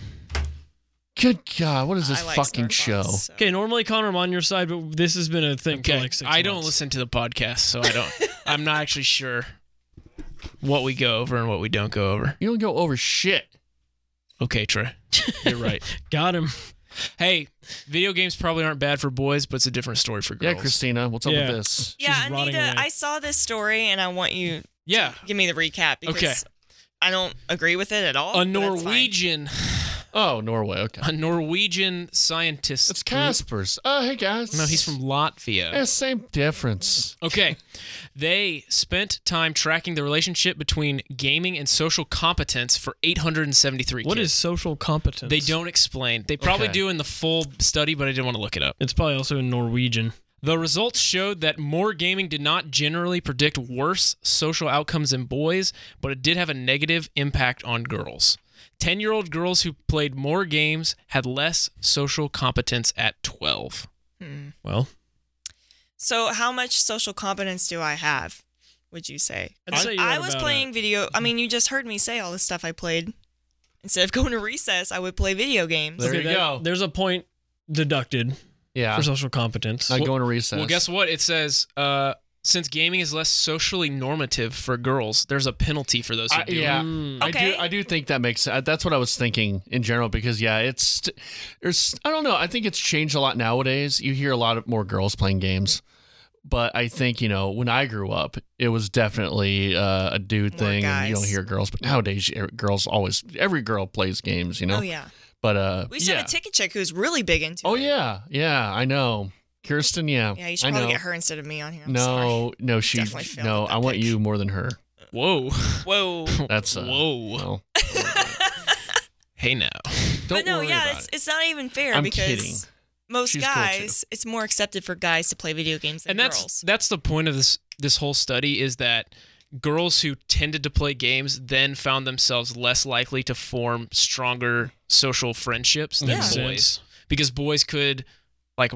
Speaker 2: Good God, what is this
Speaker 5: I like
Speaker 2: fucking show?
Speaker 5: Star Fox, so-
Speaker 3: Okay, normally Connor, I'm on your side, but this has been a thing
Speaker 4: Okay,
Speaker 3: for like six.
Speaker 4: I don't
Speaker 3: months.
Speaker 4: listen to the podcast, so I don't. I'm not actually sure what we go over and what we don't go over.
Speaker 2: You don't go over shit.
Speaker 4: Okay, Trey.
Speaker 8: You're right. Got him.
Speaker 4: Hey, video games probably aren't bad for boys, but it's a different story for
Speaker 2: Yeah,
Speaker 4: girls.
Speaker 2: Christina, what's up
Speaker 8: Yeah.
Speaker 2: with this?
Speaker 5: Yeah,
Speaker 8: She's rotting
Speaker 5: Anita,
Speaker 8: away.
Speaker 5: I saw this story and I want you
Speaker 4: Yeah.
Speaker 5: give me the recap because
Speaker 4: Okay.
Speaker 5: I don't agree with it at all.
Speaker 4: A
Speaker 5: but that's fine.
Speaker 4: Norwegian,
Speaker 2: Oh, Norway. Okay.
Speaker 4: a Norwegian scientist.
Speaker 2: It's Casper's. Oh, hey guys.
Speaker 4: No, he's from Latvia.
Speaker 2: Yeah, same difference.
Speaker 4: Okay. they spent time tracking the relationship between gaming and social competence for 873
Speaker 8: What is
Speaker 4: kids.
Speaker 8: social competence?
Speaker 4: They don't explain. They probably
Speaker 2: Okay.
Speaker 4: do in the full study, but I didn't want to look it up.
Speaker 8: It's probably also in Norwegian.
Speaker 4: The results showed that more gaming did not generally predict worse social outcomes in boys, but it did have a negative impact on girls. 10 year old girls who played more games had less social competence at 12.
Speaker 8: Well,
Speaker 5: So, how much social competence do I have? Would you say?
Speaker 8: I'd say you're
Speaker 5: I
Speaker 8: at
Speaker 5: was
Speaker 8: about
Speaker 5: playing video. I mean, you just heard me say all the stuff I played. Instead of going to recess, I would play video games.
Speaker 2: There
Speaker 8: okay,
Speaker 2: you
Speaker 8: that-
Speaker 2: go.
Speaker 8: There's a point deducted
Speaker 2: Yeah.
Speaker 8: for social competence.
Speaker 4: Oh,
Speaker 2: Not going to recess.
Speaker 4: Well, guess what? It says uh, since gaming is less socially normative for girls, there's a penalty for those who
Speaker 2: I,
Speaker 4: do. it.
Speaker 2: yeah,
Speaker 8: Mm.
Speaker 2: I do.
Speaker 5: Okay.
Speaker 2: I do think that makes. sense. That's what I was thinking in general because yeah, it's there's. I don't know. I think it's changed a lot nowadays. You hear a lot of more girls playing games, but I think you know when I grew up, it was definitely uh, a dude
Speaker 5: More
Speaker 2: thing, and you don't
Speaker 5: guys.
Speaker 2: hear girls. But nowadays, you- girls always every girl plays games. You know.
Speaker 5: Oh yeah.
Speaker 2: But uh,
Speaker 5: We saw
Speaker 2: yeah.
Speaker 5: a ticket chick who's really big into.
Speaker 2: Oh
Speaker 5: it.
Speaker 2: yeah, yeah. I know, Kirsten. Yeah.
Speaker 5: Yeah, you should
Speaker 2: I
Speaker 5: probably
Speaker 2: know.
Speaker 5: get her instead of me on here. I'm
Speaker 2: no, no, she.
Speaker 5: Definitely failed
Speaker 2: No,
Speaker 5: at that
Speaker 2: I want
Speaker 5: pick.
Speaker 2: you more than her.
Speaker 4: Whoa.
Speaker 5: Sorry. Whoa.
Speaker 2: That's uh,
Speaker 4: Whoa.
Speaker 2: well,
Speaker 4: Hey, now.
Speaker 2: don't
Speaker 5: but no,
Speaker 2: worry
Speaker 5: yeah,
Speaker 2: about
Speaker 5: it's,
Speaker 2: it.
Speaker 5: it's not even fair
Speaker 2: I'm
Speaker 5: because
Speaker 2: kidding.
Speaker 5: most
Speaker 2: She's cool, too.
Speaker 5: guys, it's more accepted for guys to play video games than
Speaker 4: and that's
Speaker 5: girls.
Speaker 4: that's the point of this this whole study is that girls who tended to play games then found themselves less likely to form stronger social friendships than
Speaker 5: Makes
Speaker 4: boys
Speaker 8: sense.
Speaker 4: because boys could like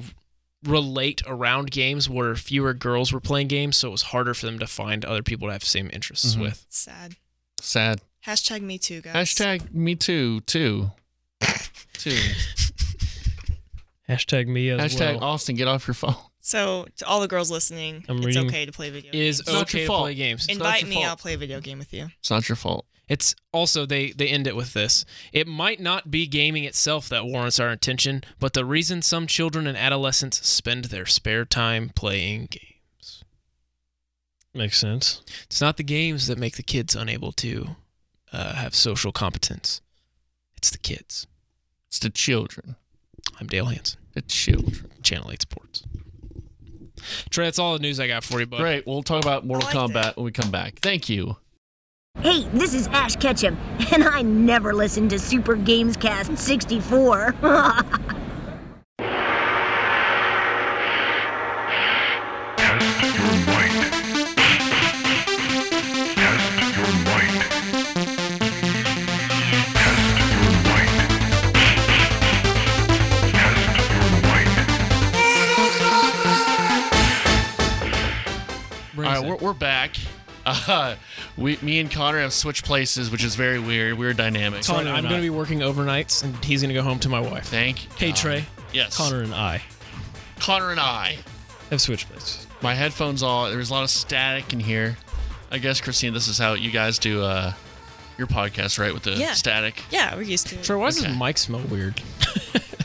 Speaker 4: relate around games where fewer girls were playing games so it was harder for them to find other people to have the same interests
Speaker 2: Mhm.
Speaker 4: with
Speaker 5: Sad.
Speaker 2: sad.
Speaker 5: Hashtag me too, guys.
Speaker 2: Hashtag me too, too. Two.
Speaker 8: Hashtag me as
Speaker 2: Hashtag
Speaker 8: well.
Speaker 2: Austin, get off your phone.
Speaker 5: So to all the girls listening,
Speaker 8: I'm
Speaker 5: it's
Speaker 8: reading-
Speaker 5: okay to play video.
Speaker 4: is
Speaker 5: games.
Speaker 2: not your
Speaker 4: okay to
Speaker 2: fault.
Speaker 4: play games
Speaker 2: not
Speaker 5: invite
Speaker 2: your
Speaker 5: me.
Speaker 2: fault.
Speaker 5: I'll play a video game with you.
Speaker 2: It's not your fault.
Speaker 4: It's also they they end it with this. It might not be gaming itself that warrants our attention, but the reason some children and adolescents spend their spare time playing games.
Speaker 8: Makes sense.
Speaker 4: It's not the games that make the kids unable to uh, have social competence. It's the kids.
Speaker 2: It's the children.
Speaker 4: I'm Dale Hansen,
Speaker 2: The children.
Speaker 4: Channel 8 Sports. Trey, that's all the news I got for you, bud.
Speaker 2: Great. We'll talk about Mortal
Speaker 5: I like
Speaker 2: Kombat
Speaker 5: that.
Speaker 2: when we come back. Thank you.
Speaker 9: Hey, this is Ash Ketchum, and I never listen to Super Games Cast 64.
Speaker 1: Test your mind. Test your mind. Test your mind. Test your mind.
Speaker 2: All right, we're, we're back. Uh, we, me and Connor have switched places, which is very weird. Weird dynamic.
Speaker 4: Connor, I'm going to be working overnights, and he's going to go home to my wife.
Speaker 2: Thank.
Speaker 8: Hey,
Speaker 2: God.
Speaker 8: Trey.
Speaker 2: Yes.
Speaker 8: Connor and I
Speaker 2: Connor and I.
Speaker 8: have switched places.
Speaker 2: My headphones all. There's a lot of static in here. I guess Christine, this is how you guys do uh, your podcast, right? With the
Speaker 5: Yeah.
Speaker 2: static.
Speaker 5: Yeah, we're used to it.
Speaker 4: Trey, why does
Speaker 2: Okay.
Speaker 4: this mic smell weird?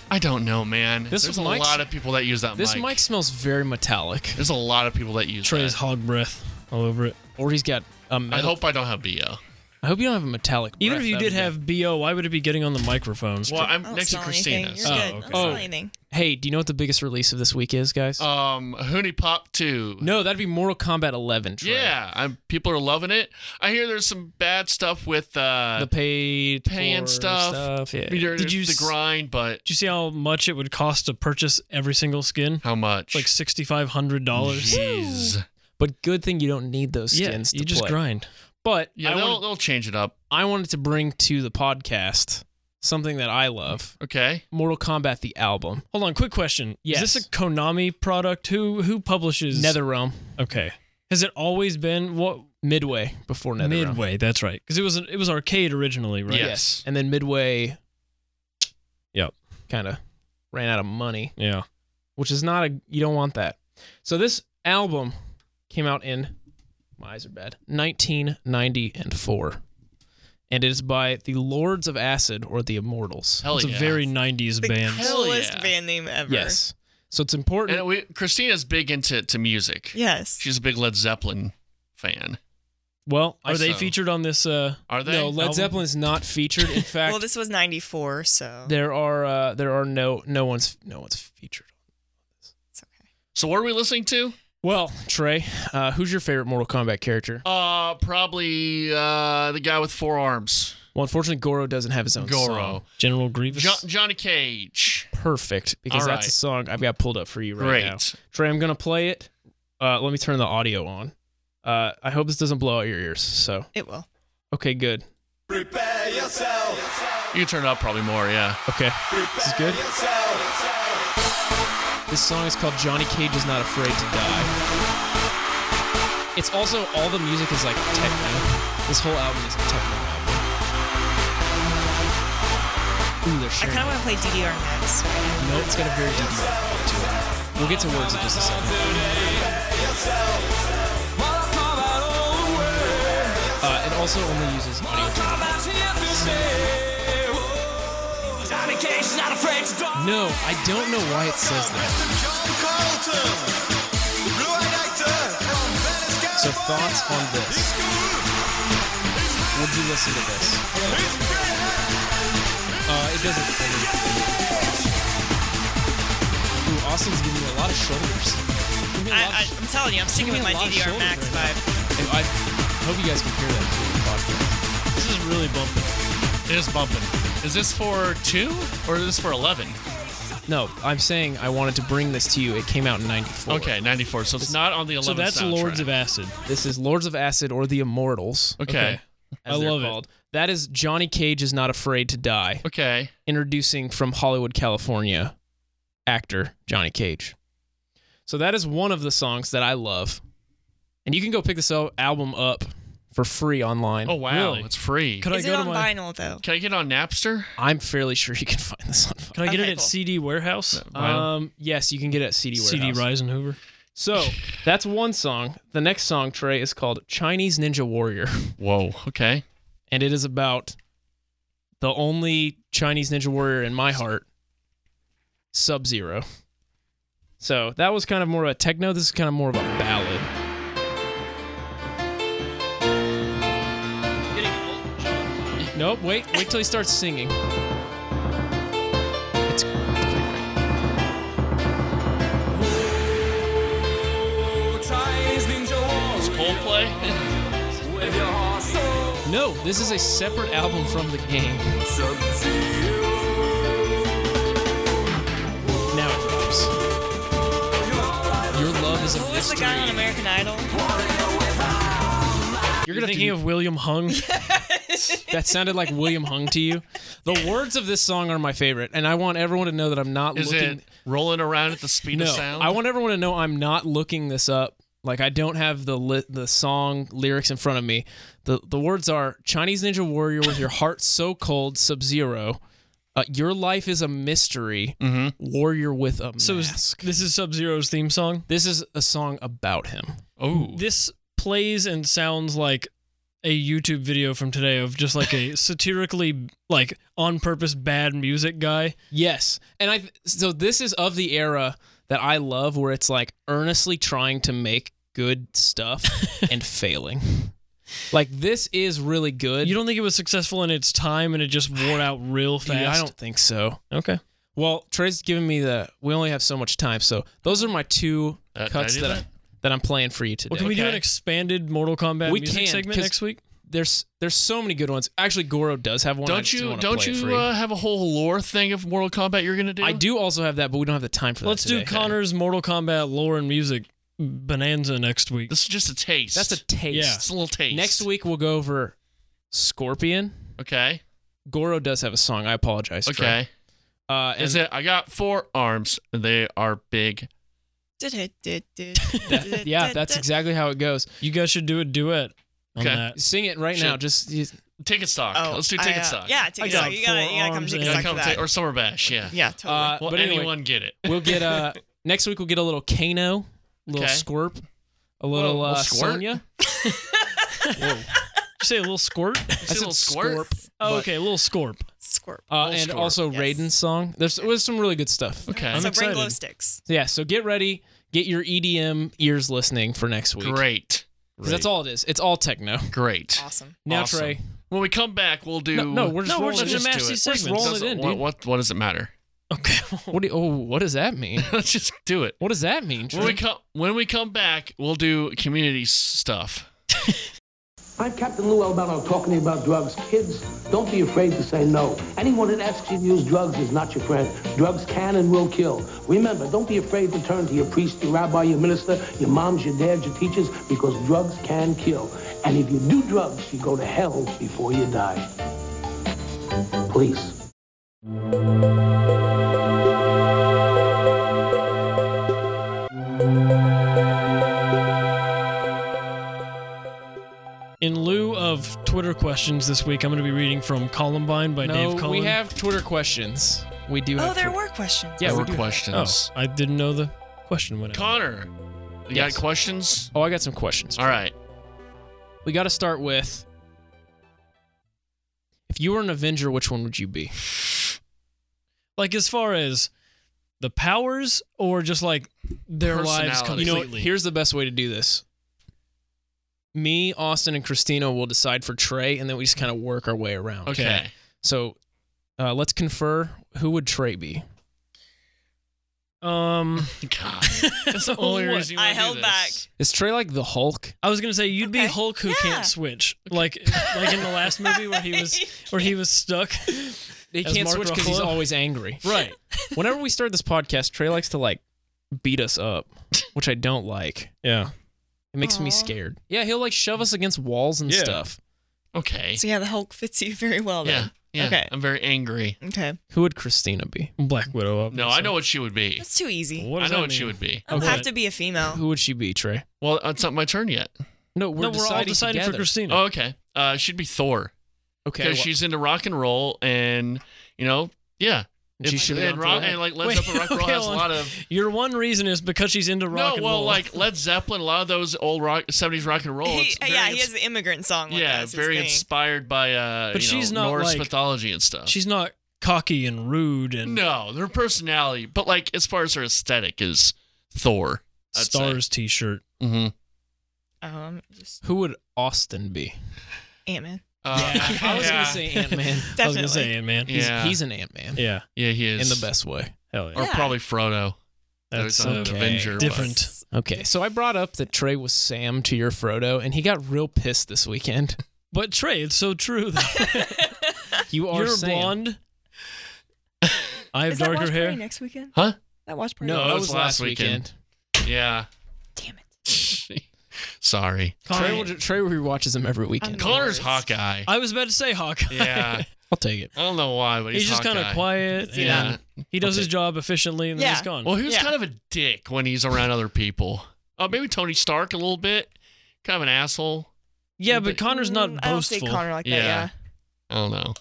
Speaker 2: I don't know, man.
Speaker 4: This
Speaker 2: There's a
Speaker 4: mic's-
Speaker 2: lot of people that use that
Speaker 4: This
Speaker 2: mic.
Speaker 4: mic smells very metallic.
Speaker 2: There's a lot of people that use
Speaker 8: Trey's
Speaker 2: that.
Speaker 8: hog breath all over it.
Speaker 4: Or he's got a metal
Speaker 2: I hope I don't have BO.
Speaker 4: I hope you don't have a metallic.
Speaker 8: Even
Speaker 4: breath.
Speaker 8: if you
Speaker 4: That'd
Speaker 8: did
Speaker 4: be
Speaker 8: have BO, why would it be getting on the microphone?
Speaker 2: Well, I'm
Speaker 5: I don't
Speaker 2: next to
Speaker 5: smell anything.
Speaker 2: Christina's.
Speaker 5: You're
Speaker 8: Oh,
Speaker 5: good. I
Speaker 8: okay.
Speaker 5: don't smell
Speaker 4: Oh.
Speaker 5: anything.
Speaker 4: bad. Hey, do you know what the biggest release of this week is, guys?
Speaker 8: Uh,
Speaker 2: Um, Hoonie Pop 2.
Speaker 4: no, that'd be Mortal Kombat 11. Trey.
Speaker 2: Yeah, I'm, people are loving it. I hear there's some bad stuff with uh,
Speaker 4: the paid
Speaker 2: paying
Speaker 4: for
Speaker 2: stuff.
Speaker 4: Yeah.
Speaker 2: your-
Speaker 8: Did you
Speaker 2: the
Speaker 8: s-
Speaker 2: grind, but
Speaker 8: Did you see how much it would cost to purchase every single skin?
Speaker 2: how much?
Speaker 8: Like sixty five hundred dollars.
Speaker 2: Jeez.
Speaker 4: But good thing you don't need those
Speaker 8: Yeah,
Speaker 4: skins.
Speaker 8: you
Speaker 4: to
Speaker 8: just
Speaker 4: play.
Speaker 8: grind.
Speaker 4: But
Speaker 2: Yeah,
Speaker 4: I,
Speaker 2: they'll,
Speaker 4: wanted,
Speaker 2: they'll change it up.
Speaker 4: I wanted to bring to the podcast something that I love:
Speaker 2: Okay.
Speaker 4: Mortal Kombat the album,
Speaker 8: Hold on, quick question.
Speaker 4: Yes.
Speaker 8: Is this a Konami product? Who who publishes
Speaker 4: NetherRealm,
Speaker 8: Okay. Has it always been what
Speaker 4: Midway before NetherRealm.
Speaker 8: Midway? That's right. Because it was an, it was arcade originally, right?
Speaker 4: Yes.
Speaker 2: Yes.
Speaker 4: and then Midway.
Speaker 8: Yep.
Speaker 4: Kind of ran out of money.
Speaker 8: Yeah.
Speaker 4: which is not a you don't want that. So this album came out in my eyes are bad. 1994. and it is by the Lords of Acid or the Immortals.
Speaker 2: Hell
Speaker 8: It's
Speaker 2: yeah.
Speaker 8: a very 90s
Speaker 5: The
Speaker 8: band.
Speaker 2: Hell
Speaker 5: coolest
Speaker 2: yeah.
Speaker 5: band name ever.
Speaker 4: Yes. So it's important.
Speaker 2: And we, Christina's big into to music.
Speaker 5: Yes.
Speaker 2: She's a big Led Zeppelin fan.
Speaker 4: well,
Speaker 8: Are they
Speaker 2: So-
Speaker 8: featured on this? Uh,
Speaker 2: Are they?
Speaker 4: no, Led
Speaker 8: album?
Speaker 4: Zeppelin is not featured. In fact,
Speaker 5: Well, this was 94, so
Speaker 4: there are uh, there are no no one's no one's featured.
Speaker 5: it's okay.
Speaker 2: So what are we listening to?
Speaker 4: Well, Trey, uh, who's your favorite Mortal Kombat character?
Speaker 2: Uh, probably uh the guy with four arms,
Speaker 4: Well, unfortunately, Goro doesn't have his own
Speaker 2: Goro,
Speaker 4: song.
Speaker 8: General Grievous.
Speaker 2: jo- Johnny Cage.
Speaker 4: Perfect, because
Speaker 2: All
Speaker 4: that's a
Speaker 2: right.
Speaker 4: song I've got pulled up for you right
Speaker 2: Great.
Speaker 4: now. Trey, I'm gonna play it. Uh, let me turn the audio on. Uh, I hope this doesn't blow out your ears. So,
Speaker 5: It will.
Speaker 4: okay, good.
Speaker 2: You can turn it up probably more. Yeah.
Speaker 4: Okay, this is good. This song is called "Johnny Cage is Not Afraid to Die." It's also all the music is like techno. This whole album is a techno album. Ooh, they're
Speaker 5: I
Speaker 4: sharing.
Speaker 5: kind of want to play DDR next. right
Speaker 4: No, it's got a very deep meaning to it. We'll get to words in just a second. Uh, it also only uses audio. No, I don't know why it says that. So thoughts on this? Would you listen to this? Uh, it doesn't. Ooh, Austin's giving me a lot of shoulders. Give me a
Speaker 5: now.
Speaker 4: lot of
Speaker 5: I, I,
Speaker 4: sh-
Speaker 5: I'm telling you, I'm sticking with
Speaker 4: Give me
Speaker 5: my
Speaker 4: a lot of
Speaker 5: DDR
Speaker 4: shoulders
Speaker 5: Max
Speaker 4: right now.
Speaker 5: vibe.
Speaker 4: And I hope you guys can hear that too in the podcast.
Speaker 8: This is really bumping.
Speaker 2: It is bumping. Is this for two or is this for eleven?
Speaker 4: No, I'm saying I wanted to bring this to you. It came out in '94.
Speaker 2: Okay, ninety four. So it's not on the
Speaker 8: So
Speaker 2: eleven.
Speaker 8: that's Lords of Acid.
Speaker 4: This is Lords of Acid or the Immortals.
Speaker 2: Okay.
Speaker 4: as
Speaker 8: I
Speaker 4: they're
Speaker 8: love it.
Speaker 4: called. That is Johnny Cage is not afraid to die.
Speaker 2: Okay.
Speaker 4: Introducing from Hollywood, California, actor Johnny Cage. So that is one of the songs that I love, and you can go pick this al- album up for free online.
Speaker 2: Oh wow,
Speaker 8: Really?
Speaker 2: it's free.
Speaker 8: Could
Speaker 5: Is
Speaker 8: I
Speaker 5: it
Speaker 8: go to
Speaker 5: on
Speaker 8: my?
Speaker 5: vinyl though?
Speaker 2: Can I get on Napster?
Speaker 4: I'm fairly sure you can find this on.
Speaker 8: Can I get
Speaker 5: Okay,
Speaker 8: it at
Speaker 5: cool.
Speaker 8: CD Warehouse?
Speaker 2: Vinyl?
Speaker 4: Um, yes, you can get it at CD.
Speaker 8: CD
Speaker 4: Warehouse.
Speaker 8: Risenhoover.
Speaker 4: So that's one song. The next song, Trey, is called Chinese Ninja Warrior.
Speaker 2: Whoa. Okay.
Speaker 4: And it is about the only Chinese Ninja Warrior in my heart, Sub Zero. So that was kind of more of a techno. This is kind of more of a ballad. Nope, wait, wait till he starts singing. It's
Speaker 2: Coldplay.
Speaker 4: No, this is a separate album from the game. Now it drops. Your love is a
Speaker 5: Who was the
Speaker 4: mystery.
Speaker 5: guy on American Idol?
Speaker 8: You're gonna thinking of William Hung.
Speaker 4: That sounded like William Hung to you. The words of this song are my favorite, and I want everyone to know that I'm not
Speaker 2: Is
Speaker 4: looking.
Speaker 2: it rolling around at the speed
Speaker 4: no,
Speaker 2: of sound?
Speaker 4: I want everyone to know I'm not looking this up. Like I don't have the li- the song lyrics in front of me. the The words are Chinese Ninja Warrior with your heart so cold, Sub Zero. Uh, your life is a mystery. Warrior with a
Speaker 8: So is,
Speaker 4: mask.
Speaker 8: this is Sub Zero's theme song.
Speaker 4: this is a song about him.
Speaker 2: Oh.
Speaker 8: This plays and sounds like a YouTube video from today of just like a satirically, like on purpose bad music guy.
Speaker 4: Yes, and I so this is of the era that I love, where it's like earnestly trying to make good stuff and failing. Like this is really good.
Speaker 8: You don't think it was successful in its time and it just wore out real
Speaker 4: Dude,
Speaker 8: fast?
Speaker 4: I don't think so.
Speaker 8: Okay.
Speaker 4: Well, Trey's giving me the. We only have so much time, so those are my two
Speaker 2: Uh, can
Speaker 4: cuts
Speaker 2: I do
Speaker 4: that I,
Speaker 2: that?
Speaker 4: that I'm playing for you today.
Speaker 8: Well, can we do
Speaker 2: Okay.
Speaker 8: an expanded Mortal Kombat
Speaker 4: We
Speaker 8: music
Speaker 4: can,
Speaker 8: segment
Speaker 4: 'cause-
Speaker 8: next week?
Speaker 4: there's there's so many good ones. Actually, Goro does have one. I
Speaker 2: Don't
Speaker 4: just
Speaker 2: you
Speaker 4: wanna
Speaker 2: don't
Speaker 4: play it for
Speaker 2: you uh, have a whole lore thing of Mortal Kombat you're gonna do?
Speaker 4: I do also have that, but we don't have the time for that.
Speaker 8: Let's do
Speaker 4: today.
Speaker 8: Connor's Mortal Kombat lore and music bonanza next week.
Speaker 2: This is just a taste.
Speaker 4: That's a taste.
Speaker 2: It's a little taste.
Speaker 4: Next week we'll go over Scorpion.
Speaker 2: Okay.
Speaker 4: Goro does have a song. I apologize. Trey.
Speaker 2: Okay.
Speaker 4: Uh, and
Speaker 2: Is it? I got four arms. and They are big.
Speaker 4: that- yeah, that's exactly how it goes.
Speaker 8: You guys should do a duet on
Speaker 2: Okay.
Speaker 3: Uh,
Speaker 8: that.
Speaker 4: Sing it right now. Just
Speaker 2: Ticket stock.
Speaker 5: Oh,
Speaker 2: Let's do
Speaker 5: I,
Speaker 2: ticket
Speaker 5: uh,
Speaker 2: stock.
Speaker 5: Yeah, ticket
Speaker 8: I
Speaker 5: stock.
Speaker 8: got
Speaker 5: You gotta, you gotta come
Speaker 8: forearms
Speaker 5: ticket
Speaker 8: and-
Speaker 2: Gotta
Speaker 5: stock
Speaker 2: come
Speaker 5: for that.
Speaker 2: ta- or summer bash. Yeah.
Speaker 5: yeah, totally.
Speaker 4: uh,
Speaker 2: Will
Speaker 4: but anyway,
Speaker 2: anyone get it?
Speaker 4: we'll get uh next week. We'll get a little Kano, a little
Speaker 2: Okay.
Speaker 4: Squirp, a little
Speaker 2: Whoa,
Speaker 4: uh,
Speaker 2: we'll squirt?
Speaker 4: Sonya.
Speaker 3: you say a little squirt?
Speaker 2: It's a little squirt.
Speaker 3: Oh,
Speaker 2: But-
Speaker 3: okay, a little scorp.
Speaker 5: Squirt.
Speaker 4: Uh,
Speaker 2: Old
Speaker 4: and
Speaker 2: score.
Speaker 4: also
Speaker 5: Yes.
Speaker 4: Raiden's song. There's it was some really good stuff.
Speaker 2: Okay.
Speaker 5: so
Speaker 3: excited.
Speaker 5: bring glow sticks.
Speaker 4: Yeah, so get ready, get your EDM ears listening for next week.
Speaker 2: Great.
Speaker 4: 'Cause that's all it is. It's all techno.
Speaker 2: Great.
Speaker 5: Awesome.
Speaker 4: Now
Speaker 2: Awesome.
Speaker 4: Trey,
Speaker 2: When we come back, we'll do.
Speaker 4: No, no, we're just
Speaker 3: No, we're
Speaker 4: rolling
Speaker 3: just
Speaker 4: it.
Speaker 3: gonna mash these
Speaker 4: We're just
Speaker 3: segments.
Speaker 4: rolling it in,
Speaker 2: Doesn't- what, what
Speaker 4: dude.
Speaker 2: what does it matter?
Speaker 4: Okay. What do you, oh, what does that mean?
Speaker 2: Let's just do it.
Speaker 4: What does that mean? Trey?
Speaker 2: When we come when we come back, we'll do community s- stuff.
Speaker 10: I'm Captain Lou Albano talking to you about drugs. Kids, don't be afraid to say no. Anyone that asks you to use drugs is not your friend. Drugs can and will kill. Remember, don't be afraid to turn to your priest, your rabbi, your minister, your moms, your dads, your teachers, because drugs can kill. And if you do drugs, you go to hell before you die. Please.
Speaker 3: In lieu of Twitter questions this week, I'm going to be reading from Columbine by
Speaker 4: no,
Speaker 3: Dave Cullen.
Speaker 4: we have Twitter questions. We do.
Speaker 5: Oh,
Speaker 4: have
Speaker 5: there
Speaker 4: Twitter-
Speaker 5: were questions.
Speaker 4: Yeah,
Speaker 2: There
Speaker 4: we
Speaker 2: were
Speaker 4: do.
Speaker 3: Oh,
Speaker 2: questions.
Speaker 3: I didn't know the question went out.
Speaker 2: Connor, you
Speaker 4: Yes.
Speaker 2: got questions?
Speaker 4: Oh, I got some questions.
Speaker 2: All right.
Speaker 4: We got to start with. If you were an Avenger, which one would you be?
Speaker 3: Like as far as the powers, or just like their lives
Speaker 2: Personality.
Speaker 3: completely.
Speaker 4: You know,
Speaker 2: Completely.
Speaker 4: here's the best way to do this. Me, Austin, and Christina will decide for Trey, and then we just kind of work our way around.
Speaker 2: Okay.
Speaker 4: So uh, let's confer. Who would Trey be?
Speaker 3: Um,
Speaker 2: God, that's the only
Speaker 3: What?
Speaker 2: reason you
Speaker 5: I
Speaker 2: wanna do
Speaker 5: held
Speaker 2: this.
Speaker 5: back.
Speaker 4: Is Trey like the Hulk?
Speaker 3: I was gonna say you'd be
Speaker 5: Okay.
Speaker 3: Hulk who
Speaker 5: Yeah.
Speaker 3: can't switch, like like in the last movie where he was where he was stuck.
Speaker 4: He
Speaker 3: As
Speaker 4: can't
Speaker 3: Mark
Speaker 4: switch because he's
Speaker 3: Ruffalo?
Speaker 4: always angry.
Speaker 3: Right.
Speaker 4: Whenever we start this podcast, Trey likes to like beat us up, which I don't like.
Speaker 3: Yeah.
Speaker 4: It makes me
Speaker 5: Aw.
Speaker 4: scared. Yeah, he'll like shove us against walls and
Speaker 3: Yeah.
Speaker 4: stuff.
Speaker 2: Okay.
Speaker 5: So yeah, the Hulk fits you very well
Speaker 2: Yeah.
Speaker 5: then.
Speaker 2: Yeah.
Speaker 5: Okay.
Speaker 2: I'm very angry.
Speaker 5: Okay.
Speaker 4: Who would Christina be?
Speaker 3: Black Widow up.
Speaker 2: No, I know what she would be.
Speaker 5: That's too easy.
Speaker 3: What
Speaker 2: I
Speaker 3: does
Speaker 2: know
Speaker 3: that
Speaker 2: what she
Speaker 3: mean?
Speaker 2: would be.
Speaker 5: I don't have
Speaker 3: What?
Speaker 5: to be a female.
Speaker 4: Who would she be, Trey?
Speaker 2: Well, uh, it's not my turn yet.
Speaker 4: No, we're,
Speaker 3: no,
Speaker 4: deciding
Speaker 3: we're all deciding
Speaker 4: together.
Speaker 3: for Christina.
Speaker 2: Oh, okay. Uh, she'd be Thor
Speaker 4: Okay,
Speaker 2: because
Speaker 4: well,
Speaker 2: she's into rock and roll, and you know, yeah.
Speaker 4: She should be
Speaker 2: and,
Speaker 4: on
Speaker 2: rock,
Speaker 4: Thor.
Speaker 2: and like Led
Speaker 3: Wait,
Speaker 2: Zeppelin rock and roll
Speaker 3: okay,
Speaker 2: has a
Speaker 3: hold on.
Speaker 2: lot of
Speaker 3: Your one reason is because she's into rock
Speaker 2: no.
Speaker 3: and
Speaker 2: well,
Speaker 3: roll.
Speaker 2: like Led Zeppelin, a lot of those old rock '70s rock and roll.
Speaker 5: He,
Speaker 2: it's very
Speaker 5: yeah, he
Speaker 2: ins-
Speaker 5: has the immigrant song. Like
Speaker 2: yeah,
Speaker 5: that's his
Speaker 2: very
Speaker 5: thing.
Speaker 2: inspired by uh,
Speaker 3: But
Speaker 2: you
Speaker 3: she's
Speaker 2: know,
Speaker 3: not,
Speaker 2: Norse
Speaker 3: like-
Speaker 2: mythology and stuff.
Speaker 3: she's not cocky and rude and
Speaker 2: no, her personality, but like as far as her aesthetic is Thor. I'd say.
Speaker 3: stars T-shirt.
Speaker 2: Mm-hmm.
Speaker 5: Um, just
Speaker 4: who would Austin be?
Speaker 5: Ant Man.
Speaker 2: Uh,
Speaker 4: I was
Speaker 2: yeah.
Speaker 4: gonna say Ant
Speaker 3: I
Speaker 4: Man.
Speaker 3: was gonna
Speaker 5: Definitely.
Speaker 3: say, yeah, man.
Speaker 2: Yeah.
Speaker 4: He's, he's an Ant Man
Speaker 3: Yeah.
Speaker 2: Yeah, he is
Speaker 4: in the best way.
Speaker 3: Hell
Speaker 2: or
Speaker 3: yeah.
Speaker 5: Yeah.
Speaker 2: probably Frodo.
Speaker 3: That's
Speaker 2: There's an
Speaker 3: okay.
Speaker 2: uh, Avenger, but-
Speaker 3: Different.
Speaker 4: Okay, so I brought up that Trey was Sam to your Frodo, and he got real pissed this weekend.
Speaker 3: But Trey, it's so true. Though.
Speaker 4: You are
Speaker 3: You're
Speaker 4: Sam.
Speaker 3: blonde. I have
Speaker 5: Is that
Speaker 3: darker
Speaker 5: watch party
Speaker 3: hair.
Speaker 5: next weekend?
Speaker 2: Huh?
Speaker 5: That watch party.
Speaker 4: No,
Speaker 2: No,
Speaker 4: that
Speaker 2: it
Speaker 4: was last weekend.
Speaker 2: Yeah.
Speaker 5: Damn it.
Speaker 2: Sorry.
Speaker 4: Trey, will, Trey rewatches him every weekend.
Speaker 5: I'm-
Speaker 2: Connor's
Speaker 5: Norse.
Speaker 2: Hawkeye.
Speaker 3: I was about to say Hawkeye.
Speaker 2: Yeah.
Speaker 4: I'll take it.
Speaker 2: I don't know why, but
Speaker 3: He's,
Speaker 2: he's,
Speaker 3: just kind of
Speaker 2: Hawkeye.
Speaker 3: quiet.
Speaker 2: Yeah.
Speaker 3: and He does his job efficiently and then
Speaker 5: Yeah.
Speaker 3: he's gone.
Speaker 2: Well, he was
Speaker 5: Yeah.
Speaker 2: kind of a dick when he's around other people. Uh, maybe Tony Stark a little bit. Kind of an asshole.
Speaker 3: yeah, but Connor's not
Speaker 5: Mm, I don't see
Speaker 3: boastful.
Speaker 5: Connor like
Speaker 2: Yeah.
Speaker 5: that. Yeah.
Speaker 2: I don't know.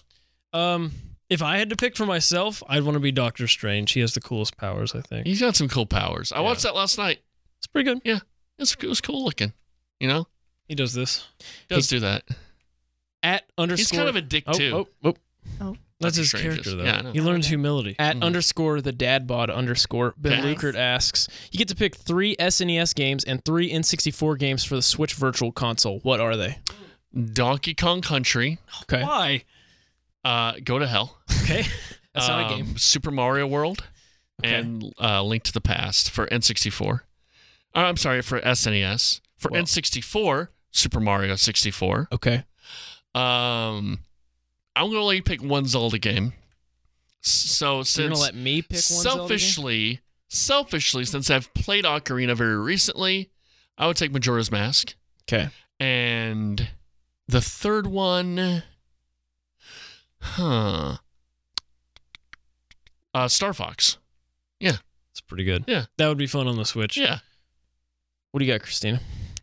Speaker 3: Um, if I had to pick for myself, I'd want to be Doctor Strange. He has the coolest powers, I think.
Speaker 2: He's got some cool powers. I watched that last night.
Speaker 3: It's pretty good.
Speaker 2: It's, it was cool looking. You know,
Speaker 3: He does this.
Speaker 2: does do that.
Speaker 4: At underscore.
Speaker 2: He's kind of a dick
Speaker 4: oh,
Speaker 2: too.
Speaker 4: Oh, oh,
Speaker 3: That's
Speaker 2: Doctor
Speaker 3: his
Speaker 2: Strange
Speaker 3: character,
Speaker 2: is-
Speaker 3: though.
Speaker 2: yeah, I know.
Speaker 3: he learns humility. Mm-hmm.
Speaker 4: At
Speaker 2: Mhm.
Speaker 4: underscore the dad bod underscore. Ben
Speaker 2: Nice.
Speaker 4: Lukert asks, you get to pick three SNES games and three N64 games for the Switch Virtual Console. What are they?
Speaker 2: Donkey Kong Country.
Speaker 4: Okay.
Speaker 3: Why?
Speaker 2: Uh, go to hell.
Speaker 4: Okay. That's not a
Speaker 2: Um,
Speaker 4: game.
Speaker 2: Super Mario World
Speaker 4: Okay.
Speaker 2: and uh, Link to the Past for N64. Uh, I'm sorry, for SNES. For
Speaker 4: Well-
Speaker 2: N64, Super Mario 64.
Speaker 4: Okay.
Speaker 2: Um, I'm going to only pick one Zelda game. S- So
Speaker 4: You're going
Speaker 2: since
Speaker 4: to let me pick one Zelda game?
Speaker 2: selfishly, selfishly, since I've played Ocarina very recently, I would take Majora's Mask.
Speaker 4: Okay.
Speaker 2: And the third one, huh? Uh, Star Fox.
Speaker 3: It's pretty good.
Speaker 2: Yeah.
Speaker 3: That would be fun on the Switch.
Speaker 2: Yeah.
Speaker 4: What do you got, Christina?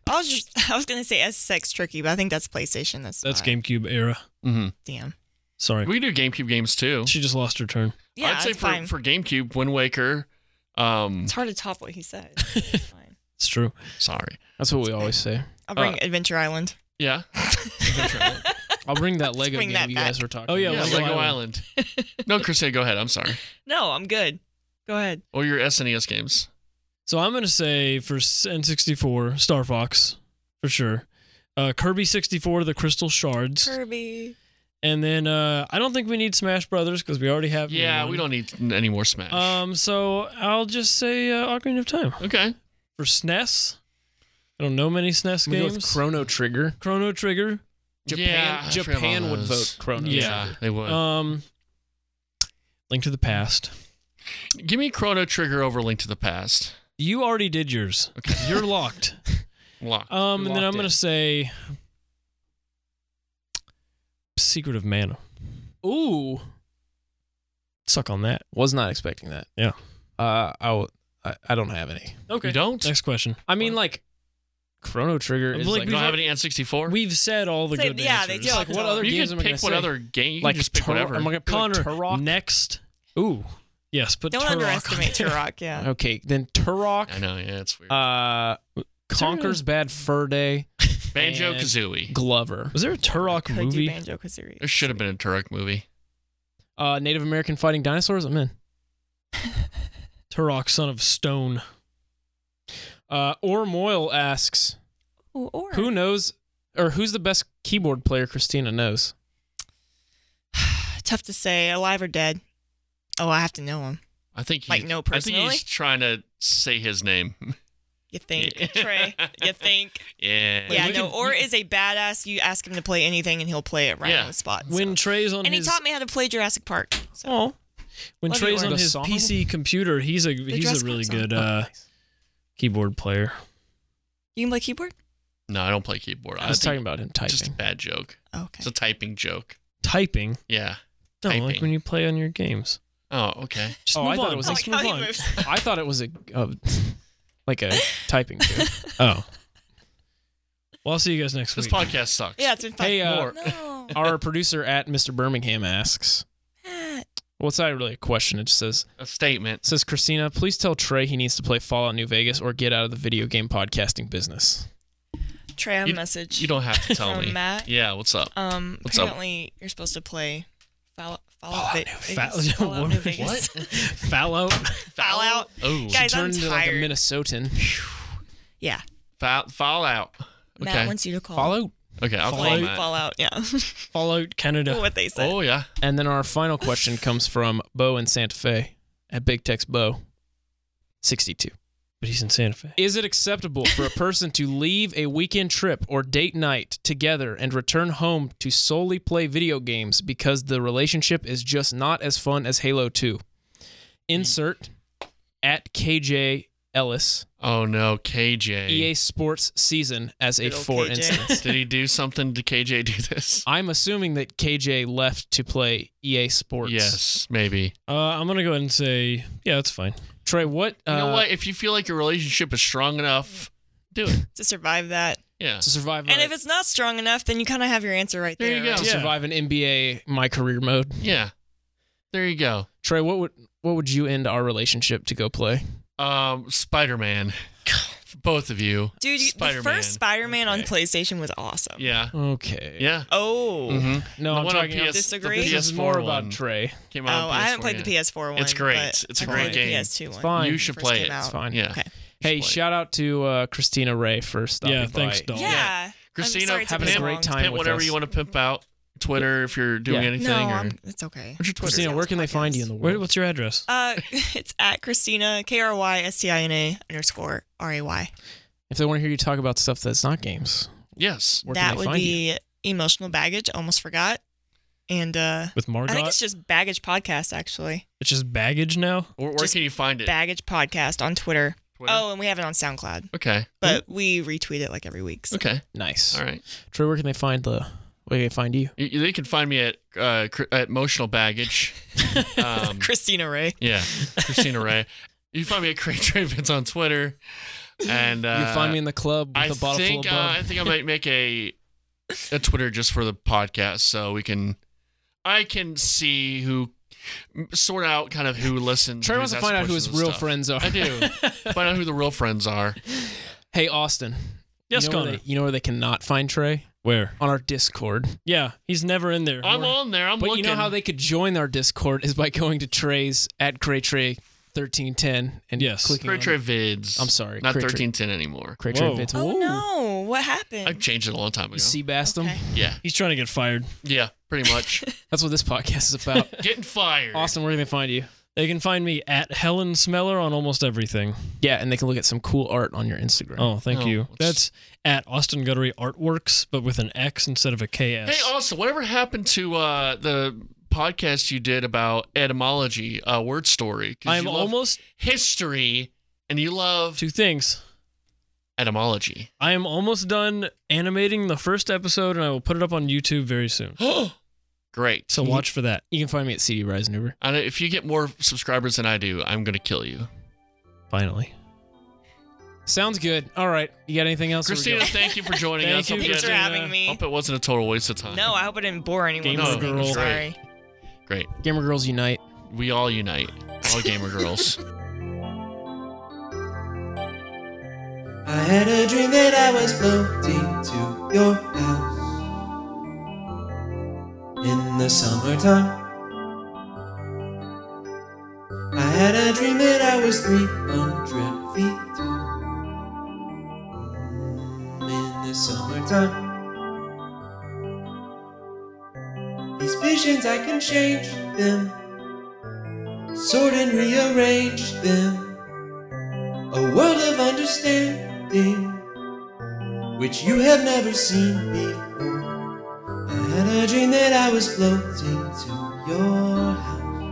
Speaker 5: I was just, I was gonna say SSX tricky, but I think that's PlayStation. That's
Speaker 3: That's
Speaker 5: not-
Speaker 3: GameCube era.
Speaker 2: Mm-hmm.
Speaker 5: Damn.
Speaker 3: Sorry.
Speaker 2: We can do GameCube games too.
Speaker 3: She just lost her turn.
Speaker 5: Yeah,
Speaker 2: I'd say
Speaker 5: it's
Speaker 2: for,
Speaker 5: fine.
Speaker 2: for GameCube, Wind Waker. Um,
Speaker 5: it's hard to top what he said. It's fine.
Speaker 3: It's true.
Speaker 2: sorry.
Speaker 4: That's what we always say.
Speaker 5: I'll bring
Speaker 2: Uh,
Speaker 5: Adventure Island.
Speaker 2: Yeah.
Speaker 8: I'll bring that Lego
Speaker 5: bring
Speaker 8: game
Speaker 5: that
Speaker 8: you
Speaker 5: back.
Speaker 8: guys were talking.
Speaker 3: Oh, yeah,
Speaker 2: Yeah,
Speaker 8: about.
Speaker 2: Lego Island. no, Crusade, go ahead. I'm sorry.
Speaker 5: No, I'm good. Go ahead.
Speaker 2: Or your SNES games.
Speaker 8: So I'm gonna say for s- N64, Star Fox, for sure. Uh, Kirby 64, the Crystal Shards,
Speaker 5: Kirby.
Speaker 8: and then uh, I don't think we need Smash Brothers because we already have.
Speaker 2: Yeah, we
Speaker 8: one.
Speaker 2: don't need any more Smash.
Speaker 8: Um, so I'll just say uh, Ocarina of Time
Speaker 2: okay.
Speaker 8: for SNES. I don't know many SNES
Speaker 4: We go with
Speaker 8: games.
Speaker 4: Chrono Trigger.
Speaker 8: Chrono Trigger.
Speaker 4: Japan.
Speaker 2: Yeah, I forgot about
Speaker 4: Japan would
Speaker 2: those.
Speaker 4: vote Chrono.
Speaker 2: Yeah, they would.
Speaker 8: Um, Link to the Past.
Speaker 2: Give me Chrono Trigger over Link to the Past.
Speaker 8: You already did yours. Okay. You're locked.
Speaker 2: Lock.
Speaker 8: Um,
Speaker 4: We
Speaker 8: and then I'm
Speaker 4: locked
Speaker 8: gonna
Speaker 4: it.
Speaker 8: say Secret of Mana.
Speaker 4: Trigger. Ooh,
Speaker 8: Suck on that.
Speaker 4: was not expecting that.
Speaker 8: Yeah.
Speaker 4: Uh, I w- I, I don't have any.
Speaker 8: Okay.
Speaker 2: You don't?
Speaker 8: Next question.
Speaker 4: I mean, like Chrono Trigger is
Speaker 8: Like,
Speaker 4: like,
Speaker 2: you don't have any N64?
Speaker 8: We've said all the
Speaker 5: Say-
Speaker 8: good
Speaker 5: yeah, they
Speaker 8: answers.
Speaker 5: do.
Speaker 4: like what other
Speaker 2: you
Speaker 4: games
Speaker 2: can
Speaker 4: am I gonna
Speaker 2: pick what
Speaker 4: say?
Speaker 2: other game. You
Speaker 4: like
Speaker 2: can just pick
Speaker 4: Tur-
Speaker 2: whatever.
Speaker 4: Am I gonna pick like,
Speaker 8: Connor,
Speaker 4: Turok?
Speaker 8: next.
Speaker 4: Ooh.
Speaker 8: Yes, but
Speaker 5: Don't
Speaker 8: Turok.
Speaker 5: underestimate Turok. Yeah.
Speaker 4: Okay, then Turok.
Speaker 2: I know. Yeah, it's weird.
Speaker 4: Uh, Conker's Bad Fur Day.
Speaker 2: Banjo
Speaker 4: and-
Speaker 2: Kazooie.
Speaker 4: Glover.
Speaker 8: Was there a Turok
Speaker 5: Could do
Speaker 8: movie?
Speaker 5: Banjo Kazooie.
Speaker 2: There should have been a Turok movie.
Speaker 4: Uh, Native American fighting dinosaurs. I'm in.
Speaker 8: Turok, Son of Stone.
Speaker 4: Uh, Orm Moyle asks,
Speaker 5: Ooh, or
Speaker 4: who knows, or who's the best keyboard player? Christina knows.
Speaker 5: tough to say, alive or dead. Oh, I have to know him.
Speaker 2: I think he,
Speaker 5: Like, no
Speaker 2: I think
Speaker 5: personally?
Speaker 2: he's trying to say his name.
Speaker 5: You think,
Speaker 2: Yeah.
Speaker 5: Trey? You think?
Speaker 2: yeah.
Speaker 5: Yeah,
Speaker 8: we
Speaker 5: no.
Speaker 8: could-
Speaker 5: Or is a badass. You ask him to play anything, and he'll play it right
Speaker 2: Yeah.
Speaker 5: on the spot.
Speaker 8: When
Speaker 5: so.
Speaker 8: Trey's on
Speaker 5: and he
Speaker 8: his
Speaker 5: taught me how to play Jurassic Park. So.
Speaker 4: Oh,
Speaker 8: when
Speaker 5: Love
Speaker 8: Trey's on
Speaker 5: you,
Speaker 4: Orm.
Speaker 8: his
Speaker 4: The song?
Speaker 8: PC computer, he's a he's
Speaker 5: dress
Speaker 8: a really
Speaker 5: code's Oh, on.
Speaker 8: good uh, keyboard player.
Speaker 5: You can play keyboard.
Speaker 2: No, I don't play keyboard.
Speaker 4: I was
Speaker 2: think
Speaker 4: talking about him
Speaker 2: it's just a
Speaker 4: typing.
Speaker 2: bad joke.
Speaker 5: Oh, okay.
Speaker 2: It's a typing joke.
Speaker 8: Typing.
Speaker 2: Yeah.
Speaker 8: No, like
Speaker 2: Typing.
Speaker 8: when you play on your games.
Speaker 2: Oh, okay.
Speaker 8: Just
Speaker 4: Oh,
Speaker 8: move
Speaker 4: I thought
Speaker 8: on.
Speaker 4: it was
Speaker 5: I
Speaker 4: like-
Speaker 5: like
Speaker 8: Let's
Speaker 5: how
Speaker 8: move
Speaker 5: he
Speaker 8: on.
Speaker 5: moves.
Speaker 4: I thought it was a, uh, like a typing joke.
Speaker 8: Oh. Well, I'll see you guys next
Speaker 2: This
Speaker 8: week.
Speaker 2: podcast sucks.
Speaker 5: Yeah, it's been fun.
Speaker 4: Hey, uh,
Speaker 2: More.
Speaker 5: no.
Speaker 4: Our producer at Mr. Birmingham asks,
Speaker 5: Matt.
Speaker 4: well, it's not really a question. It just says,
Speaker 2: A statement.
Speaker 4: Says Christina, please tell Trey he needs to play Fallout New Vegas or get out of the video game podcasting business.
Speaker 5: Trey, I have a message.
Speaker 2: You don't have to tell
Speaker 5: From
Speaker 2: me.
Speaker 5: Matt?
Speaker 2: Yeah, what's up?
Speaker 5: Um,
Speaker 2: What's up?
Speaker 5: apparently, you're supposed to play Fallout. Fallout, Ve- Vegas.
Speaker 8: Fall-
Speaker 5: Fallout New Vegas.
Speaker 8: Fallout.
Speaker 5: Fallout.
Speaker 2: Oh,
Speaker 5: Guys, I'm
Speaker 4: Turned into like a
Speaker 5: tired.
Speaker 4: Minnesotan.
Speaker 5: Yeah.
Speaker 2: Fall, Fallout.
Speaker 5: Matt
Speaker 2: Okay.
Speaker 5: wants you to call.
Speaker 4: Fallout.
Speaker 2: Okay, I'll call
Speaker 5: Play
Speaker 2: Matt.
Speaker 5: Fallout. Yeah.
Speaker 8: Fallout Canada.
Speaker 5: what they said.
Speaker 2: Oh yeah.
Speaker 4: And then our final question comes from Bo in Santa Fe at Big Text Bo. 62.
Speaker 8: But he's in Santa Fe.
Speaker 4: Is it acceptable for a person to leave a weekend trip or date night together and return home to solely play video games because the relationship is just not as fun as Halo 2? Insert at KJ Ellis.
Speaker 2: Oh no, KJ.
Speaker 8: E
Speaker 4: EA Sports season as a
Speaker 5: Good old
Speaker 4: for
Speaker 5: KJ.
Speaker 4: instance.
Speaker 2: Did he do something? Did KJ do this?
Speaker 4: I'm assuming that KJ left to play EA Sports.
Speaker 2: Yes, maybe.
Speaker 8: Uh, I'm gonna go ahead and say, yeah, that's fine.
Speaker 4: Trey, what?
Speaker 2: You know
Speaker 4: uh,
Speaker 2: what? If you feel like your relationship is strong enough, do it.
Speaker 5: To survive that.
Speaker 2: Yeah.
Speaker 4: To survive,
Speaker 5: And
Speaker 4: a-
Speaker 5: if it's not strong enough, then you kind of have your answer right
Speaker 2: There
Speaker 5: there.
Speaker 2: you go.
Speaker 5: right?
Speaker 4: to
Speaker 2: Yeah.
Speaker 4: survive an NBA my career mode,
Speaker 2: Yeah. There you go.
Speaker 4: Trey, what would what would you end our relationship to go play?
Speaker 2: Um, Spider Man. Both of you.
Speaker 5: Dude, you, the
Speaker 2: Spider-Man.
Speaker 5: first Spider-Man on
Speaker 2: Okay.
Speaker 5: PlayStation was awesome.
Speaker 2: Yeah.
Speaker 4: Okay.
Speaker 2: Yeah.
Speaker 5: Oh.
Speaker 2: Mhm.
Speaker 4: No,
Speaker 2: The
Speaker 4: I'm
Speaker 2: one on
Speaker 4: talking about-
Speaker 2: PS
Speaker 5: Disagree?
Speaker 2: The PS4
Speaker 4: this is more
Speaker 2: one
Speaker 4: about Trey.
Speaker 2: Came
Speaker 5: Oh,
Speaker 2: out on
Speaker 5: I haven't
Speaker 2: PS4,
Speaker 5: played
Speaker 2: yeah.
Speaker 5: the PS4 one.
Speaker 2: It's great.
Speaker 5: but
Speaker 2: It's a
Speaker 5: I
Speaker 2: great
Speaker 5: played
Speaker 2: game.
Speaker 5: The PS2
Speaker 4: It's
Speaker 5: one.
Speaker 4: fine.
Speaker 5: when
Speaker 2: You should
Speaker 5: first
Speaker 2: play
Speaker 5: came
Speaker 2: it. It's
Speaker 5: out.
Speaker 4: fine.
Speaker 2: Yeah.
Speaker 5: Okay.
Speaker 2: play
Speaker 4: Hey,
Speaker 2: it.
Speaker 4: shout out to uh, Christina Ray for stopping
Speaker 8: Yeah,
Speaker 4: by.
Speaker 8: thanks, doll.
Speaker 5: Yeah.
Speaker 8: Yeah.
Speaker 5: I'm
Speaker 2: Christina,
Speaker 5: sorry it took
Speaker 4: having
Speaker 5: me
Speaker 4: a
Speaker 5: so
Speaker 4: great
Speaker 5: long.
Speaker 4: time.
Speaker 2: Pimp
Speaker 4: with
Speaker 2: whatever
Speaker 4: us.
Speaker 2: you want to pimp out. Twitter if you're doing
Speaker 4: Yeah.
Speaker 5: No,
Speaker 2: anything. or,
Speaker 5: I'm, it's okay.
Speaker 2: what's your Twitter?
Speaker 4: Christina, where can they find you in the
Speaker 8: Where,
Speaker 4: world?
Speaker 8: what's your address?
Speaker 5: Uh, it's at Christina K R Y S T I N A underscore R A Y.
Speaker 4: if they want to hear you talk about stuff that's not games,
Speaker 2: Yes.
Speaker 4: where
Speaker 5: That
Speaker 4: can they
Speaker 5: would
Speaker 4: find you?
Speaker 5: be emotional baggage. Almost forgot. And uh,
Speaker 8: With
Speaker 5: I
Speaker 8: Margot.
Speaker 5: think it's just baggage podcast actually.
Speaker 8: it's just baggage now.
Speaker 2: Where, where
Speaker 5: Just
Speaker 2: can you find it?
Speaker 5: Baggage podcast on Twitter.
Speaker 2: Twitter?
Speaker 5: Oh, and we have it on SoundCloud,
Speaker 2: Okay.
Speaker 5: but we retweet it like every week. So.
Speaker 2: Okay.
Speaker 4: Nice.
Speaker 2: All right.
Speaker 4: Trey, where can they find the? Where can they find you?
Speaker 2: You- They can find me at uh, cr- at emotional baggage. Um,
Speaker 5: Christina Ray.
Speaker 2: yeah, Christina Ray. You can find me at Craig Dravens on Twitter, and uh,
Speaker 4: you can find me in the club with
Speaker 2: I
Speaker 4: a bottle
Speaker 2: think
Speaker 4: full
Speaker 2: uh,
Speaker 4: of bub.
Speaker 2: I think I might make a a Twitter just for the podcast, so we can I can see who sort out kind of who listens.
Speaker 4: Trey
Speaker 2: who
Speaker 4: wants to
Speaker 2: asks
Speaker 4: find out who
Speaker 2: questions
Speaker 4: his
Speaker 2: and
Speaker 4: real
Speaker 2: stuff.
Speaker 4: friends are.
Speaker 2: I do find out who the real friends are.
Speaker 4: Hey, Austin.
Speaker 8: Yes,
Speaker 4: you know where
Speaker 8: Connor.
Speaker 4: They, you know where they cannot find Trey?
Speaker 8: Where?
Speaker 4: on our Discord.
Speaker 8: Yeah, he's never in there.
Speaker 2: I'm
Speaker 8: We're-
Speaker 2: on there. I'm
Speaker 4: But
Speaker 2: looking.
Speaker 4: you know how they could join our Discord is by going to Trey's at CrayTrey1310 and
Speaker 8: Yes.
Speaker 4: clicking
Speaker 2: Cray
Speaker 4: on
Speaker 2: Tray Vids.
Speaker 4: I'm sorry,
Speaker 2: Not
Speaker 4: Cray Tray.
Speaker 2: 1310 anymore.
Speaker 4: Cray
Speaker 8: Whoa.
Speaker 4: Trey. It's
Speaker 5: Oh no! What happened?
Speaker 2: I've changed it a long time ago.
Speaker 4: Seabass them.
Speaker 5: Okay.
Speaker 2: Yeah.
Speaker 8: He's trying to get fired.
Speaker 2: Yeah. Pretty much.
Speaker 4: That's what this podcast is about.
Speaker 2: Getting fired.
Speaker 4: Austin, where can they find you?
Speaker 8: They can find me at Helen Smeller on almost everything.
Speaker 4: Yeah, and they can look at some cool art on your Instagram.
Speaker 8: Oh, thank
Speaker 2: Oh,
Speaker 8: you.
Speaker 2: it's-
Speaker 8: That's at Austin Guttery Artworks, but with an X instead of a KS.
Speaker 2: Hey, Austin, whatever happened to uh, the podcast you did about etymology, uh, word story? 'Cause
Speaker 8: I'm
Speaker 2: you love
Speaker 8: almost
Speaker 2: history and you love
Speaker 8: two things.
Speaker 2: etymology.
Speaker 8: I am almost done animating the first episode, and I will put it up on YouTube very soon.
Speaker 2: Great.
Speaker 8: So watch for that.
Speaker 4: You can find me at CD Rise and Uber.
Speaker 2: I don't- if you get more subscribers than I do, I'm going to kill you.
Speaker 8: Finally.
Speaker 4: Sounds good. All right. You got anything else? Or we
Speaker 2: Christina,
Speaker 4: go?
Speaker 2: thank you for joining
Speaker 8: Thank
Speaker 2: us.
Speaker 8: you,
Speaker 2: Hope
Speaker 5: Thanks for
Speaker 2: had-
Speaker 8: Christina.
Speaker 5: having me.
Speaker 2: Hope it wasn't a total waste of time.
Speaker 5: No, I hope I didn't bore anyone.
Speaker 8: Gamer
Speaker 5: listening.
Speaker 8: girl.
Speaker 5: Sorry.
Speaker 2: Great.
Speaker 4: Gamer Girls Unite.
Speaker 2: We all unite. All gamer girls.
Speaker 10: I had a dream that I was floating to your house in the summertime. I had a dream that I was 300 feet tall Mm, in the summertime. These visions, I can change them, sort and rearrange them a world of understanding which you have never seen before. I had a dream that I was floating to your house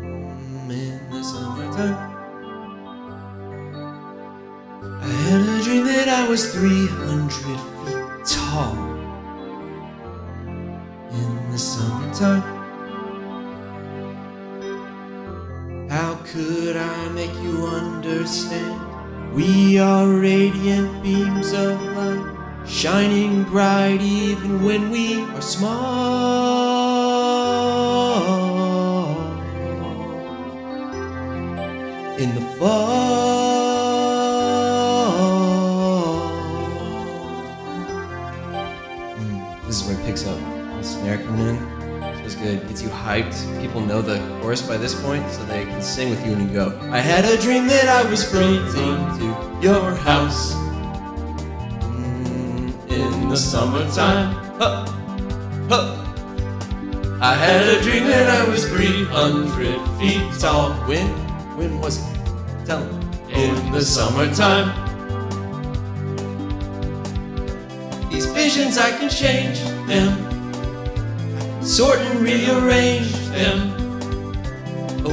Speaker 10: Mm, in the summertime. I had a dream that I was 300 feet tall in the summertime. How could I make you understand? We are radiant beams of light, shining bright even when we are small. In the fall. Mm, this is where it picks up. The snare coming in feels good, gets you hyped. People know the chorus by this point, so they can sing with you and you go. I had a dream that I was floating to your house Mm, in the summertime. Huh, huh. I had a dream that I was 300 feet tall. When? When was it? Tell me. In the summertime. These visions, I can change them sort and rearrange them. A